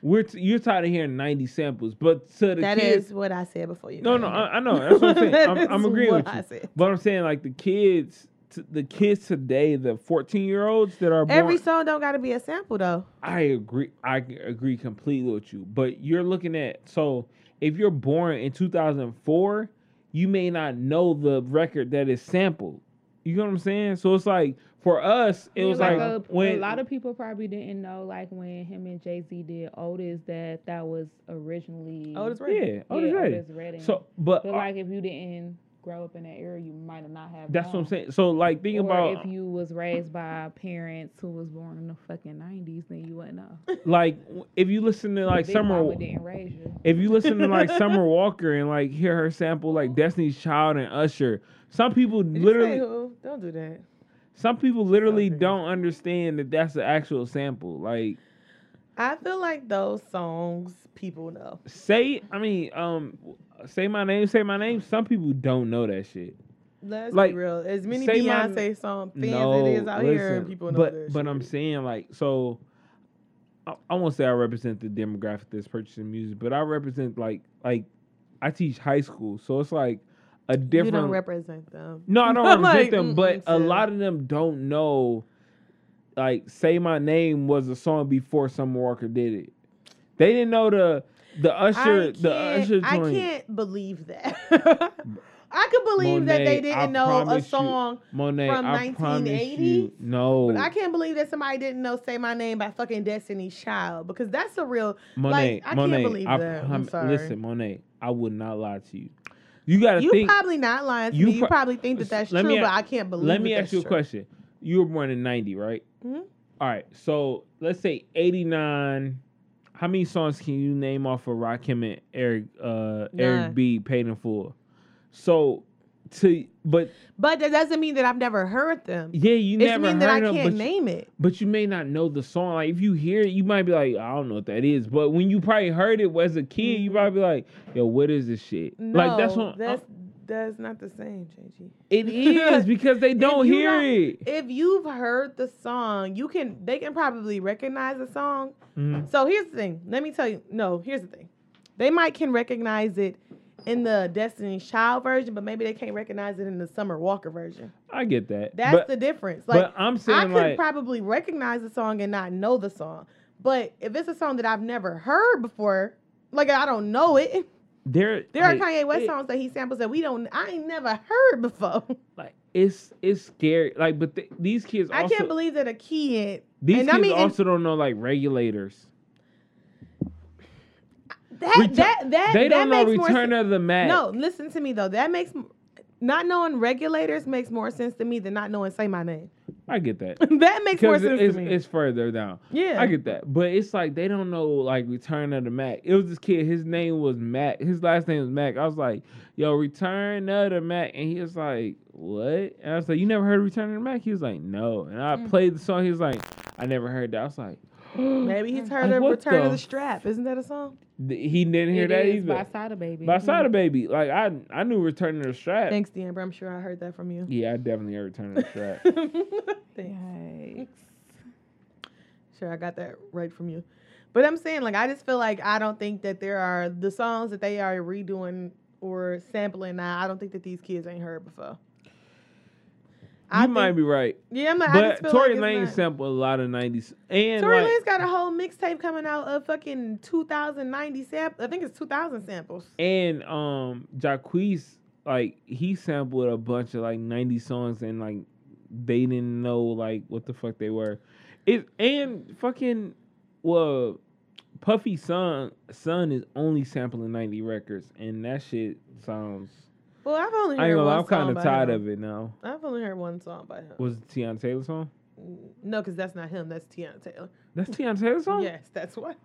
Speaker 5: We're t- you're tired of hearing 90 samples, but to the
Speaker 3: That is
Speaker 5: kids,
Speaker 3: what I said before you.
Speaker 5: No,
Speaker 3: got
Speaker 5: no,
Speaker 3: here.
Speaker 5: I, I know. That's what I'm saying.
Speaker 3: That
Speaker 5: I'm, I'm
Speaker 3: is
Speaker 5: agreeing
Speaker 3: what
Speaker 5: with
Speaker 3: I
Speaker 5: you.
Speaker 3: said.
Speaker 5: But I'm saying like the kids, t- the kids today, the 14 year olds that are born,
Speaker 3: Every song don't gotta be a sample though.
Speaker 5: I agree. I g- agree completely with you. But you're looking at so if you're born in 2004, you may not know the record that is sampled. You know what I'm saying? So it's like for us, it
Speaker 4: Yeah,
Speaker 5: was like,
Speaker 4: like, a,
Speaker 5: when
Speaker 4: a lot of people probably didn't know like when him and Jay Z did Otis that that was originally
Speaker 3: Otis Redding.
Speaker 5: yeah, oh, that's
Speaker 4: yeah,
Speaker 5: right.
Speaker 4: Otis Redding.
Speaker 5: So, but,
Speaker 4: but
Speaker 5: uh,
Speaker 4: like if you didn't grow up in that era, you might have not have.
Speaker 5: that's what I'm
Speaker 4: known.
Speaker 5: saying. So like think
Speaker 4: um, or
Speaker 5: about
Speaker 4: if you was raised by parents who was born in the fucking nineties, then you wouldn't know.
Speaker 5: like w- if you listen to like
Speaker 4: Big
Speaker 5: Summer.
Speaker 4: Mama didn't raise you.
Speaker 5: If you listen to like Summer Walker and like hear her sample like Destiny's Child and Usher, some people
Speaker 3: Did you say
Speaker 5: literally,
Speaker 3: who? Don't do that.
Speaker 5: some people literally
Speaker 3: Okay.
Speaker 5: don't understand that that's the actual sample. Like,
Speaker 3: I feel like those songs people know.
Speaker 5: say, I mean, um, say my name, say my name. Some people don't know that shit.
Speaker 3: Let's
Speaker 5: Like,
Speaker 3: be real. As many
Speaker 5: say my-
Speaker 3: Beyonce song fans
Speaker 5: no,
Speaker 3: it is out here,
Speaker 5: listen,
Speaker 3: people know
Speaker 5: but
Speaker 3: that.
Speaker 5: but
Speaker 3: shit.
Speaker 5: I'm saying like so. I, I won't say I represent the demographic that's purchasing music, but I represent like like I teach high school, so it's like
Speaker 3: you
Speaker 5: a
Speaker 3: don't
Speaker 5: different
Speaker 3: represent them.
Speaker 5: No, I don't
Speaker 3: I'm
Speaker 5: resent
Speaker 3: like,
Speaker 5: them, but
Speaker 3: mm-mm,
Speaker 5: a
Speaker 3: sis.
Speaker 5: lot of them don't know. Like, say my name was a song before Summer Walker did it. They didn't know the the
Speaker 3: I
Speaker 5: Usher
Speaker 3: can't,
Speaker 5: the Usher
Speaker 3: I
Speaker 5: joint.
Speaker 3: can't believe that. I could believe that
Speaker 5: Monet, I
Speaker 3: they didn't know a
Speaker 5: promise you.
Speaker 3: song,
Speaker 5: Monet,
Speaker 3: from
Speaker 5: I promise you,
Speaker 3: 1980s?
Speaker 5: no.
Speaker 3: but I can't believe that somebody didn't know "Say My Name" by fucking Destiny's Child because that's a real.
Speaker 5: Monet,
Speaker 3: I can't
Speaker 5: Monet,
Speaker 3: believe
Speaker 5: I
Speaker 3: that. I'm
Speaker 5: prom-
Speaker 3: sorry.
Speaker 5: Listen, Monet, I would not lie to you. You gotta
Speaker 3: You
Speaker 5: think.
Speaker 3: probably not lying. To
Speaker 5: you
Speaker 3: me. you
Speaker 5: pro-
Speaker 3: probably think that that's
Speaker 5: Let
Speaker 3: true,
Speaker 5: me
Speaker 3: but
Speaker 5: a-
Speaker 3: I can't believe.
Speaker 5: Let me
Speaker 3: that
Speaker 5: ask
Speaker 3: that's
Speaker 5: you a
Speaker 3: true.
Speaker 5: question. You were born in '90, right?
Speaker 3: Mhm.
Speaker 5: All right, so let's say '89. How many songs can you name off of Rakim and Eric uh,
Speaker 3: None.
Speaker 5: Eric B. Paid in Full? So to but
Speaker 3: But that doesn't mean that I've never heard them.
Speaker 5: yeah, you
Speaker 3: It's
Speaker 5: never
Speaker 3: mean
Speaker 5: heard
Speaker 3: that I
Speaker 5: of,
Speaker 3: can't
Speaker 5: but you,
Speaker 3: name it.
Speaker 5: but you may not know the song. Like if you hear it, you might be like, I don't know what that is. But when you probably heard it as a kid, you probably be like, Yo, what is this shit?
Speaker 3: Mm-hmm. No,
Speaker 5: like that's what
Speaker 3: that's that's not the same, JG.
Speaker 5: it is because they don't
Speaker 3: you
Speaker 5: hear
Speaker 3: don't-
Speaker 5: it.
Speaker 3: If you've heard the song, you can they can probably recognize the song.
Speaker 5: Mhm.
Speaker 3: So here's the thing. Let me tell you. No, here's the thing. They might can recognize it in the Destiny's Child version, but maybe they can't recognize it in the Summer Walker version.
Speaker 5: I get that.
Speaker 3: That's
Speaker 5: but,
Speaker 3: the difference. Like
Speaker 5: but I'm
Speaker 3: I
Speaker 5: saying
Speaker 3: could
Speaker 5: like
Speaker 3: probably recognize the song and not know the song, But if it's a song that I've never heard before, like I don't know it.
Speaker 5: There,
Speaker 3: There are
Speaker 5: like,
Speaker 3: Kanye West
Speaker 5: it-
Speaker 3: songs that he samples that we don't. I ain't never heard before.
Speaker 5: Like it's it's scary. Like, but th- these kids
Speaker 3: I
Speaker 5: also
Speaker 3: can't believe that a kid.
Speaker 5: these
Speaker 3: and
Speaker 5: kids
Speaker 3: I mean, and-
Speaker 5: also don't know like regulators.
Speaker 3: That
Speaker 5: Retu-
Speaker 3: that that
Speaker 5: they
Speaker 3: that
Speaker 5: don't know
Speaker 3: makes more
Speaker 5: Return
Speaker 3: sen-
Speaker 5: of the Mac.
Speaker 3: No, listen to me though. That makes m- not knowing regulators makes more sense to me than not knowing say my name.
Speaker 5: I get that.
Speaker 3: that makes more
Speaker 5: Because
Speaker 3: sense
Speaker 5: it's,
Speaker 3: to me.
Speaker 5: it's further down.
Speaker 3: yeah,
Speaker 5: I get that. But it's like they don't know like Return of the Mac. It was this kid, his name was Mac. His last name was Mac. I was like, yo, Return of the Mac. And he was like, What? And I was like, You never heard of Return of the Mac? He was like, No. And
Speaker 3: Mm.
Speaker 5: I played the song, he was like, I never heard that. I was like,
Speaker 3: Maybe he's heard
Speaker 5: Mm. Like,
Speaker 3: of
Speaker 5: what
Speaker 3: Return
Speaker 5: the-
Speaker 3: of the Strap. Isn't that a song?
Speaker 5: th- he didn't hear
Speaker 4: It
Speaker 5: that
Speaker 4: is
Speaker 5: either.
Speaker 4: By Sada Baby.
Speaker 5: By
Speaker 3: Mm-hmm.
Speaker 5: Sada Baby. Like I I knew Return of the Strap.
Speaker 3: Thanks, D'Amber. I'm sure I heard that from you.
Speaker 5: yeah, I definitely heard Return of the Strap.
Speaker 3: Thanks.
Speaker 4: Yikes.
Speaker 3: Sure, I got that right from you. But I'm saying, like, I just feel like I don't think that there are the songs that they are redoing or sampling now. I don't think that these kids ain't heard before.
Speaker 5: you might be right.
Speaker 3: be. Yeah, I'm like, I just
Speaker 5: But
Speaker 3: feel
Speaker 5: Tory
Speaker 3: like
Speaker 5: Lane
Speaker 3: it's not-
Speaker 5: sampled a lot of nineties and
Speaker 3: Tory
Speaker 5: like,
Speaker 3: Lane's got a whole mixtape coming out of fucking 2090 samples. I think it's 2000 samples.
Speaker 5: And um Jacquees, like he sampled a bunch of like 90 songs and like they didn't know like what the fuck they were. It and fucking well Puffy son son is only sampling 90 records and that shit sounds
Speaker 3: Well, I've only
Speaker 5: I ain't
Speaker 3: heard
Speaker 5: gonna
Speaker 3: one
Speaker 5: lie, I'm
Speaker 3: song
Speaker 5: kinda
Speaker 3: by
Speaker 5: tired
Speaker 3: him.
Speaker 5: of it now.
Speaker 3: I've only heard one song by him.
Speaker 5: Was it Tiana Taylor song?
Speaker 3: No, because that's not him. That's Tiana Taylor.
Speaker 5: That's Tiana Taylor song?
Speaker 3: Yes, that's what.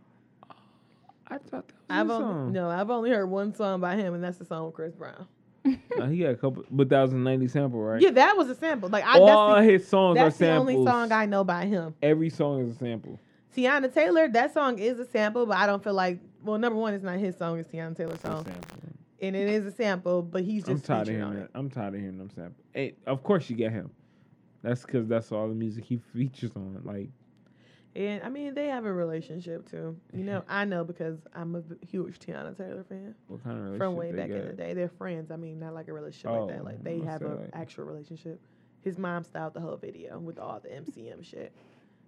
Speaker 5: I thought that was his
Speaker 3: I've
Speaker 5: song.
Speaker 3: only, no, I've only heard one song by him, and that's the song with Chris Brown.
Speaker 5: Uh, he got a couple but that was a 90 sample, right?
Speaker 3: Yeah, that was a sample. Like I,
Speaker 5: All
Speaker 3: that's,
Speaker 5: his
Speaker 3: the,
Speaker 5: songs
Speaker 3: that's
Speaker 5: are
Speaker 3: the
Speaker 5: samples.
Speaker 3: only song I know by him.
Speaker 5: Every song is a sample.
Speaker 3: Tiana Taylor, that song is a sample, but I don't feel like. Well, number one, it's not his song; it's Tiana Taylor's
Speaker 5: It's a
Speaker 3: song,
Speaker 5: sample.
Speaker 3: and it is a sample. But he's
Speaker 5: I'm
Speaker 3: Oh. just
Speaker 5: tired of
Speaker 3: featuring
Speaker 5: hearing
Speaker 3: on
Speaker 5: that.
Speaker 3: it.
Speaker 5: I'm tired of hearing them sample. Hey, of course you get him. That's because that's all the music he features on. Like,
Speaker 3: And I mean, they have a relationship too. You know, I know because I'm a b- huge Tiana Taylor fan
Speaker 5: what kind of relationship
Speaker 3: from way
Speaker 5: they
Speaker 3: back in
Speaker 5: got?
Speaker 3: the day. They're friends. I mean, not like a relationship like
Speaker 5: Oh,
Speaker 3: that. Like they
Speaker 5: I
Speaker 3: have
Speaker 5: see,
Speaker 3: an
Speaker 5: like-
Speaker 3: actual relationship. His mom styled the whole video with all the MCM shit.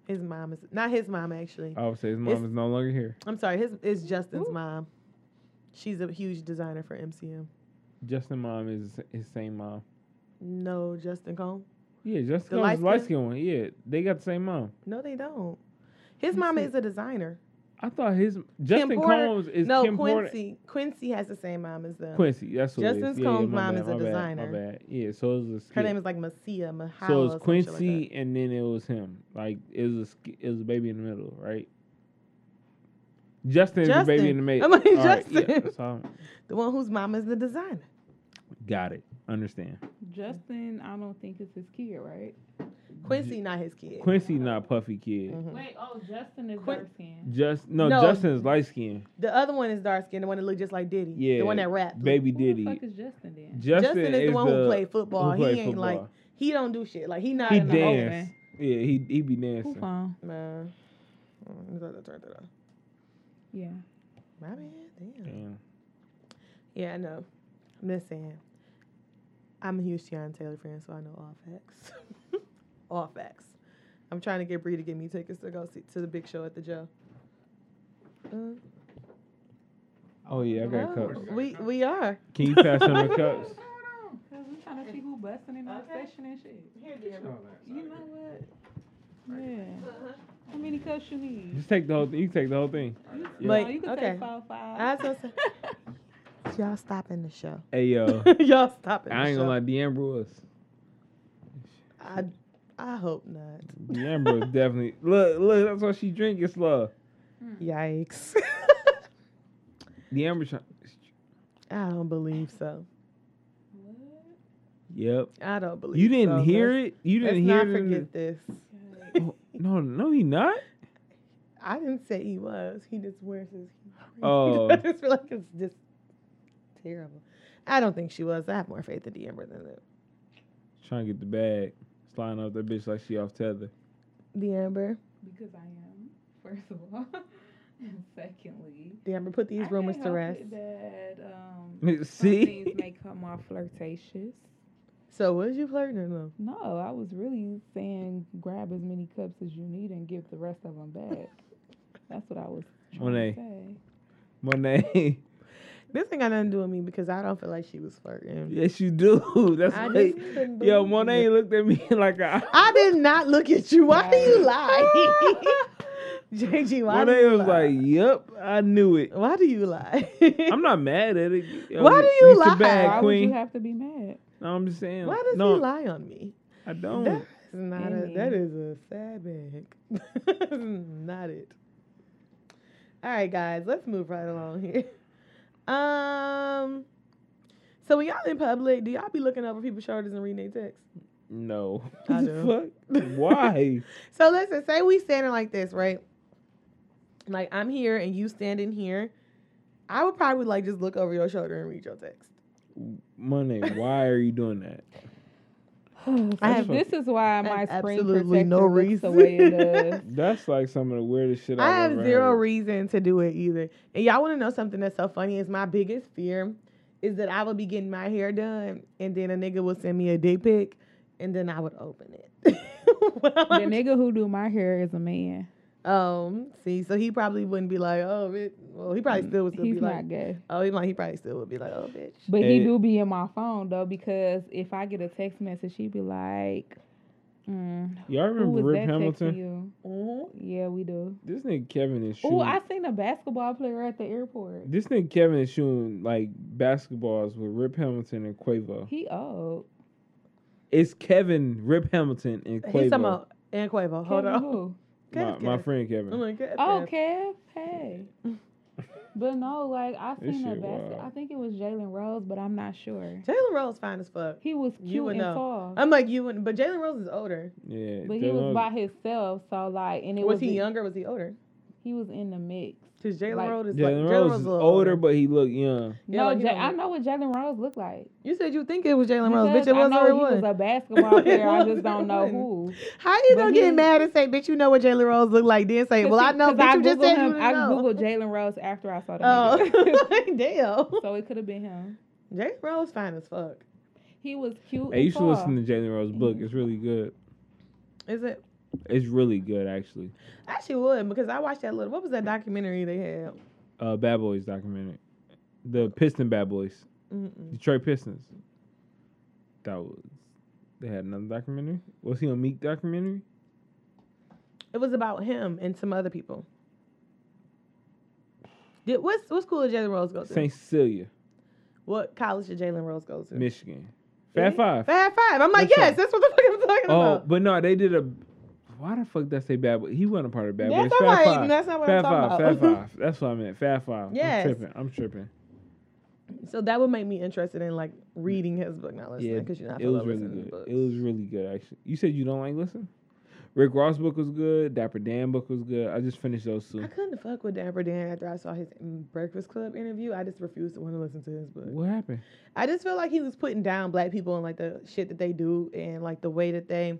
Speaker 3: His mom is not his mom actually.
Speaker 5: I would say his mom
Speaker 3: It's-
Speaker 5: is no longer here.
Speaker 3: I'm sorry, his it's Justin's mom. She's a huge designer for MCM.
Speaker 5: Justin mom is his same mom.
Speaker 3: No, Justin Cone.
Speaker 5: Yeah, Justin
Speaker 3: light
Speaker 5: is light
Speaker 3: skin?
Speaker 5: skinned one. Yeah, they got the same mom.
Speaker 3: No, they don't. His mom is a designer.
Speaker 5: I thought his Justin
Speaker 3: Porter-
Speaker 5: Combs is
Speaker 3: no,
Speaker 5: Kim Porter-
Speaker 3: Quincy. Quincy has the same mom as them.
Speaker 5: Quincy, that's what it
Speaker 3: Justin
Speaker 5: is. Yeah, yeah,
Speaker 3: Combs'
Speaker 5: my
Speaker 3: mom
Speaker 5: bad,
Speaker 3: is a
Speaker 5: my bad,
Speaker 3: designer.
Speaker 5: My bad. Yeah, so it was a
Speaker 3: Her
Speaker 5: skit.
Speaker 3: name is like Masia Mahala. or
Speaker 5: so it
Speaker 3: some
Speaker 5: was
Speaker 3: shit
Speaker 5: Quincy,
Speaker 3: Like
Speaker 5: and then it was him. Like it was a sk- it was a baby in the middle, right? Justin, is a baby in the
Speaker 3: Justin.
Speaker 5: middle.
Speaker 3: I'm like,
Speaker 5: All right, yeah,
Speaker 3: Justin.
Speaker 5: that's all I'm-
Speaker 3: that. The one whose mom is the designer.
Speaker 5: Got it. Understand.
Speaker 4: Justin, I don't think it's his kid, right?
Speaker 3: Quincy, not his kid.
Speaker 5: Quincy not puffy kid.
Speaker 3: Mhm.
Speaker 4: Wait, oh, Justin is
Speaker 3: Quin-
Speaker 4: dark skinned.
Speaker 5: Just no,
Speaker 3: No.
Speaker 5: Justin's light skinned.
Speaker 3: The other one is dark skinned, the one that looked just like Diddy.
Speaker 5: Yeah.
Speaker 3: The one that rapped.
Speaker 5: Baby
Speaker 4: Who the
Speaker 5: Diddy.
Speaker 4: fuck is Justin then?
Speaker 5: Justin,
Speaker 3: Justin is the one who played football.
Speaker 5: who
Speaker 3: he
Speaker 5: played
Speaker 3: ain't like
Speaker 5: football.
Speaker 3: he don't do shit. Like he not
Speaker 5: he
Speaker 3: in the whole
Speaker 4: dance.
Speaker 5: danced. Yeah, he he be
Speaker 4: Who
Speaker 5: dancing.
Speaker 4: phone?
Speaker 3: Man. Mm, is that the turn that off?
Speaker 4: Yeah.
Speaker 3: My man, damn.
Speaker 5: Damn.
Speaker 3: Yeah, I know. I'm just saying. I'm a huge Tiana Taylor fan, so I know all facts. all facts. I'm trying to get Bree to get me tickets to go see to the big show at the Joe. Uh,
Speaker 5: Oh yeah, I got
Speaker 3: oh,
Speaker 5: cups.
Speaker 3: we we are.
Speaker 5: Can you pass him the cups?
Speaker 4: Cause we trying to see who busting in our session and shit. You know what? Yeah. How many cups you need?
Speaker 5: Just take the whole thing. You can take the whole thing. Yeah.
Speaker 3: But-
Speaker 4: No, you can
Speaker 3: okay.
Speaker 4: take five five.
Speaker 3: I was gonna Y'all stopping the show.
Speaker 5: Hey yo.
Speaker 3: Y'all stopping
Speaker 5: I
Speaker 3: the
Speaker 5: ain't
Speaker 3: show.
Speaker 5: gonna lie, Deanne Brewers.
Speaker 3: I I hope not.
Speaker 5: Deanne Brewers definitely look, look, that's why she drink it's love.
Speaker 4: Hmm.
Speaker 3: Yikes.
Speaker 5: Deanne Brewers try-
Speaker 3: I don't believe so.
Speaker 5: Yep.
Speaker 3: I don't believe
Speaker 5: You didn't
Speaker 3: so.
Speaker 5: hear
Speaker 3: Let's-
Speaker 5: it? You didn't
Speaker 3: let's
Speaker 5: hear
Speaker 3: not
Speaker 5: it. in the-
Speaker 3: forget this.
Speaker 5: Oh, no, no, he not.
Speaker 3: I didn't say he was. He just wears his. he-
Speaker 5: Oh.
Speaker 3: I just feel like it's just terrible. I don't think she was. I have more faith in the Amber than the,
Speaker 5: Trying to get the bag, sliding off that bitch like she off tether.
Speaker 3: the Amber.
Speaker 4: Because I am, first of all. and secondly,
Speaker 3: The Amber put
Speaker 4: I
Speaker 3: these
Speaker 4: can't
Speaker 3: rumors to
Speaker 4: help
Speaker 3: rest.
Speaker 4: it That, um, Some
Speaker 5: See,
Speaker 4: things may come off flirtatious.
Speaker 3: So was you flirting or no?
Speaker 4: No, I was really saying grab as many cups as you need and give the rest of them back. That's what I was trying
Speaker 5: Monet.
Speaker 4: to say.
Speaker 5: Monet.
Speaker 3: This ain't got nothing to do with me because I don't feel like she was flirting.
Speaker 5: yes, you do. That's
Speaker 3: I
Speaker 5: like,
Speaker 3: just couldn't
Speaker 5: yo,
Speaker 3: believe
Speaker 5: Monet looked at me like a.
Speaker 3: I did not look at you. Why do you lie? JG, why do
Speaker 5: Monet
Speaker 3: you
Speaker 5: was
Speaker 3: lie?
Speaker 5: like, "Yep, I knew it."
Speaker 3: why do you lie?
Speaker 5: I'm not mad at it. Yo,
Speaker 3: Why do
Speaker 5: reach
Speaker 3: you
Speaker 5: your
Speaker 3: lie?
Speaker 5: bag,
Speaker 4: Why would
Speaker 5: queen.
Speaker 4: you have to be mad?
Speaker 5: no, I'm just saying.
Speaker 3: Why does
Speaker 5: no, Mm-hmm.
Speaker 3: he lie on me?
Speaker 5: I don't.
Speaker 3: That's not a, that
Speaker 4: Amen.
Speaker 3: is a sad bag. not it. All right, guys, let's move right along here. Um, so when y'all in public, do y'all be looking over people's shoulders and reading their text?
Speaker 5: No.
Speaker 3: I
Speaker 5: The
Speaker 3: do.
Speaker 5: fuck? Why?
Speaker 3: So listen, say we standing like this, right? Like I'm here and you standing here. I would probably like just look over your shoulder and read your text.
Speaker 5: Monet, why are you doing that?
Speaker 4: I
Speaker 5: have-
Speaker 4: this is why
Speaker 3: I
Speaker 4: my
Speaker 3: have
Speaker 4: screen
Speaker 3: absolutely
Speaker 4: protector
Speaker 3: no
Speaker 4: looks the way it
Speaker 3: reason.
Speaker 4: does.
Speaker 5: That's like some of the weirdest shit I've
Speaker 3: I have
Speaker 5: ever
Speaker 3: zero
Speaker 5: heard.
Speaker 3: reason to do it either. And y'all want to know something that's so funny? Is my biggest fear is that I would be getting my hair done and then a nigga will send me a dick pic and then I would open it. While
Speaker 4: The
Speaker 3: I'm-
Speaker 4: nigga who do my hair is a man.
Speaker 3: um, see, so he probably wouldn't be like, oh, it, well, he probably still would still
Speaker 4: He's
Speaker 3: be
Speaker 4: not
Speaker 3: like,
Speaker 4: gay.
Speaker 3: oh, he, might, he probably still would be like, oh, bitch.
Speaker 4: But he
Speaker 5: Eh.
Speaker 4: do be in my phone though because if I get a text message, he be like, mm,
Speaker 5: Y'all
Speaker 4: "Who was
Speaker 5: remember Rip
Speaker 4: that texting
Speaker 5: Hamilton?
Speaker 4: you?"
Speaker 3: Mhm.
Speaker 4: Yeah, we do.
Speaker 5: This nigga Kevin is shooting.
Speaker 4: Oh, I seen a basketball player at the airport.
Speaker 5: This nigga Kevin is shooting like basketballs with Rip Hamilton and Quavo.
Speaker 4: He oh, old.
Speaker 5: It's Kevin, Rip Hamilton, and Quavo.
Speaker 3: He's talking about and Quavo. Hold
Speaker 4: Kevin
Speaker 3: on.
Speaker 4: who?
Speaker 5: my,
Speaker 3: Kev,
Speaker 5: my
Speaker 3: Kev.
Speaker 5: friend Kevin.
Speaker 3: Oh my god.
Speaker 4: Oh,
Speaker 3: Kev.
Speaker 4: Kev. Hey. but no, like I
Speaker 5: This
Speaker 4: seen a
Speaker 5: shit
Speaker 4: basket.
Speaker 5: wild.
Speaker 4: I think it was Jalen Rose, but I'm not sure.
Speaker 3: Jalen Rose fine as fuck.
Speaker 4: He was cute
Speaker 3: You would
Speaker 4: and
Speaker 3: know.
Speaker 4: tall,
Speaker 3: I'm like you, wouldn't- but Jalen Rose is older.
Speaker 5: Yeah.
Speaker 4: but he
Speaker 5: that
Speaker 4: was by himself. So like, and it
Speaker 3: was
Speaker 4: was
Speaker 3: he
Speaker 4: in-
Speaker 3: younger? Was he older?
Speaker 4: He was in the mix.
Speaker 3: Because Jalen
Speaker 4: Like-
Speaker 3: Rose is like,
Speaker 5: Jalen Rose is older, but he look young.
Speaker 3: Yeah,
Speaker 4: no,
Speaker 3: like, he
Speaker 4: Ja-
Speaker 3: don't
Speaker 4: I
Speaker 3: look-
Speaker 4: know what Jalen Rose looked like.
Speaker 3: You said you think it was Jalen Rose, bitch.
Speaker 4: Because
Speaker 3: It
Speaker 4: I
Speaker 3: wasn't.
Speaker 4: know
Speaker 3: or It
Speaker 4: he was
Speaker 3: was.
Speaker 4: a basketball
Speaker 3: It
Speaker 4: player. I
Speaker 3: wasn't,
Speaker 4: just don't
Speaker 3: it
Speaker 4: know
Speaker 3: wasn't.
Speaker 4: who.
Speaker 3: How you
Speaker 4: But
Speaker 3: gonna get
Speaker 4: he-
Speaker 3: mad and say, bitch? You know what Jalen Rose looked like? Then say, well, I know, bitch.
Speaker 4: Because
Speaker 3: You just
Speaker 4: Googled
Speaker 3: said you
Speaker 4: him,
Speaker 3: didn't
Speaker 4: I
Speaker 3: know.
Speaker 4: googled Jalen Rose after I saw the nigga.
Speaker 3: Oh, damn.
Speaker 4: so it could have been him.
Speaker 3: Jalen Rose fine as fuck.
Speaker 4: He was cute.
Speaker 5: Hey,
Speaker 4: and
Speaker 5: you should
Speaker 4: tall.
Speaker 5: listen to Jalen Rose's book. It's really good.
Speaker 3: Is it?
Speaker 5: It's really good actually.
Speaker 3: I Actually, would because I watched that little. What was that documentary they had?
Speaker 5: Uh, Bad Boys documentary, the Piston Bad Boys,
Speaker 3: Mm-mm.
Speaker 5: Detroit Pistons. That was. They had another documentary. Was he on Meek documentary?
Speaker 3: It was about him and some other people. Did, what's what's cool did Jalen Rose go to?
Speaker 5: Saint Cecilia,
Speaker 3: What college did Jalen Rose go to?
Speaker 5: Michigan.
Speaker 3: Really?
Speaker 5: Fat Five.
Speaker 3: Fab Five. I'm like,
Speaker 5: Which
Speaker 3: yes,
Speaker 5: one?
Speaker 3: that's what the fuck I'm talking
Speaker 5: Oh,
Speaker 3: about.
Speaker 5: but no, they did a. Why the fuck that say Bad Boy? He wasn't a part of Bad
Speaker 3: That's
Speaker 5: Boys.
Speaker 3: all
Speaker 5: Fat
Speaker 3: right,
Speaker 5: Five.
Speaker 3: that's not what I'm
Speaker 5: Fat
Speaker 3: talking
Speaker 5: Five.
Speaker 3: about.
Speaker 5: Fat Five. That's what I meant. Fat Five.
Speaker 3: Yes.
Speaker 5: I'm tripping. I'm tripping.
Speaker 3: So that would make me interested in like reading his book, not listening, because you're not
Speaker 5: it was
Speaker 3: supposed to
Speaker 5: really
Speaker 3: listen to
Speaker 5: good.
Speaker 3: books.
Speaker 5: It was really good actually. You said you don't like listen. Rick Ross book was good. Dapper Dan book was good. I just finished those two.
Speaker 3: I couldn't fuck with Dapper Dan after I saw his mm, Breakfast Club interview. I just refused to want to listen to his book.
Speaker 5: What happened?
Speaker 3: I just feel like he was putting down black people and like the shit that they do and like the way that they.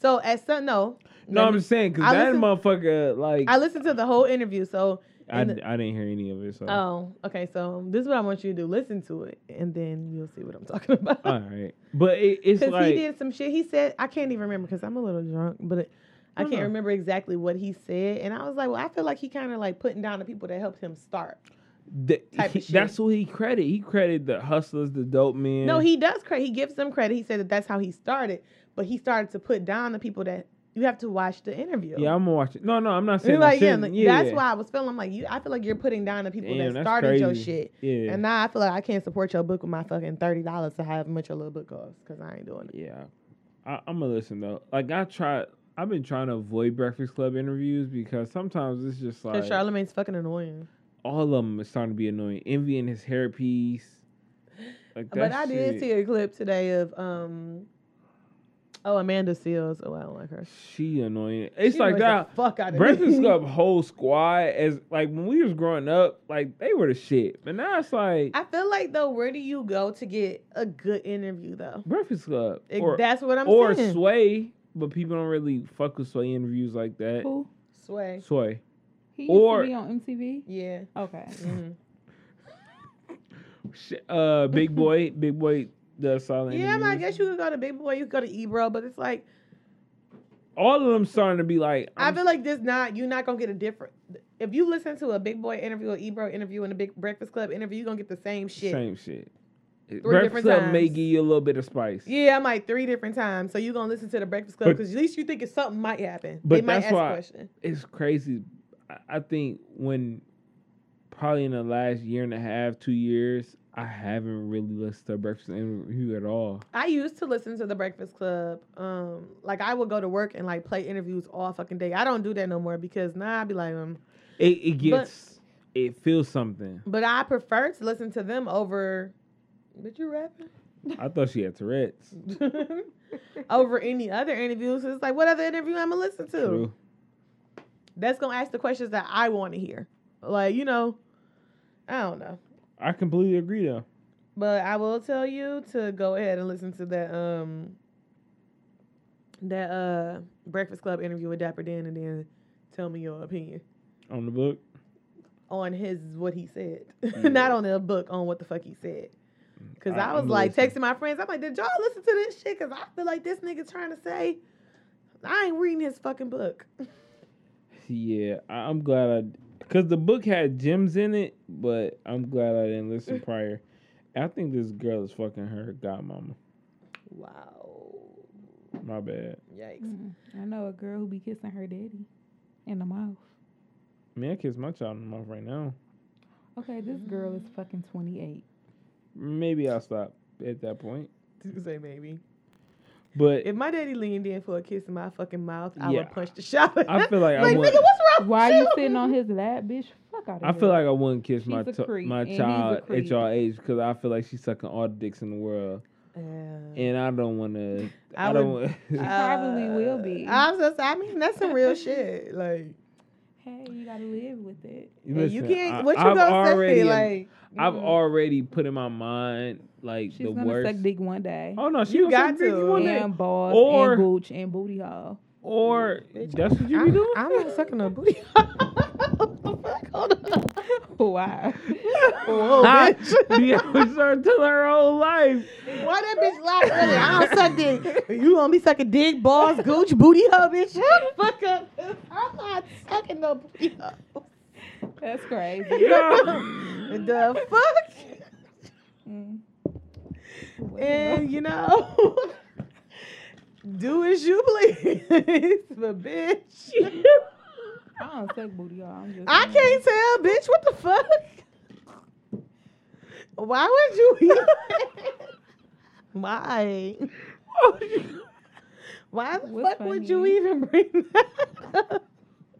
Speaker 3: So at some no,
Speaker 5: No,
Speaker 3: let
Speaker 5: I'm
Speaker 3: me-
Speaker 5: just saying because
Speaker 3: I
Speaker 5: that
Speaker 3: listen-
Speaker 5: motherfucker like
Speaker 3: I
Speaker 5: I
Speaker 3: listened to the whole interview. So
Speaker 5: I,
Speaker 3: in
Speaker 5: didn't hear any of it. So
Speaker 3: oh okay, so this is what I want you to do: listen to it, and then you'll see what I'm talking about.
Speaker 5: all right, but it, it's
Speaker 3: Because he
Speaker 5: like
Speaker 3: did some shit. He said, I can't even remember because I'm a little drunk, but it, I
Speaker 5: No,
Speaker 3: can't
Speaker 5: no.
Speaker 3: remember exactly what he said. And I was like, well, I feel like he kind of like putting down the people that helped him start.
Speaker 5: the,
Speaker 3: type of
Speaker 5: he-
Speaker 3: shit.
Speaker 5: that's who he credit. He credited the hustlers, the dope men.
Speaker 3: No, he does credit. He gives them credit. He said that that's how he started, but he started to put down the people that you have to watch the interview.
Speaker 5: Yeah, I'm gonna watch it. No, no, I'm not
Speaker 3: And
Speaker 5: saying
Speaker 3: like,
Speaker 5: I
Speaker 3: yeah,
Speaker 5: shouldn't.
Speaker 3: like,
Speaker 5: yeah,
Speaker 3: that's why I was feeling. I'm like, you. I feel like you're putting down the people
Speaker 5: Damn,
Speaker 3: that
Speaker 5: that's
Speaker 3: started your
Speaker 5: crazy.
Speaker 3: shit.
Speaker 5: Yeah.
Speaker 3: And now I feel like I can't support your book with my fucking thirty dollars to have much your little book costs because I ain't doing it.
Speaker 5: Yeah, I, I'm gonna listen though. Like I try, I've been trying to avoid Breakfast Club interviews because sometimes it's just like
Speaker 3: Because Charlemagne's fucking annoying.
Speaker 5: all of them is starting to be annoying. Envy and his hairpiece. Like that
Speaker 3: But I did
Speaker 5: shit,
Speaker 3: see a clip today of um oh Amanda Seals. Oh, I don't like her.
Speaker 5: She annoying. It's
Speaker 3: She
Speaker 5: like
Speaker 3: annoys the
Speaker 5: that.
Speaker 3: Fuck out of
Speaker 5: Breakfast
Speaker 3: me.
Speaker 5: Club whole squad as like when we was growing up, like they were the shit. But now it's like
Speaker 3: I feel like though, where do you go to get a good interview though?
Speaker 5: Breakfast Club
Speaker 3: It-
Speaker 5: or
Speaker 3: that's what I'm
Speaker 5: or
Speaker 3: saying.
Speaker 5: Sway, but people don't really fuck with Sway interviews like that.
Speaker 4: Who?
Speaker 3: Sway.
Speaker 5: Sway,
Speaker 4: He used
Speaker 5: Or-
Speaker 4: to be on MTV.
Speaker 3: Yeah.
Speaker 4: Okay.
Speaker 3: Mhm.
Speaker 5: Sh- uh, Big Boy, Big Boy does solid.
Speaker 3: Yeah, I
Speaker 5: interviews.
Speaker 3: guess you could go to Big Boy, you could go to Ebro, but it's like
Speaker 5: all of them starting to be like,
Speaker 3: I
Speaker 5: I'm-
Speaker 3: feel like this not you're not gonna get a different. If you listen to a Big Boy interview, a Ebro interview, and a Big Breakfast Club interview, you're gonna get the same shit.
Speaker 5: same shit. Three
Speaker 3: different
Speaker 5: may
Speaker 3: times.
Speaker 5: give you a little bit of spice.
Speaker 3: Yeah, I'm like three different times. So you're gonna listen to the Breakfast Club
Speaker 5: But-
Speaker 3: because at least you think it's something might happen.
Speaker 5: but
Speaker 3: they might
Speaker 5: that's
Speaker 3: ask
Speaker 5: why-
Speaker 3: a question.
Speaker 5: It's crazy. I- I think when probably in the last year and a half, two years, I haven't really listened to breakfast interview at all.
Speaker 3: I used to listen to the Breakfast Club. Um, like I would go to work and like play interviews all fucking day. I don't do that no more because now I'd be like, um,
Speaker 5: It it gets it feels something.
Speaker 3: but I prefer to listen to them over. Did you rap?
Speaker 5: I thought she had Tourette's.
Speaker 3: over any other interviews. It's like, what other interview I'm gonna listen to?
Speaker 5: True.
Speaker 3: That's gonna ask the questions that I want to hear. Like, you know, I don't know,
Speaker 5: I completely agree though.
Speaker 3: but I will tell you to go ahead and listen to that um that uh Breakfast Club interview with Dapper Dan, and then tell me your opinion
Speaker 5: On the book.
Speaker 3: on his what he said, not on the book on what the fuck he said. Cause
Speaker 5: Mm, I-
Speaker 3: I, was
Speaker 5: I'm
Speaker 3: like
Speaker 5: listening.
Speaker 3: texting my friends. I'm like, did y'all listen to this shit? Cause I feel like this nigga trying to say, I ain't reading his fucking book.
Speaker 5: Yeah, I, I'm glad I, because the book had gems in it, but I'm glad I didn't listen prior. I think this girl is fucking her godmama.
Speaker 3: Wow.
Speaker 5: My bad.
Speaker 3: Yikes.
Speaker 4: Mm, I know a girl who be kissing her daddy in the mouth.
Speaker 5: I mean, I kiss my child in the mouth right now.
Speaker 4: Okay, this girl is fucking 28.
Speaker 5: Maybe I'll stop at that point.
Speaker 3: You can say maybe.
Speaker 5: But
Speaker 3: If my daddy leaned in for a kiss in my fucking mouth, I
Speaker 5: Yeah.
Speaker 3: would punch the shower.
Speaker 5: I feel like I
Speaker 3: like,
Speaker 5: would-
Speaker 3: nigga, what's wrong?
Speaker 4: Why
Speaker 3: with
Speaker 4: you sitting on his lap, bitch? Fuck out of
Speaker 5: I feel like I wouldn't kiss my
Speaker 4: She's a
Speaker 5: t-
Speaker 4: creep,
Speaker 5: my
Speaker 4: and he's a
Speaker 5: child at
Speaker 4: creep.
Speaker 5: y'all age because I feel like she's sucking all the dicks in the world,
Speaker 3: Yeah.
Speaker 5: and I don't want to. I,
Speaker 3: I
Speaker 5: don't.
Speaker 3: would-
Speaker 5: wanna-
Speaker 4: I- probably will be.
Speaker 3: Uh, I'm just, I mean, that's some real shit. Like,
Speaker 4: Hey, you gotta live with it.
Speaker 3: and you
Speaker 5: Listen,
Speaker 3: can't.
Speaker 5: I-
Speaker 3: what you
Speaker 5: I've
Speaker 3: gonna
Speaker 5: already
Speaker 3: say?
Speaker 5: am-
Speaker 3: Like,
Speaker 5: I've
Speaker 3: mm,
Speaker 5: already put in my mind like
Speaker 4: She's
Speaker 5: the
Speaker 4: gonna
Speaker 5: worst.
Speaker 4: suck dick one day.
Speaker 5: Oh no, she
Speaker 3: You
Speaker 5: gonna suck
Speaker 3: got
Speaker 5: dick
Speaker 3: to.
Speaker 5: one day.
Speaker 4: and balls
Speaker 5: Or-
Speaker 4: and gooch and booty hole.
Speaker 5: Or
Speaker 3: Bitch,
Speaker 5: that's what you
Speaker 3: I'm,
Speaker 5: be doing.
Speaker 3: I'm not sucking no booty. What the fuck? Hold on.
Speaker 4: Wow.
Speaker 3: Whoa,
Speaker 5: I,
Speaker 3: bitch.
Speaker 5: yeah, we started telling her whole life.
Speaker 3: Why that bitch laugh really? I don't suck dick. You gonna be sucking dick, balls, gooch, booty hoe, bitch? Shut the fuck up. I'm not sucking no booty hoe.
Speaker 4: That's crazy.
Speaker 5: Yeah.
Speaker 3: The fuck?
Speaker 4: Mm.
Speaker 3: And you know, do as you please, but bitch,
Speaker 4: I don't suck booty hole. I'm just
Speaker 3: I
Speaker 4: saying.
Speaker 3: can't tell, bitch. What the fuck? Why would you? even- Why? Why the
Speaker 4: What's
Speaker 3: fuck would you
Speaker 4: funny?
Speaker 3: even bring that? up?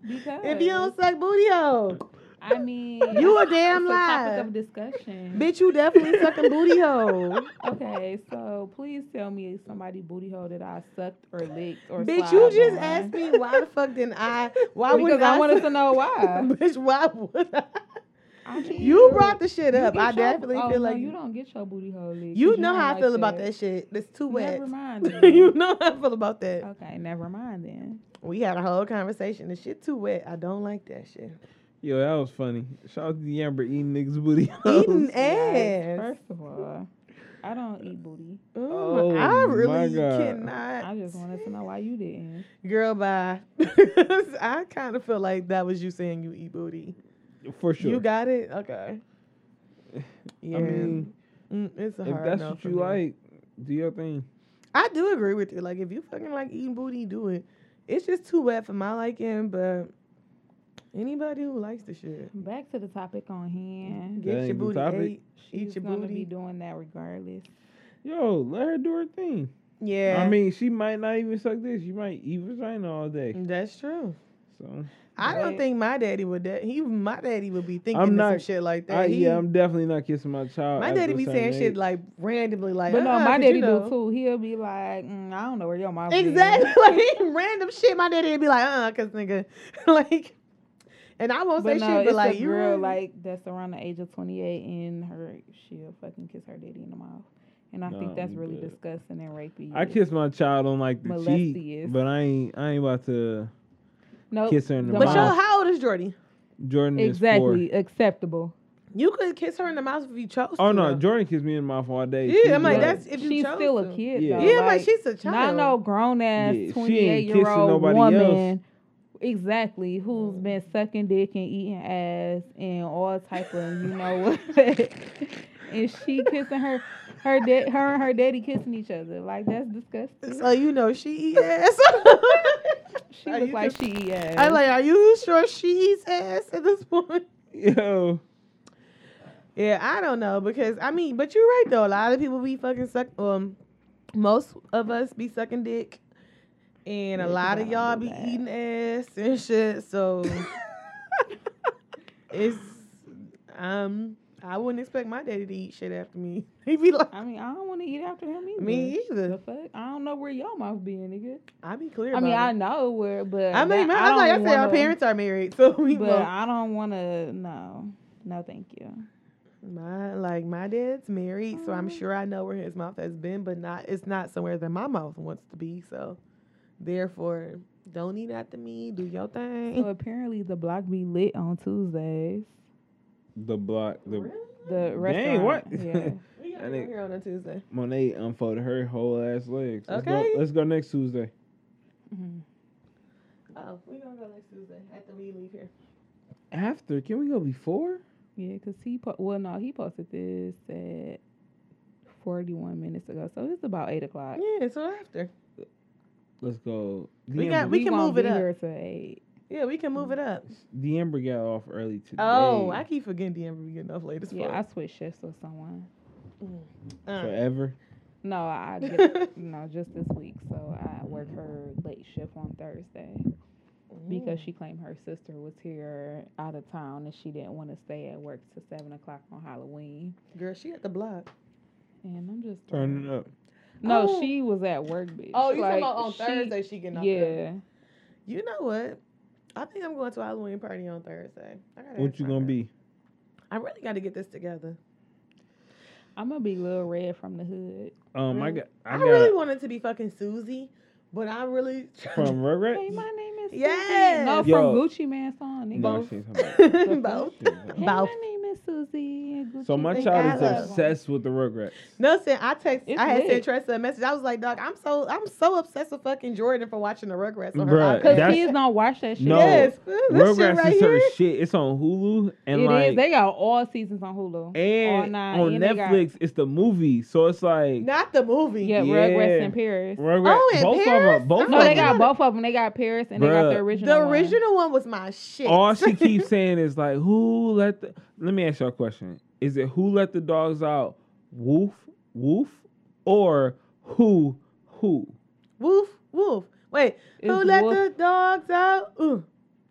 Speaker 4: Because
Speaker 3: If you don't suck booty hole,
Speaker 4: I mean,
Speaker 3: You a damn
Speaker 4: it's
Speaker 3: lie.
Speaker 4: topic of discussion.
Speaker 3: bitch, you definitely sucking booty hole.
Speaker 4: Okay, so please tell me somebody booty hole that I sucked or licked or
Speaker 3: Bitch, you
Speaker 4: slobbered
Speaker 3: just
Speaker 4: on.
Speaker 3: asked me why the fuck didn't I? Why
Speaker 4: because
Speaker 3: would
Speaker 4: I
Speaker 3: I?
Speaker 4: wanted
Speaker 3: suck-
Speaker 4: to know why.
Speaker 3: bitch, why would I?
Speaker 4: I mean,
Speaker 3: You brought the shit
Speaker 4: you
Speaker 3: up.
Speaker 4: get
Speaker 3: I
Speaker 4: your-
Speaker 3: definitely
Speaker 4: oh,
Speaker 3: feel
Speaker 4: no,
Speaker 3: like
Speaker 4: you
Speaker 3: you,
Speaker 4: don't get your booty hole licked. 'cause
Speaker 3: know
Speaker 4: ain't
Speaker 3: how I
Speaker 4: like
Speaker 3: feel about that shit. It's too wet.
Speaker 4: Never mind. then.
Speaker 3: you
Speaker 5: Mm-hmm.
Speaker 3: know how I feel about that.
Speaker 5: Uh,
Speaker 4: Okay, never mind then.
Speaker 3: We had a whole conversation. The shit too wet. I don't like that shit.
Speaker 5: Yo, that was funny. Shout out to Yamber eating niggas booty.
Speaker 3: Eating
Speaker 5: holes.
Speaker 4: Yikes,
Speaker 3: ass.
Speaker 4: First of all, I don't eat booty.
Speaker 3: Ooh,
Speaker 5: Oh,
Speaker 3: I
Speaker 5: my
Speaker 3: really
Speaker 5: God.
Speaker 3: cannot.
Speaker 4: I just wanted to know why you didn't.
Speaker 3: Girl, bye. I kind of feel like that was you saying you eat booty.
Speaker 5: for sure.
Speaker 3: You got it? Okay. Yeah.
Speaker 5: I mean,
Speaker 3: Mm, it's a
Speaker 5: if
Speaker 3: hard
Speaker 5: that's
Speaker 3: no
Speaker 5: what
Speaker 3: for
Speaker 5: you
Speaker 3: me.
Speaker 5: like, do your thing.
Speaker 3: I do agree with you. Like, if you fucking like eating booty, do it. It's just too wet for my liking, but anybody who likes the shit,
Speaker 4: Back to the topic on hand.
Speaker 3: get your
Speaker 5: ain't the
Speaker 3: booty
Speaker 5: topic.
Speaker 3: ate.
Speaker 4: She's
Speaker 3: your
Speaker 4: gonna
Speaker 3: booty.
Speaker 4: be doing that regardless.
Speaker 5: Yo, let her do her thing.
Speaker 3: Yeah.
Speaker 5: I mean, she might not even suck this. She might eat vagina all day.
Speaker 3: that's true.
Speaker 5: So
Speaker 3: I don't
Speaker 4: Right.
Speaker 3: think my daddy would. That he, my daddy would be thinking
Speaker 5: I'm
Speaker 3: of
Speaker 5: not-
Speaker 3: some shit like that.
Speaker 5: I,
Speaker 3: He-
Speaker 5: yeah, I'm definitely not kissing my child.
Speaker 3: my
Speaker 5: after
Speaker 3: daddy
Speaker 5: a
Speaker 3: be
Speaker 5: certain
Speaker 3: saying shit
Speaker 5: age.
Speaker 3: like randomly, like.
Speaker 4: But no,
Speaker 3: uh-uh,
Speaker 4: my
Speaker 3: 'cause
Speaker 4: daddy
Speaker 3: you know.
Speaker 4: do too. He'll be like, mm, I don't know where your mouth is.
Speaker 3: Exactly, like random shit. My daddy would be like, uh, cause nigga, like, and I won't
Speaker 4: But
Speaker 3: say
Speaker 4: no,
Speaker 3: shit,
Speaker 4: it's
Speaker 3: but like
Speaker 4: a
Speaker 3: you
Speaker 4: girl
Speaker 3: really-
Speaker 4: like that's around the age of twenty eight, and her she'll fucking kiss her daddy in the mouth, and I
Speaker 5: Nah,
Speaker 4: think that's
Speaker 5: I'm
Speaker 4: really
Speaker 5: good.
Speaker 4: disgusting and rapey.
Speaker 5: I kiss my child on like the cheek,
Speaker 4: Molestious.
Speaker 5: but I ain't. I ain't about to.
Speaker 4: no
Speaker 5: kiss her in the
Speaker 3: But
Speaker 5: mouth.
Speaker 3: yo, how old is Jordy?
Speaker 5: Jordan is four.
Speaker 4: Exactly acceptable.
Speaker 3: You could kiss her in the mouth if you chose.
Speaker 5: Oh
Speaker 3: to,
Speaker 5: no,
Speaker 3: though.
Speaker 5: Jordan kissed me in the mouth all day.
Speaker 3: Yeah,
Speaker 5: She
Speaker 3: I'm like
Speaker 5: loved it.
Speaker 3: that's if you
Speaker 4: she's
Speaker 3: chose
Speaker 4: still
Speaker 3: to.
Speaker 4: a kid.
Speaker 5: Yeah.
Speaker 4: though,
Speaker 3: Yeah, like, she's a
Speaker 4: Not
Speaker 3: child.
Speaker 4: no grown ass
Speaker 5: Yeah, she ain't
Speaker 4: twenty eight
Speaker 5: kissing
Speaker 4: year old
Speaker 5: nobody
Speaker 4: woman.
Speaker 5: else.
Speaker 4: Exactly, who's
Speaker 3: Mm.
Speaker 4: been sucking dick and eating ass and all type of you know what? and she kissing her, her dad, her and her daddy kissing each other. Like that's disgusting.
Speaker 3: So you know she eat ass.
Speaker 4: She
Speaker 3: Are
Speaker 4: looks
Speaker 3: you
Speaker 4: like
Speaker 3: just-
Speaker 4: she eat ass.
Speaker 3: I like. Are you sure she eats ass at this point?
Speaker 5: Yo,
Speaker 3: Yeah, I don't know because I mean, but you're right though. A lot of people be fucking suck. Um, most of us be sucking dick, and a lot of y'all be eating ass and shit. So it's um, I wouldn't expect my daddy to eat shit after me. He be like,
Speaker 4: I mean, I don't want to eat after him either.
Speaker 3: me either.
Speaker 4: The fuck? I don't know where your mouth be, nigga.
Speaker 3: I be clear.
Speaker 4: I mean, I
Speaker 3: about
Speaker 4: know where, but
Speaker 3: it. I mean,
Speaker 4: that-
Speaker 3: I, like I
Speaker 4: don't
Speaker 3: said, our
Speaker 4: wanna-
Speaker 3: parents are married, so we
Speaker 4: But
Speaker 3: both.
Speaker 4: I don't want to. No, no, thank you.
Speaker 3: My like my dad's married, so I'm sure I know where his mouth has been, but not it's not somewhere that my mouth wants to be. So, therefore, don't eat after me. Do your
Speaker 4: So
Speaker 3: thing.
Speaker 4: apparently, the block be lit on Tuesdays.
Speaker 5: the block, the
Speaker 4: The
Speaker 5: Dang,
Speaker 4: restaurant.
Speaker 5: what?
Speaker 4: Yeah.
Speaker 3: We
Speaker 5: gotta I think- go
Speaker 3: on a Tuesday.
Speaker 5: Monet unfolded her whole ass legs. Let's
Speaker 3: Okay.
Speaker 5: go, let's go next Tuesday.
Speaker 4: Mhm.
Speaker 3: Oh, we gonna go next Tuesday after we leave here.
Speaker 5: After, can we go before?
Speaker 4: Yeah, because he po- well no he posted this at forty one minutes ago, so it's about eight o'clock.
Speaker 3: Yeah, so after.
Speaker 5: Let's go. The
Speaker 3: We
Speaker 5: Ember-
Speaker 3: got- we can
Speaker 4: won't
Speaker 3: move it
Speaker 4: be
Speaker 3: up.
Speaker 4: Here till eight.
Speaker 3: Yeah, we can move it up.
Speaker 5: the Ember got off early today.
Speaker 3: Oh, I keep forgetting the end. We getting off late as
Speaker 4: Yeah, I
Speaker 3: fuck.
Speaker 4: switched shifts with someone.
Speaker 3: All right.
Speaker 5: forever.
Speaker 4: No, I get, no just this week, so I work her late shift on Thursday because
Speaker 3: Mm.
Speaker 4: she claimed her sister was here out of town and she didn't want to stay at work till seven o'clock on Halloween.
Speaker 3: Girl, she at the block.
Speaker 4: And I'm just
Speaker 5: Turn it up.
Speaker 4: No,
Speaker 3: Oh.
Speaker 4: she was at work, bitch. Like, she-
Speaker 3: she getting
Speaker 4: Yeah.
Speaker 3: You know what? I think I'm going to a Halloween party on Thursday. I gotta
Speaker 5: What
Speaker 3: ask
Speaker 5: you
Speaker 3: my friend.
Speaker 5: gonna be?
Speaker 3: I really got to get this together.
Speaker 4: I'm gonna be little red from the hood.
Speaker 5: Um, I
Speaker 3: Really?
Speaker 5: got. I,
Speaker 3: I,
Speaker 5: got
Speaker 3: really wanted to be fucking Susie, but I really
Speaker 5: from
Speaker 4: Hey,
Speaker 5: Rugrats.
Speaker 4: my name is Susie.
Speaker 3: Yes.
Speaker 4: No,
Speaker 5: Yo.
Speaker 4: from Gucci Man's song. Nigga.
Speaker 5: No, she ain't talking about it.
Speaker 3: both.
Speaker 5: She ain't
Speaker 4: Hey,
Speaker 5: talking about it.
Speaker 3: Both.
Speaker 4: my name is Susie. and Gucci
Speaker 5: So my
Speaker 3: Think
Speaker 5: child
Speaker 3: I
Speaker 5: is
Speaker 3: love-
Speaker 5: obsessed with the Rugrats.
Speaker 3: No, sin. I text.
Speaker 4: It's
Speaker 3: I had
Speaker 4: lit.
Speaker 3: sent Tressa a message. I was like, "Dog, I'm so I'm so obsessed with fucking Jordan for watching the Rugrats on her
Speaker 5: Bruh,
Speaker 3: iPad."
Speaker 4: Because
Speaker 5: That's-
Speaker 4: kids don't watch that shit.
Speaker 5: No.
Speaker 3: yes, this shit
Speaker 5: Rugrats
Speaker 3: right
Speaker 5: is her
Speaker 3: here.
Speaker 5: shit. It's on Hulu and
Speaker 4: It is.
Speaker 5: like
Speaker 4: They got all seasons on Hulu. all
Speaker 5: and
Speaker 4: nine,
Speaker 5: on
Speaker 4: and they got-
Speaker 5: Netflix. It's the movie, so it's like
Speaker 3: Not the movie.
Speaker 4: yeah,
Speaker 5: Yeah.
Speaker 4: Rugrats in Paris.
Speaker 5: Rugrats.
Speaker 3: Oh, and
Speaker 5: both of
Speaker 3: Paris?
Speaker 5: them. Both
Speaker 4: No,
Speaker 5: of
Speaker 4: they
Speaker 5: them.
Speaker 4: got both of them. They got Paris and they got
Speaker 5: Bruh.
Speaker 4: the original.
Speaker 3: the
Speaker 4: one.
Speaker 3: original one was my shit.
Speaker 5: All she keeps saying is like, "Who let the?" Let me ask y'all a question: Is it who let the dogs out? Woof, woof, or who, who?
Speaker 3: woof woof. Wait, who
Speaker 4: It's
Speaker 3: let
Speaker 4: woof.
Speaker 3: the dogs out? Ooh,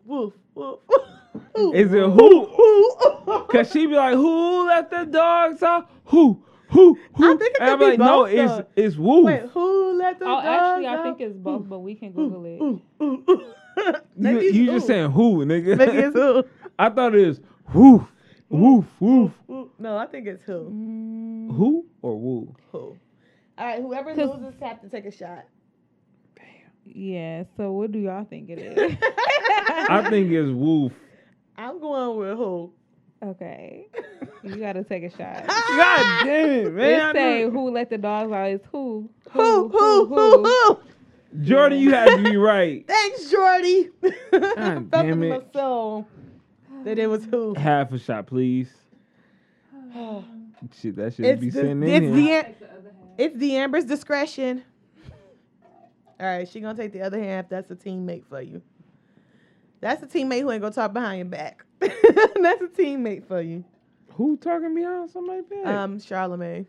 Speaker 3: woof woof.
Speaker 5: Is it who?
Speaker 3: Ooh.
Speaker 5: Cause she be like, "Who let the dogs out? Who, who,
Speaker 3: I
Speaker 5: who?"
Speaker 3: think it could
Speaker 5: and I'm
Speaker 3: be
Speaker 5: like, "No,
Speaker 3: both,
Speaker 5: it's
Speaker 3: though.
Speaker 5: it's woof."
Speaker 3: Wait, who let the
Speaker 4: Oh,
Speaker 3: dogs
Speaker 4: actually,
Speaker 3: out?
Speaker 4: I think it's both, but we can Google it.
Speaker 3: Ooh, ooh, ooh.
Speaker 5: you
Speaker 3: Maybe it's
Speaker 5: you just
Speaker 3: ooh.
Speaker 5: saying who, nigga?
Speaker 3: Maybe it's who.
Speaker 5: I thought it was woof, woof, woof.
Speaker 3: Ooh, No, I think it's who.
Speaker 4: Mm,
Speaker 5: Who or woo?
Speaker 3: Who? All right, whoever loses have to take a shot.
Speaker 4: yeah. So what do y'all think it is?
Speaker 5: I think it's woof.
Speaker 3: I'm going with who.
Speaker 4: okay. You gotta take a shot.
Speaker 5: God damn it,
Speaker 4: They
Speaker 5: man! I
Speaker 4: say
Speaker 5: knew-
Speaker 4: who let the dogs out is who.
Speaker 3: Who? Who? Who? Who?
Speaker 5: Jordan, you had to be right.
Speaker 3: Thanks, Jordy. I
Speaker 5: God
Speaker 3: felt in
Speaker 5: damn it.
Speaker 3: my soul that it was who.
Speaker 5: Half a shot, please. Shit, that should
Speaker 3: It's
Speaker 5: be
Speaker 3: the,
Speaker 5: sitting
Speaker 3: it's
Speaker 5: in
Speaker 3: the
Speaker 5: here.
Speaker 3: Am- it's the Amber's discretion. All right, she gonna take the other half. That's a teammate for you. That's a teammate who ain't gonna talk behind your back. That's a teammate for you.
Speaker 5: Who talking behind somebody back?
Speaker 3: Um, Charlemagne.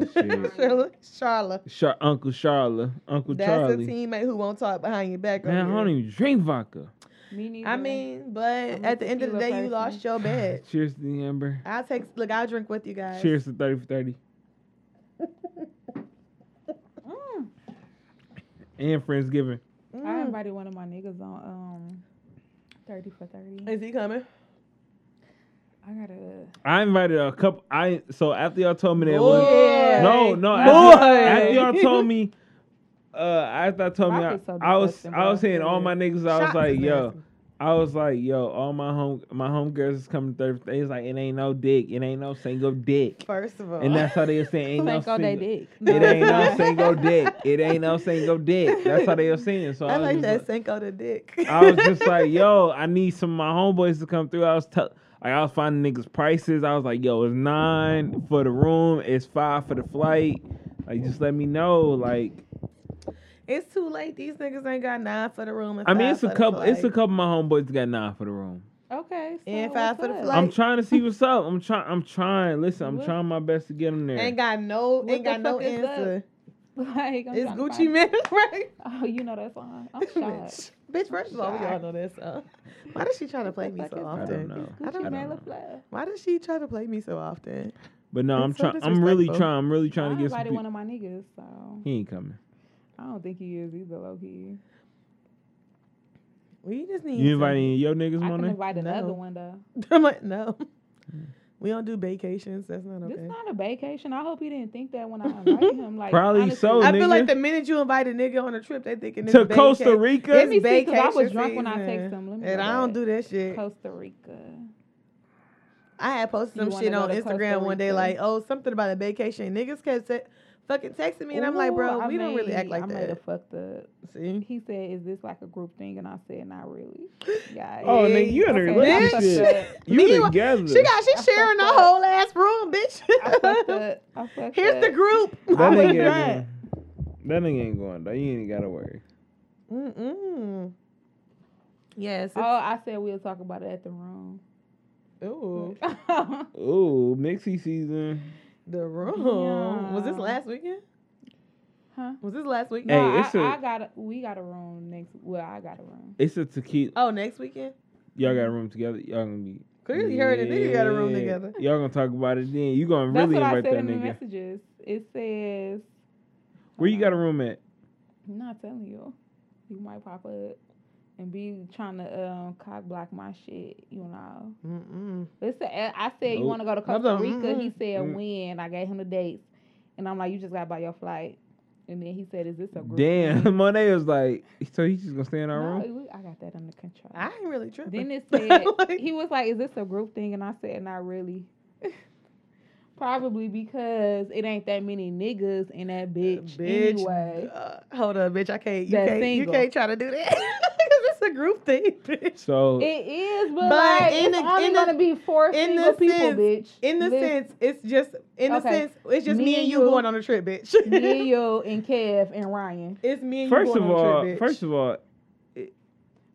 Speaker 5: shit.
Speaker 3: Charla. Charla.
Speaker 5: Char- Uncle Charla, Uncle
Speaker 3: That's a
Speaker 5: Charlie.
Speaker 3: teammate who won't talk behind your back.
Speaker 5: Man, I
Speaker 3: over
Speaker 5: don't
Speaker 3: here.
Speaker 5: even drink vodka.
Speaker 4: Me neither.
Speaker 3: I mean, but
Speaker 4: I'm a
Speaker 3: at the end of the day,
Speaker 4: tequila
Speaker 3: you
Speaker 4: person.
Speaker 3: lost your bed.
Speaker 5: Cheers to the Amber.
Speaker 3: I'll take. Look, I'll drink with you guys.
Speaker 5: Cheers to thirty for thirty,
Speaker 4: Mm.
Speaker 5: and Friendsgiving.
Speaker 4: I
Speaker 3: Mm.
Speaker 4: invited one of my niggas on um thirty for thirty.
Speaker 3: Is he coming?
Speaker 4: I gotta.
Speaker 5: I invited a couple. I so after y'all told me that was
Speaker 3: Boy.
Speaker 5: no, no.
Speaker 3: Boy.
Speaker 5: After, after y'all told me, uh, after I told me, I,
Speaker 4: Vodka's so
Speaker 5: I was
Speaker 4: disgusting,
Speaker 5: I was
Speaker 4: bro.
Speaker 5: saying all my niggas. I was
Speaker 3: Shots
Speaker 5: like,
Speaker 3: is
Speaker 5: yo,
Speaker 3: nasty.
Speaker 5: I was like, yo, all my home my homegirls is coming Thursday. It's like it ain't no dick. It ain't no single dick.
Speaker 3: First of all,
Speaker 5: And that's how they were saying ain't no
Speaker 3: oh,
Speaker 4: Thank God they
Speaker 5: single.
Speaker 4: dick.
Speaker 5: It
Speaker 4: No,
Speaker 5: ain't no
Speaker 4: it's not.
Speaker 5: single dick. It ain't no single dick. That's how they were saying. So I,
Speaker 3: I
Speaker 5: was
Speaker 3: like
Speaker 5: just
Speaker 3: that Senko the dick.
Speaker 5: I was just like, yo, I need some of my homeboys to come through. I was tell like I was finding niggas prices. I was like, yo, it's nine for the room, it's five for the flight. Like just let me know. Like
Speaker 3: it's too late. These niggas ain't got nine for the room. And
Speaker 5: I mean
Speaker 3: five
Speaker 5: it's
Speaker 3: for
Speaker 5: a
Speaker 3: the
Speaker 5: couple it's a
Speaker 3: flight.
Speaker 5: couple of my homeboys that got nine for the room.
Speaker 4: Okay. So
Speaker 3: And five
Speaker 4: what's
Speaker 3: for the
Speaker 4: up?
Speaker 3: flight.
Speaker 5: I'm trying to see what's up. I'm trying I'm trying. Listen, I'm
Speaker 4: What-
Speaker 5: trying my best to get them there.
Speaker 3: Ain't got no,
Speaker 4: What
Speaker 3: ain't
Speaker 4: the
Speaker 3: got no
Speaker 4: fuck is that?
Speaker 3: answer.
Speaker 4: Like, I'm
Speaker 3: It's
Speaker 4: trying to
Speaker 3: Gucci
Speaker 4: find-
Speaker 3: Mane, right?
Speaker 4: Oh, you know that song. I'm shocked.
Speaker 3: Bitch, bitch, first of all, we all
Speaker 4: shocked.
Speaker 3: know that song. Why does she try to play me
Speaker 4: What the
Speaker 3: so
Speaker 4: fuck
Speaker 5: I
Speaker 4: is
Speaker 5: don't
Speaker 3: often?
Speaker 5: know.
Speaker 3: I
Speaker 4: Gucci
Speaker 3: don't
Speaker 4: Mane
Speaker 5: know.
Speaker 4: LaFleur.
Speaker 3: Why does she try to play me so often?
Speaker 5: But no, I'm
Speaker 3: It's so
Speaker 5: trying I'm really
Speaker 3: disrespectful.
Speaker 5: trying I'm really trying to
Speaker 4: I
Speaker 5: get some
Speaker 4: invited one
Speaker 5: people.
Speaker 4: of my niggas, so
Speaker 5: He ain't coming.
Speaker 4: I don't think he is either, low key.
Speaker 3: We just need.
Speaker 5: You inviting any of your niggas,
Speaker 4: I can
Speaker 5: Monet?
Speaker 4: invite another
Speaker 3: No.
Speaker 4: one though.
Speaker 3: some- I'm like, no, we don't do vacations. That's not
Speaker 4: This
Speaker 3: okay.
Speaker 4: not a vacation. I hope he didn't think that when I invited him. Like
Speaker 5: Probably
Speaker 4: honestly,
Speaker 5: so.
Speaker 3: I feel like
Speaker 5: nigga.
Speaker 3: the minute you invite a nigga on a trip, they thinking it's
Speaker 5: To
Speaker 3: vaca-
Speaker 5: Costa Rica?
Speaker 3: it's
Speaker 4: Let me see, 'cause I was
Speaker 3: vacation
Speaker 4: drunk when I
Speaker 3: season.
Speaker 4: text him. Let me
Speaker 3: and
Speaker 4: go
Speaker 3: I don't
Speaker 4: back.
Speaker 3: do that shit.
Speaker 4: Costa Rica.
Speaker 3: I had posted
Speaker 4: You
Speaker 3: some
Speaker 4: wanna
Speaker 3: shit
Speaker 4: go
Speaker 3: on
Speaker 4: to Costa
Speaker 3: Instagram one day,
Speaker 4: Rica?
Speaker 3: like, oh, something about a vacation. Niggas kept te- fucking texting me, and I'm like,
Speaker 4: Ooh,
Speaker 3: bro,
Speaker 4: I
Speaker 3: we don't really act
Speaker 4: made-
Speaker 3: like
Speaker 4: I might have
Speaker 3: that.
Speaker 4: fucked up.
Speaker 3: See,
Speaker 4: He said, "Is this like a group thing?" And I said, "Not really." Yeah.
Speaker 5: Oh,
Speaker 3: Yeah,
Speaker 5: nigga, you in a
Speaker 4: okay,
Speaker 3: I
Speaker 5: relationship.
Speaker 3: fucked
Speaker 4: up.
Speaker 5: You
Speaker 3: Meanwhile,
Speaker 5: together.
Speaker 3: she got she
Speaker 4: I
Speaker 3: sharing the
Speaker 4: fucked up.
Speaker 3: whole ass room,
Speaker 4: I fucked
Speaker 3: bitch.
Speaker 4: up. I fucked
Speaker 3: Here's
Speaker 4: up.
Speaker 3: the group.
Speaker 5: That
Speaker 3: I was
Speaker 5: nigga, ain't
Speaker 3: drunk.
Speaker 5: going- that nigga ain't going though. You ain't gotta worry.
Speaker 3: Mm-mm. Yes.
Speaker 4: Oh,
Speaker 3: it's-
Speaker 4: I said we'll talk about it at the room. Oh. Mm-hmm.
Speaker 3: Ooh,
Speaker 5: Ooh, mixy season.
Speaker 3: the room. Was this
Speaker 4: Yeah.
Speaker 3: last weekend?
Speaker 4: Huh?
Speaker 3: Was this last weekend?
Speaker 5: Hey,
Speaker 4: No, I
Speaker 5: it's a-
Speaker 4: I got a, we got a room next. Well, I got a room.
Speaker 5: It's a tequila.
Speaker 3: Oh, next weekend.
Speaker 5: Y'all got a room together. Y'all gonna be
Speaker 3: Clearly, her and the nigga got a room
Speaker 5: Yeah.
Speaker 3: together.
Speaker 5: Y'all gonna talk about it then. You gonna
Speaker 4: That's
Speaker 5: really
Speaker 4: what I
Speaker 5: invite
Speaker 4: said
Speaker 5: that
Speaker 4: in the
Speaker 5: nigga.
Speaker 4: messages. It says.
Speaker 5: Where you got a room at?
Speaker 4: I'm not telling you. You might pop up and be trying to um, cock block my shit, you know.
Speaker 3: Mm-mm.
Speaker 4: It's a, I said you
Speaker 5: Nope.
Speaker 4: want to go to
Speaker 3: That's
Speaker 4: Costa
Speaker 3: a
Speaker 4: Rica. He
Speaker 3: mm-mm.
Speaker 4: said
Speaker 5: Mm.
Speaker 4: when. I gave him the dates, and I'm like, you just got by your flight. And then he said, is this a group? thing?"
Speaker 5: Damn, Monet was like, so he's just gonna stay in our
Speaker 4: No,
Speaker 5: room.
Speaker 4: it was- I got that under control.
Speaker 3: I ain't really tripping.
Speaker 4: Then it said
Speaker 3: Like-
Speaker 4: he was like, "Is this a group thing?" And I said, "Not really." Probably because it ain't that many niggas in that bitch, anyway.
Speaker 3: uh, hold up, bitch. I can't. You
Speaker 4: That's
Speaker 3: can't.
Speaker 4: single.
Speaker 3: You can't try to do that. 'Cause it's a group thing, bitch.
Speaker 5: So
Speaker 4: It is, but,
Speaker 3: But
Speaker 4: like,
Speaker 3: in
Speaker 4: it's
Speaker 3: the-
Speaker 4: only
Speaker 3: in the-
Speaker 4: gonna be four
Speaker 3: in
Speaker 4: single
Speaker 3: the
Speaker 4: people,
Speaker 3: sense-
Speaker 4: bitch.
Speaker 3: In the
Speaker 4: This-
Speaker 3: sense, it's just. In the
Speaker 4: Okay.
Speaker 3: sense, it's just me, and you, going on a trip, bitch.
Speaker 4: me and you and Kev and Ryan.
Speaker 3: it's me and
Speaker 5: first
Speaker 3: you going
Speaker 5: of
Speaker 3: on
Speaker 5: all,
Speaker 3: a trip, bitch.
Speaker 5: first of all,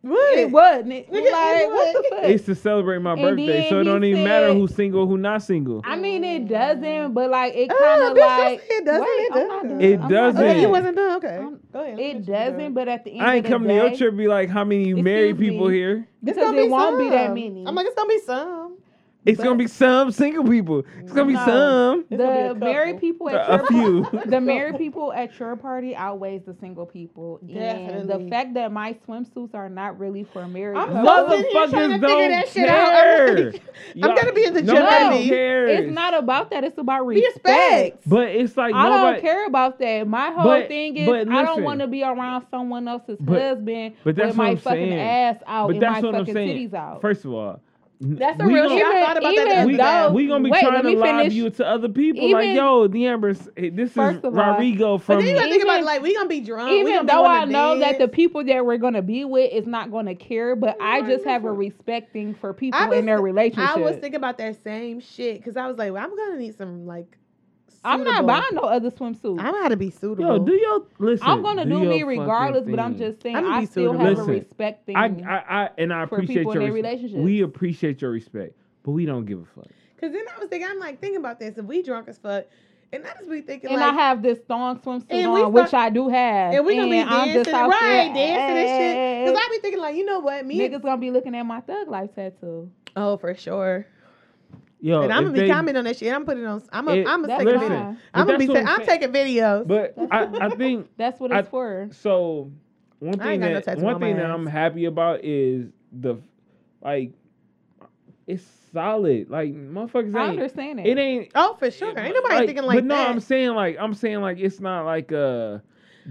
Speaker 3: what?
Speaker 4: It wasn't. It,
Speaker 3: Nigga, it
Speaker 4: like, what the fuck?
Speaker 5: it's to celebrate my
Speaker 4: And
Speaker 5: birthday,
Speaker 4: then
Speaker 5: so it
Speaker 4: he
Speaker 5: don't even matter
Speaker 4: said-
Speaker 5: who's single, who not single.
Speaker 4: I mean, it doesn't, but like, it
Speaker 3: Ah,
Speaker 4: kind
Speaker 3: bitch,
Speaker 4: of
Speaker 3: don't
Speaker 4: like.
Speaker 3: say it doesn't,
Speaker 4: Wait,
Speaker 3: it
Speaker 4: I'm not
Speaker 3: doesn't.
Speaker 4: done.
Speaker 5: It
Speaker 4: I'm not
Speaker 5: doesn't.
Speaker 3: Okay,
Speaker 4: done.
Speaker 3: you wasn't done. Okay,
Speaker 4: Um,
Speaker 3: go ahead.
Speaker 4: It doesn't, but at the end
Speaker 5: I ain't
Speaker 4: of the
Speaker 5: coming to your
Speaker 4: day,
Speaker 5: trip. Be like, how many
Speaker 4: Excuse
Speaker 5: married people
Speaker 4: me.
Speaker 5: here?
Speaker 3: It's
Speaker 4: because
Speaker 3: gonna
Speaker 4: it won't be that
Speaker 3: some.
Speaker 4: many.
Speaker 3: I'm like, it's gonna be some.
Speaker 5: It's
Speaker 4: But-
Speaker 5: gonna be some single people. It's gonna be
Speaker 4: No.
Speaker 5: some.
Speaker 3: It's gonna be a
Speaker 4: the married
Speaker 3: couple.
Speaker 4: people at
Speaker 5: A
Speaker 4: your
Speaker 5: few.
Speaker 4: the married people at your party outweighs the single people. And the
Speaker 3: Definitely.
Speaker 4: fact that my swimsuits are not really for married.
Speaker 3: I'm so
Speaker 4: couples-
Speaker 3: sitting here trying to
Speaker 5: Motherfuckers
Speaker 3: figure
Speaker 5: don't
Speaker 3: that shit out. I'm
Speaker 5: care.
Speaker 3: like- I'm gonna be in the gym
Speaker 5: Nobody
Speaker 4: at least.
Speaker 5: cares.
Speaker 4: It's not about that. It's about respect.
Speaker 3: Respect.
Speaker 5: But it's like
Speaker 4: I don't
Speaker 5: nobody.
Speaker 4: care about that. My whole
Speaker 5: But-
Speaker 4: thing is
Speaker 5: but
Speaker 4: I
Speaker 5: listen.
Speaker 4: don't want to be around someone else's
Speaker 5: But-
Speaker 4: husband
Speaker 5: but that's
Speaker 4: with
Speaker 5: what
Speaker 4: my
Speaker 5: I'm
Speaker 4: fucking
Speaker 5: saying.
Speaker 4: ass out
Speaker 5: But
Speaker 4: and
Speaker 5: that's
Speaker 4: my
Speaker 5: what I'm
Speaker 4: fucking
Speaker 5: saying.
Speaker 4: titties out.
Speaker 5: First of all, n-
Speaker 3: That's a
Speaker 5: we
Speaker 3: real
Speaker 5: gonna-
Speaker 3: shit. I thought about that the
Speaker 4: even
Speaker 3: other
Speaker 5: We,
Speaker 3: day.
Speaker 4: though-
Speaker 5: we gonna be
Speaker 4: wait,
Speaker 5: trying
Speaker 4: let
Speaker 5: to
Speaker 4: me
Speaker 5: lob
Speaker 4: finish.
Speaker 5: you to other people. like
Speaker 4: Even-
Speaker 5: yo, the Amber's. This is
Speaker 4: First of all-
Speaker 5: Rodrigo
Speaker 3: But
Speaker 5: from.
Speaker 3: then you gotta think about it,
Speaker 4: Even-
Speaker 3: like we gonna be drunk. we gonna
Speaker 4: even
Speaker 3: be
Speaker 4: though
Speaker 3: wanting
Speaker 4: I
Speaker 3: to
Speaker 4: know that the
Speaker 3: dance.
Speaker 4: people that we're gonna be with is not gonna care, but I just have a respect thing for people
Speaker 3: I was-
Speaker 4: in their relationship.
Speaker 3: I was thinking about that same shit because I was like, well, I'm gonna need some like.
Speaker 4: I'm not
Speaker 3: suitable-
Speaker 4: buying no other swimsuit.
Speaker 3: I'm gonna have to be suitable.
Speaker 5: yo, do your listen.
Speaker 4: I'm gonna do,
Speaker 5: your
Speaker 4: me
Speaker 5: fucking
Speaker 4: regardless, but I'm
Speaker 5: thing.
Speaker 4: just saying
Speaker 3: I'ma be
Speaker 4: I still
Speaker 3: suitable.
Speaker 4: have
Speaker 5: Listen,
Speaker 4: a respect thing.
Speaker 5: I, I, I, and I
Speaker 4: for
Speaker 5: appreciate
Speaker 4: people
Speaker 5: your
Speaker 4: in their
Speaker 5: respect.
Speaker 4: relationships.
Speaker 5: We appreciate your respect, but we don't give a fuck.
Speaker 3: Cause then I was thinking, I'm like, think about this. If we drunk as fuck, and I just be thinking,
Speaker 4: and
Speaker 3: like,
Speaker 4: I have this thong swimsuit
Speaker 3: And
Speaker 4: on,
Speaker 3: we
Speaker 4: which
Speaker 3: start-
Speaker 4: I do have.
Speaker 3: and we gonna be
Speaker 4: I'm just
Speaker 3: dancing,
Speaker 4: out
Speaker 3: right?
Speaker 4: there,
Speaker 3: Dancing and shit. Cause
Speaker 4: "Ay,
Speaker 3: I be thinking, like, you know what, me?
Speaker 4: Niggas gonna be looking at my thug life tattoo.
Speaker 3: oh, for sure.
Speaker 5: Yo,
Speaker 3: and I'm
Speaker 5: Oh, if
Speaker 3: gonna be
Speaker 5: they-
Speaker 3: commenting on that shit. I'm putting on. I'm. A,
Speaker 5: It-
Speaker 3: I'm gonna
Speaker 4: That's
Speaker 3: take a
Speaker 4: fine.
Speaker 3: video.
Speaker 5: but
Speaker 3: I'm gonna
Speaker 5: that's
Speaker 3: be.
Speaker 5: what
Speaker 3: Ta- I'm
Speaker 5: saying.
Speaker 3: taking videos.
Speaker 5: But
Speaker 4: That's
Speaker 5: I, I think
Speaker 4: That's what
Speaker 5: I-
Speaker 4: it's for.
Speaker 5: So
Speaker 3: I
Speaker 5: one
Speaker 3: ain't
Speaker 5: thing
Speaker 3: got no
Speaker 5: that
Speaker 3: tattoo
Speaker 5: one
Speaker 3: on my
Speaker 5: thing that I'm
Speaker 3: ass.
Speaker 5: happy about is the like it's solid. Like motherfuckers
Speaker 4: I
Speaker 5: ain't
Speaker 4: understand it.
Speaker 5: it ain't
Speaker 3: oh, for sure. Ain't nobody thinking like
Speaker 5: but no,
Speaker 3: that.
Speaker 5: I'm saying like I'm saying like it's not like uh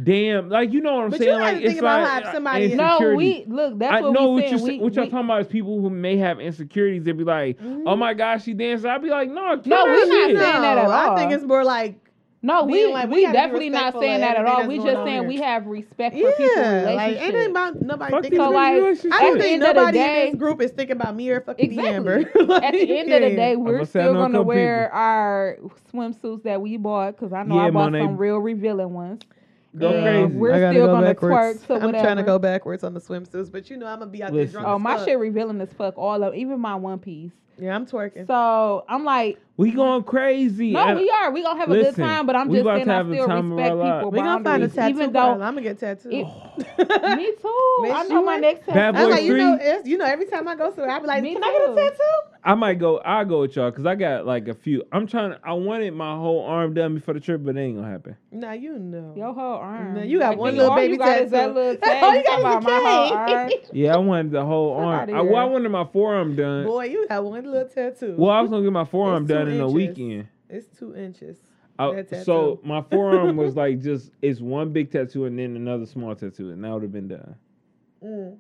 Speaker 5: damn, like you know what I'm
Speaker 3: But you
Speaker 5: saying?
Speaker 3: gotta
Speaker 5: like
Speaker 3: think
Speaker 5: it's
Speaker 3: about
Speaker 5: like uh,
Speaker 3: how somebody is-
Speaker 4: No,
Speaker 5: insecurity.
Speaker 4: we look. That's
Speaker 5: I
Speaker 4: what
Speaker 5: know
Speaker 4: we
Speaker 5: what,
Speaker 4: saying.
Speaker 5: you're,
Speaker 4: we,
Speaker 5: what y'all
Speaker 4: we-
Speaker 5: talking about is people who may have insecurities. They be like,
Speaker 3: Mm-hmm.
Speaker 5: "Oh my gosh, she danced." I'd be like, "No, kill
Speaker 4: No,
Speaker 5: her
Speaker 4: we not
Speaker 5: shit.
Speaker 4: saying- that at all.
Speaker 3: I think it's more like
Speaker 4: No, we
Speaker 3: being like, we
Speaker 4: we
Speaker 3: gotta be
Speaker 4: definitely not
Speaker 3: respectful of
Speaker 4: saying that at all.
Speaker 3: everything
Speaker 4: We
Speaker 3: that's
Speaker 4: just
Speaker 3: going
Speaker 4: saying
Speaker 3: on
Speaker 4: we
Speaker 3: here.
Speaker 4: have respect for people's
Speaker 3: yeah, like it ain't
Speaker 4: relationships.
Speaker 3: about nobody
Speaker 5: Fuck
Speaker 3: thinking
Speaker 5: these
Speaker 4: So,
Speaker 3: about
Speaker 4: like,
Speaker 3: I
Speaker 5: niggas'
Speaker 3: don't
Speaker 4: At the
Speaker 5: relationship.
Speaker 3: think
Speaker 4: end of the
Speaker 3: nobody
Speaker 4: day-
Speaker 3: in this group is thinking about me or fucking
Speaker 4: Exactly.
Speaker 3: Amber.
Speaker 4: At the end of the day, we're
Speaker 5: gonna say I
Speaker 4: still
Speaker 5: know a
Speaker 4: gonna
Speaker 5: couple
Speaker 4: wear our swimsuits that we bought because I know
Speaker 5: Yeah,
Speaker 4: I bought
Speaker 5: Monet.
Speaker 4: some real revealing ones.
Speaker 5: Go
Speaker 4: Yeah,
Speaker 5: crazy.
Speaker 4: we're-
Speaker 3: I gotta
Speaker 4: still
Speaker 3: go
Speaker 4: gonna
Speaker 3: backwards.
Speaker 4: twerk to
Speaker 3: I'm trying
Speaker 4: whatever.
Speaker 3: to go backwards on the swimsuits, but you know I'm gonna be out there
Speaker 5: Listen.
Speaker 3: drunk.
Speaker 4: Oh,
Speaker 3: as
Speaker 4: my
Speaker 3: fuck.
Speaker 4: shit revealing as fuck. All of even my one piece.
Speaker 3: Yeah, I'm twerking.
Speaker 4: So I'm like,
Speaker 5: we going crazy.
Speaker 4: no,
Speaker 5: And-
Speaker 4: we are. We gonna have a good
Speaker 5: Listen,
Speaker 4: time, but I'm
Speaker 5: we
Speaker 4: just
Speaker 5: about
Speaker 4: saying
Speaker 5: to
Speaker 4: I
Speaker 5: have the
Speaker 4: still
Speaker 5: time of
Speaker 4: respect
Speaker 5: our lives.
Speaker 4: people.
Speaker 3: we gonna find a
Speaker 4: boundaries,
Speaker 3: tattoo.
Speaker 4: even though
Speaker 3: I'm gonna get tattooed.
Speaker 4: It- me too.
Speaker 3: Miss
Speaker 4: I know my
Speaker 3: you.
Speaker 4: next
Speaker 5: Bad
Speaker 3: I
Speaker 4: tattoo.
Speaker 3: was
Speaker 5: boy
Speaker 3: like, you know,
Speaker 5: three.
Speaker 3: it's, you know, every time I go somewhere, I be like,
Speaker 4: Me
Speaker 3: can I get a
Speaker 4: too.
Speaker 3: tattoo?
Speaker 5: I might go. I'll go with y'all because I got like a few. I'm trying. to- I wanted my whole arm done before the trip, but it ain't gonna happen.
Speaker 3: Nah, you know.
Speaker 4: Your whole arm.
Speaker 3: No, you got
Speaker 4: Like,
Speaker 3: one
Speaker 4: nigga,
Speaker 3: little
Speaker 4: all
Speaker 3: baby
Speaker 4: you got is that
Speaker 3: tattoo.
Speaker 4: little
Speaker 5: Oh,
Speaker 4: tag.
Speaker 3: All you
Speaker 4: talking
Speaker 3: got is a
Speaker 4: about my whole
Speaker 3: K.
Speaker 4: arm.
Speaker 5: Yeah, I wanted the whole arm.
Speaker 4: outta
Speaker 5: I, well, I
Speaker 4: here.
Speaker 5: wanted my forearm done.
Speaker 3: Boy, you have one little tattoo.
Speaker 5: well, I was gonna get my forearm
Speaker 3: It's
Speaker 5: done
Speaker 3: Mm-hmm. two
Speaker 5: in the
Speaker 3: inches.
Speaker 5: weekend.
Speaker 3: It's two inches.
Speaker 5: I-
Speaker 3: That tattoo.
Speaker 5: so my forearm was like just it's one big tattoo and then another small tattoo, and that would have been done.
Speaker 3: Mm.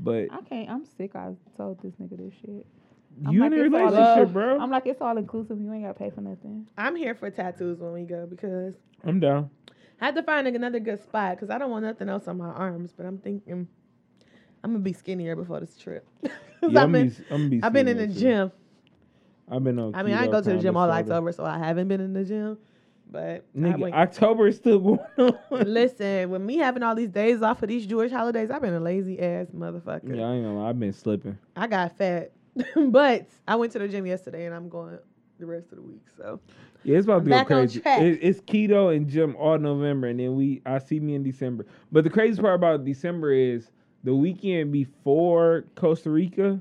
Speaker 5: But
Speaker 4: I can't. I'm sick. I told this nigga this shit. I'm
Speaker 5: you
Speaker 4: like,
Speaker 5: in a
Speaker 4: it's all
Speaker 5: relationship,
Speaker 4: love.
Speaker 5: bro?
Speaker 4: I'm like, it's all inclusive. You ain't gotta pay for nothing.
Speaker 3: I'm here for tattoos when we go because
Speaker 5: I'm down.
Speaker 3: I have to find another good spot because I don't want nothing else on my arms. But I'm thinking I'm gonna be skinnier before this trip. 'Cause
Speaker 5: Yeah,
Speaker 3: I've
Speaker 5: I'm
Speaker 3: been,
Speaker 5: be, I'm be
Speaker 3: I've been in the
Speaker 5: seeing that
Speaker 3: gym.
Speaker 5: shit. I've been on.
Speaker 3: I mean, I
Speaker 5: keto
Speaker 3: go to the
Speaker 5: kinda
Speaker 3: gym all
Speaker 5: sorta.
Speaker 3: October, so I haven't been in the gym. But I
Speaker 5: Nigga,
Speaker 3: went-
Speaker 5: October is still going on.
Speaker 3: listen, with me having all these days off of these Jewish holidays, I've been a lazy ass motherfucker.
Speaker 5: Yeah, I ain't gonna lie. I've been slipping.
Speaker 3: I got fat, but I went to the gym yesterday, and I'm going the rest of the week. So
Speaker 5: Yeah, it's about
Speaker 3: I'm
Speaker 5: to go
Speaker 3: back on
Speaker 5: crazy.
Speaker 3: track.
Speaker 5: It, it's keto and gym all November, and then we I see me in December. But the craziest part about December is the weekend before Costa Rica,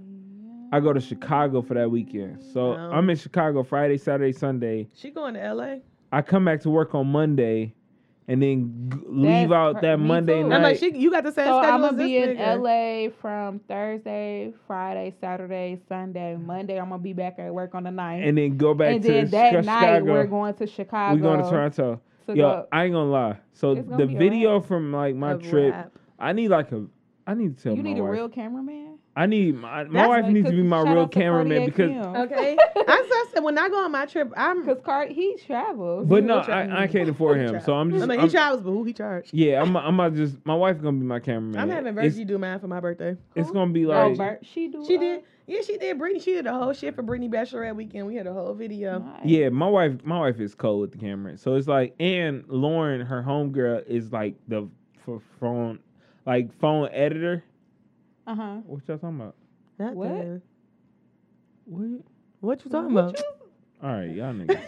Speaker 5: I go to Chicago for that weekend. So
Speaker 4: Oh.
Speaker 3: Wow.
Speaker 5: I'm in Chicago Friday, Saturday, Sunday.
Speaker 3: she going to L.A.
Speaker 5: I come back to work on Monday, and then g- leave
Speaker 4: That's
Speaker 5: out
Speaker 4: cra-
Speaker 5: that
Speaker 4: me
Speaker 5: Monday
Speaker 4: too.
Speaker 5: night.
Speaker 3: I'm like, she, you got the same
Speaker 4: so
Speaker 3: schedule
Speaker 4: I'm
Speaker 3: as
Speaker 4: gonna
Speaker 3: this
Speaker 4: Oh, be in
Speaker 3: nigga.
Speaker 4: LA from Thursday, Friday, Saturday, Sunday, Monday. I'm gonna be back at work on the ninth.
Speaker 5: and then go back
Speaker 4: And
Speaker 5: to
Speaker 4: then that
Speaker 5: Chica-
Speaker 4: night
Speaker 5: Chicago.
Speaker 4: we're going to Chicago.
Speaker 5: We going to Toronto.
Speaker 4: to
Speaker 5: Yo,
Speaker 4: go-
Speaker 5: I ain't gonna lie. So
Speaker 4: It's gonna
Speaker 5: the
Speaker 4: be a
Speaker 5: video from like my
Speaker 3: Of
Speaker 5: trip,
Speaker 3: rap.
Speaker 5: I need like a. I need to tell
Speaker 4: you
Speaker 5: my
Speaker 4: need
Speaker 5: wife.
Speaker 4: a real cameraman.
Speaker 5: I need my, my
Speaker 3: That's
Speaker 5: wife
Speaker 4: Like,
Speaker 5: needs to
Speaker 4: 'cause
Speaker 5: be my
Speaker 4: shout
Speaker 5: real
Speaker 4: out to
Speaker 5: cameraman
Speaker 4: Cardiac
Speaker 5: because
Speaker 4: Film.
Speaker 3: Okay, I said when I go on my trip, I'm
Speaker 4: Cause Card he travels.
Speaker 5: but
Speaker 4: He
Speaker 5: no
Speaker 4: will check
Speaker 5: I, I
Speaker 4: me.
Speaker 5: can't afford him so I'm
Speaker 3: I
Speaker 5: just
Speaker 3: mean,
Speaker 5: I'm-
Speaker 3: he travels, but who he charged?
Speaker 5: yeah I'm I'm about just my wife gonna be my cameraman
Speaker 3: I'm having
Speaker 5: it's,
Speaker 3: Virgie do mine for my birthday.
Speaker 5: it's gonna be
Speaker 4: Oh,
Speaker 5: like
Speaker 4: Bert, she do.
Speaker 3: She
Speaker 4: uh,
Speaker 3: did, yeah, she did. Britney, she did the whole shit for Britney Bachelorette weekend. We had a whole video.
Speaker 4: nice.
Speaker 5: yeah my wife my wife is cold with the camera so it's like and Lauren her homegirl is like the for phone like phone editor
Speaker 4: Uh huh.
Speaker 5: what y'all talking about
Speaker 3: Not
Speaker 4: What?
Speaker 3: that.
Speaker 5: what
Speaker 3: What you talking
Speaker 4: What
Speaker 3: about?
Speaker 5: all right y'all niggas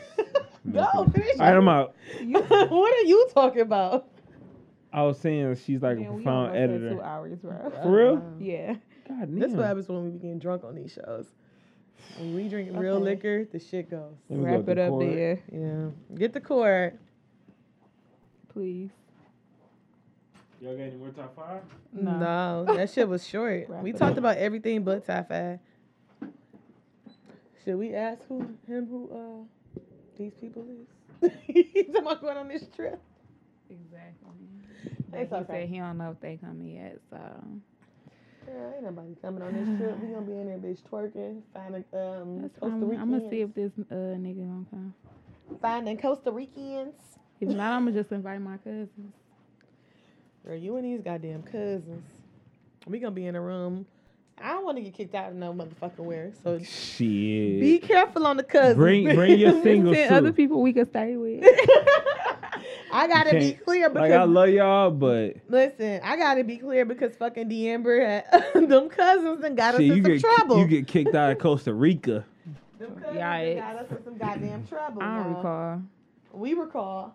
Speaker 3: Go finish.
Speaker 5: all right I'm
Speaker 3: it.
Speaker 5: out
Speaker 3: what are you talking about?
Speaker 5: I was saying she's like
Speaker 4: Man,
Speaker 5: a
Speaker 4: we
Speaker 5: phone
Speaker 4: almost at Two
Speaker 5: editor
Speaker 4: hours, bro.
Speaker 5: for real
Speaker 3: Wow.
Speaker 4: Yeah.
Speaker 5: God
Speaker 3: This is what
Speaker 5: damn.
Speaker 3: happens when we be getting drunk on these shows. When we drink real
Speaker 4: Okay.
Speaker 3: liquor, the shit goes.
Speaker 5: Let me go
Speaker 4: Wrap
Speaker 5: to
Speaker 4: it up
Speaker 5: court.
Speaker 4: there,
Speaker 3: Yeah. Get the cord.
Speaker 4: please.
Speaker 5: y'all got any more top five
Speaker 4: No.
Speaker 3: No, that shit was short.
Speaker 4: Wrap
Speaker 3: we
Speaker 4: it
Speaker 3: talked
Speaker 4: up.
Speaker 3: about everything but Ty Fad. Should we ask who him who uh these people is? He's talking about going on this trip.
Speaker 4: Exactly.
Speaker 3: Like It's he okay. said,
Speaker 4: he don't know if they coming yet, so
Speaker 3: Girl, ain't nobody coming on this trip. We gonna be in there, bitch, twerking, finding um Costa
Speaker 4: I'm,
Speaker 3: Ricans.
Speaker 4: gonna see if this uh nigga gonna come.
Speaker 3: finding Costa Ricans.
Speaker 4: If not, I'm gonna just invite my cousins.
Speaker 3: Girl, you and these goddamn cousins. We gonna be in a room. I don't want to get kicked out of no motherfucking where. So
Speaker 5: shit
Speaker 3: be careful on the cousins.
Speaker 5: Bring- bring your
Speaker 3: bitch.
Speaker 5: singles
Speaker 4: Ten
Speaker 5: too.
Speaker 4: other people we could stay with.
Speaker 3: I gotta be
Speaker 5: Can't-
Speaker 3: clear because
Speaker 5: Like I love y'all, but
Speaker 3: listen, I gotta be clear because fucking D'Amber had them cousins and got
Speaker 5: shit,
Speaker 3: us
Speaker 5: you
Speaker 3: in some
Speaker 5: get
Speaker 3: trouble.
Speaker 5: you get kicked out of Costa Rica.
Speaker 3: them cousins done
Speaker 4: Yikes.
Speaker 3: got us in some goddamn trouble.
Speaker 4: I don't
Speaker 3: y'all.
Speaker 4: recall.
Speaker 3: We recall.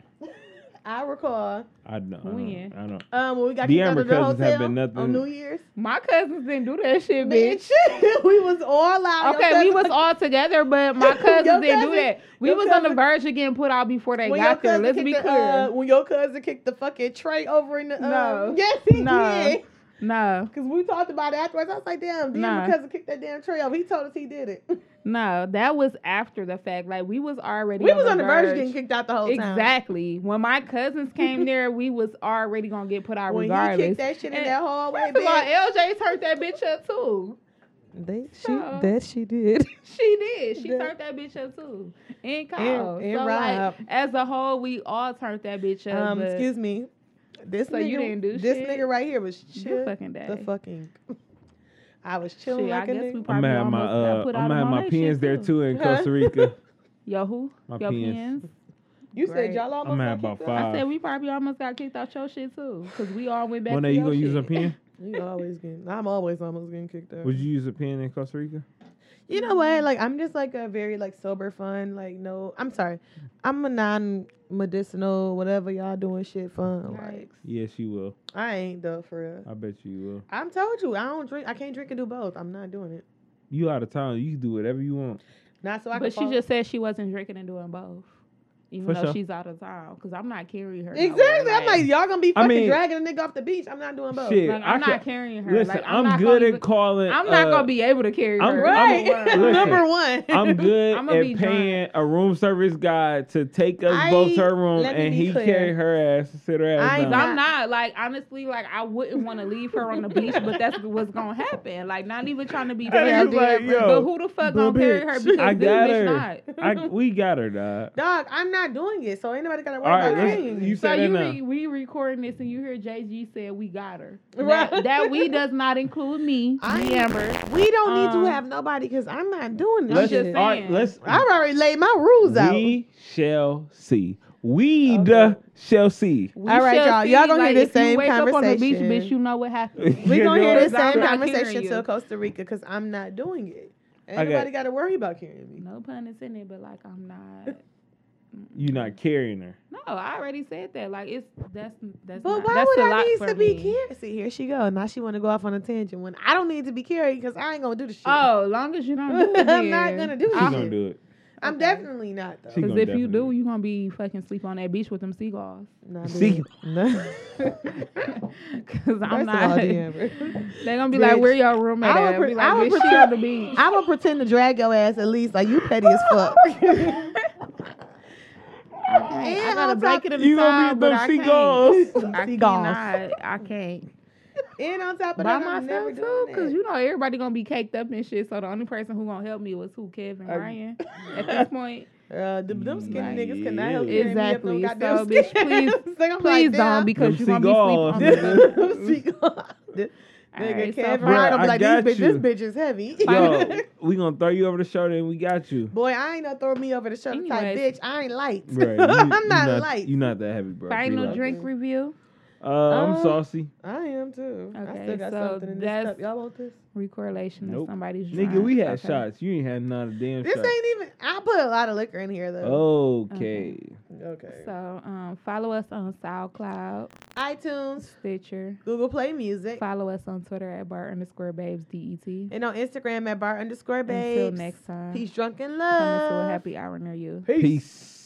Speaker 3: I recall.
Speaker 5: I don't. I
Speaker 4: When?
Speaker 5: don't. I don't.
Speaker 3: Um, when we got kicked out
Speaker 5: D'Amber
Speaker 3: of the
Speaker 5: cousins
Speaker 3: hotel
Speaker 5: have been nothing-
Speaker 3: on New Year's.
Speaker 4: My cousins didn't do that shit, bitch.
Speaker 3: Bitch, we was all out.
Speaker 4: Okay, we was all together, but my cousins
Speaker 3: Your
Speaker 4: didn't
Speaker 3: cousin-
Speaker 4: do that. We
Speaker 3: your
Speaker 4: was on
Speaker 3: cousin-
Speaker 4: the verge of getting put out before they
Speaker 3: When your
Speaker 4: got there.
Speaker 3: cousin
Speaker 4: Let's
Speaker 3: kicked
Speaker 4: be
Speaker 3: the,
Speaker 4: clear.
Speaker 3: uh, when your cousin kicked the fucking tray over in the um,
Speaker 4: No.
Speaker 3: yes he
Speaker 4: No.
Speaker 3: did.
Speaker 4: No,
Speaker 3: Cause we talked about it afterwards. I was like, damn, damn,
Speaker 4: Nah.
Speaker 3: because cousin kicked that damn tree over. He told us he did it.
Speaker 4: no, that was after the fact. Like we was already
Speaker 3: we was on the verge of getting kicked out the whole time.
Speaker 4: Exactly. When my cousins came there, we was already gonna get put out
Speaker 3: When he
Speaker 4: regardless.
Speaker 3: kicked that shit in
Speaker 4: And
Speaker 3: that hallway,
Speaker 4: First of all,
Speaker 3: bitch.
Speaker 4: LJ turned that bitch up too.
Speaker 6: They, she,
Speaker 4: So-
Speaker 6: that she did.
Speaker 4: She did. She
Speaker 6: That-
Speaker 4: turned that bitch up too. And Kyle.
Speaker 3: And- and
Speaker 4: so like,
Speaker 3: Rob.
Speaker 4: as a whole, we all turned that bitch up.
Speaker 3: Um,
Speaker 4: but
Speaker 3: excuse me. This
Speaker 4: So
Speaker 3: nigga,
Speaker 4: you didn't do
Speaker 3: this
Speaker 4: shit?
Speaker 3: nigga right here was
Speaker 4: you
Speaker 3: chill.
Speaker 4: fucking day.
Speaker 3: The fucking. I was
Speaker 4: Shit,
Speaker 3: chilling
Speaker 4: I
Speaker 3: like a
Speaker 4: guess we
Speaker 3: nigga.
Speaker 4: probably
Speaker 5: I'm gonna have my
Speaker 4: almost got
Speaker 5: uh, I'm
Speaker 4: put out
Speaker 5: gonna have
Speaker 4: on
Speaker 5: my
Speaker 4: that
Speaker 5: pens
Speaker 4: shit,
Speaker 5: there too in Costa Rica.
Speaker 4: Yo, who?
Speaker 5: My
Speaker 4: Yo,
Speaker 5: pens.
Speaker 4: pens.
Speaker 3: You
Speaker 4: Great.
Speaker 3: said y'all almost.
Speaker 5: I'm
Speaker 3: got
Speaker 5: at about
Speaker 3: kicked out.
Speaker 5: five.
Speaker 4: I said we probably almost got kicked out your shit too, cause we all went back.
Speaker 5: One
Speaker 4: to
Speaker 5: day you
Speaker 4: your
Speaker 5: gonna use a
Speaker 4: shit.
Speaker 5: pen?
Speaker 3: You always getting. I'm always almost getting kicked out.
Speaker 5: Would you use a pen in Costa Rica?
Speaker 3: You know what? Like I'm just like a very like sober fun. Like no, I'm sorry. I'm a non medicinal whatever y'all doing shit fun. Like
Speaker 5: Yes, you will.
Speaker 3: I ain't though for real.
Speaker 5: I bet you will.
Speaker 3: I'm told you I don't drink. I can't drink and do both. I'm not doing it.
Speaker 5: You out of town. You can do whatever you want.
Speaker 3: Not so I. can
Speaker 4: But she
Speaker 3: fall-
Speaker 4: just said she wasn't drinking and doing both, even
Speaker 5: For
Speaker 4: though
Speaker 5: sure.
Speaker 4: she's out of town. Cause I'm not carrying her. nowhere,
Speaker 3: exactly. I'm like y'all gonna be
Speaker 5: I
Speaker 3: fucking
Speaker 5: mean-
Speaker 3: dragging a nigga off the beach. I'm not doing both.
Speaker 5: Shit,
Speaker 4: like,
Speaker 5: I
Speaker 4: I'm not
Speaker 5: could-
Speaker 4: carrying her.
Speaker 5: Listen,
Speaker 4: like,
Speaker 5: I'm,
Speaker 4: not
Speaker 5: good
Speaker 4: gonna
Speaker 5: at
Speaker 4: even-
Speaker 5: calling.
Speaker 4: I'm not
Speaker 5: uh,
Speaker 4: gonna be able to carry
Speaker 5: I'm-
Speaker 4: her.
Speaker 3: Right.
Speaker 4: Don't worry.
Speaker 5: Listen,
Speaker 3: Number one.
Speaker 5: I'm good
Speaker 4: I'm
Speaker 5: at
Speaker 4: gonna be
Speaker 5: paying
Speaker 4: drunk.
Speaker 5: a room service guy to take us
Speaker 3: I-
Speaker 5: both to her room,
Speaker 3: let me
Speaker 5: and
Speaker 3: be
Speaker 5: he
Speaker 3: clear.
Speaker 5: carry her ass and sit her ass
Speaker 3: I
Speaker 5: down.
Speaker 3: ain't
Speaker 4: Cause I'm not like honestly like I wouldn't want to leave her on the beach, but that's what's gonna happen. Like not even trying to be
Speaker 5: And
Speaker 4: fair,
Speaker 5: he's like,
Speaker 4: but
Speaker 5: yo,
Speaker 4: who the fuck
Speaker 5: bro,
Speaker 4: gonna carry her?
Speaker 5: bitch,
Speaker 4: Because
Speaker 5: I
Speaker 4: this
Speaker 5: got
Speaker 4: bitch
Speaker 5: her.
Speaker 4: not.
Speaker 5: I, we got her, dog.
Speaker 3: Dog, I'm not doing it. So ain't nobody gotta worry
Speaker 5: All right,
Speaker 3: about it.
Speaker 5: let's- you
Speaker 4: So
Speaker 5: said that
Speaker 4: you
Speaker 5: now.
Speaker 4: re- we recording this and you hear JG said we got her.
Speaker 3: Right.
Speaker 4: That, that we does not include me.
Speaker 3: I-
Speaker 4: me, Amber.
Speaker 3: we don't need
Speaker 4: Um,
Speaker 3: to have nobody because I'm not doing this
Speaker 5: Let's
Speaker 3: shit.
Speaker 4: just
Speaker 5: all right,
Speaker 4: saying.
Speaker 5: let's.
Speaker 3: I've already laid my rules out.
Speaker 5: We shall see. We
Speaker 3: Okay.
Speaker 5: the shall see.
Speaker 4: We
Speaker 3: All right,
Speaker 4: shall
Speaker 3: y'all.
Speaker 4: see,
Speaker 3: Y'all gonna hear
Speaker 4: like,
Speaker 3: the
Speaker 4: if
Speaker 3: same
Speaker 4: you wake Up on the beach,
Speaker 3: conversation.
Speaker 4: bitch, you know what happened.
Speaker 5: You
Speaker 3: We're gonna
Speaker 5: know
Speaker 3: hear
Speaker 5: what
Speaker 3: the
Speaker 4: I'm
Speaker 3: same
Speaker 4: saying?
Speaker 3: conversation
Speaker 4: Carrying you.
Speaker 3: to Costa Rica because I'm not doing it. Ain't
Speaker 5: Okay.
Speaker 3: nobody got to worry about carrying me.
Speaker 4: no pun intended, but like I'm not.
Speaker 5: You not carrying her.
Speaker 4: No, I already said that. Like it's that's that's.
Speaker 3: But
Speaker 4: not,
Speaker 3: why
Speaker 4: that's
Speaker 3: would
Speaker 4: a
Speaker 3: I
Speaker 4: lot
Speaker 3: need
Speaker 4: for
Speaker 3: to be
Speaker 4: me.
Speaker 3: carried? See, here she go. Now she want to go off on a tangent when I don't need to be carried because I ain't gonna do the shit.
Speaker 4: Oh, long as you don't. Do it
Speaker 3: I'm not
Speaker 4: then.
Speaker 3: gonna do
Speaker 5: She's
Speaker 3: it.
Speaker 5: gonna do it.
Speaker 3: I'm definitely not though.
Speaker 5: She
Speaker 4: Because
Speaker 5: gonna
Speaker 4: if you do,
Speaker 5: definitely-
Speaker 4: you gonna be fucking sleep on that beach with them seagulls.
Speaker 3: Nah,
Speaker 5: See-
Speaker 3: bitch. Nah.
Speaker 4: Because I'm
Speaker 3: First of
Speaker 4: not.
Speaker 3: all,
Speaker 4: They're
Speaker 3: Deamber,
Speaker 4: gonna be like,
Speaker 3: Bitch,
Speaker 4: "Where your roommate
Speaker 3: I would
Speaker 4: at?" Be
Speaker 3: pre-
Speaker 4: like,
Speaker 3: I would
Speaker 4: "Bitch, she
Speaker 3: pretend-
Speaker 4: on the beach."
Speaker 3: I will pretend to drag your ass at least. Like you petty as fuck.
Speaker 4: I
Speaker 3: And
Speaker 4: gotta
Speaker 3: on
Speaker 4: break
Speaker 3: top-
Speaker 4: it in
Speaker 5: You
Speaker 4: the
Speaker 5: gonna
Speaker 4: time,
Speaker 5: be
Speaker 4: but
Speaker 5: them
Speaker 4: I
Speaker 5: seagulls.
Speaker 4: can't. I
Speaker 3: Seagulls.
Speaker 4: cannot. I can't.
Speaker 3: And on top of
Speaker 4: By
Speaker 3: that, I'm never doing
Speaker 4: myself too,
Speaker 3: that.
Speaker 4: because you know everybody gonna be caked up and shit. So the only person who gonna help me was who Kevin Ryan. At this point,
Speaker 3: Uh, them, them skinny
Speaker 5: Right.
Speaker 3: niggas could not help
Speaker 5: Yeah.
Speaker 3: carry
Speaker 4: Exactly.
Speaker 3: me up them
Speaker 4: So,
Speaker 3: goddamn
Speaker 4: bitch,
Speaker 3: stairs.
Speaker 4: please-
Speaker 3: Like, I'm
Speaker 4: please
Speaker 3: like,
Speaker 4: don't
Speaker 3: damn.
Speaker 4: because
Speaker 5: Them
Speaker 4: you gonna be sleep on the
Speaker 3: Them
Speaker 4: beach.
Speaker 5: seagulls.
Speaker 3: seagulls. Th- Nigga,
Speaker 4: Alright, so
Speaker 3: Kevin
Speaker 4: fine.
Speaker 5: Bruh,
Speaker 3: Ryan
Speaker 5: I
Speaker 3: be like, this
Speaker 5: got
Speaker 3: bitch, this bitch is heavy.
Speaker 5: Yo, we gonna throw you over the shoulder and we got you.
Speaker 3: Boy, I ain't no throw me over the shoulder type
Speaker 4: Anyways.
Speaker 3: bitch. I ain't light.
Speaker 5: Bruh, you-
Speaker 3: I'm
Speaker 5: you
Speaker 3: not, light.
Speaker 5: You not that heavy, bro.
Speaker 4: Final
Speaker 5: Relax.
Speaker 4: drink Oh. review.
Speaker 5: Uh, I'm
Speaker 3: Um,
Speaker 5: saucy.
Speaker 3: I am too. I
Speaker 4: Okay,
Speaker 3: still got
Speaker 4: so
Speaker 3: something in this
Speaker 4: that's-
Speaker 3: cup. Y'all want this?
Speaker 4: Recorrelation
Speaker 5: Nope.
Speaker 4: of somebody's
Speaker 5: Nigga,
Speaker 4: drunk.
Speaker 5: we had
Speaker 4: Okay.
Speaker 5: shots. You ain't had not a damn
Speaker 3: This
Speaker 5: shot.
Speaker 3: ain't even. I put a lot of liquor in here though.
Speaker 5: Okay.
Speaker 3: Okay.
Speaker 4: So um, follow us on SoundCloud,
Speaker 3: iTunes,
Speaker 4: Stitcher.
Speaker 3: Google Play Music,
Speaker 4: Follow us on Twitter at bar underscore babes E det.
Speaker 3: and on Instagram at bar underscore babes.
Speaker 4: Until next time,
Speaker 3: Peace, drunk, and
Speaker 4: coming to a
Speaker 3: love.
Speaker 4: happy hour near you.
Speaker 5: Peace.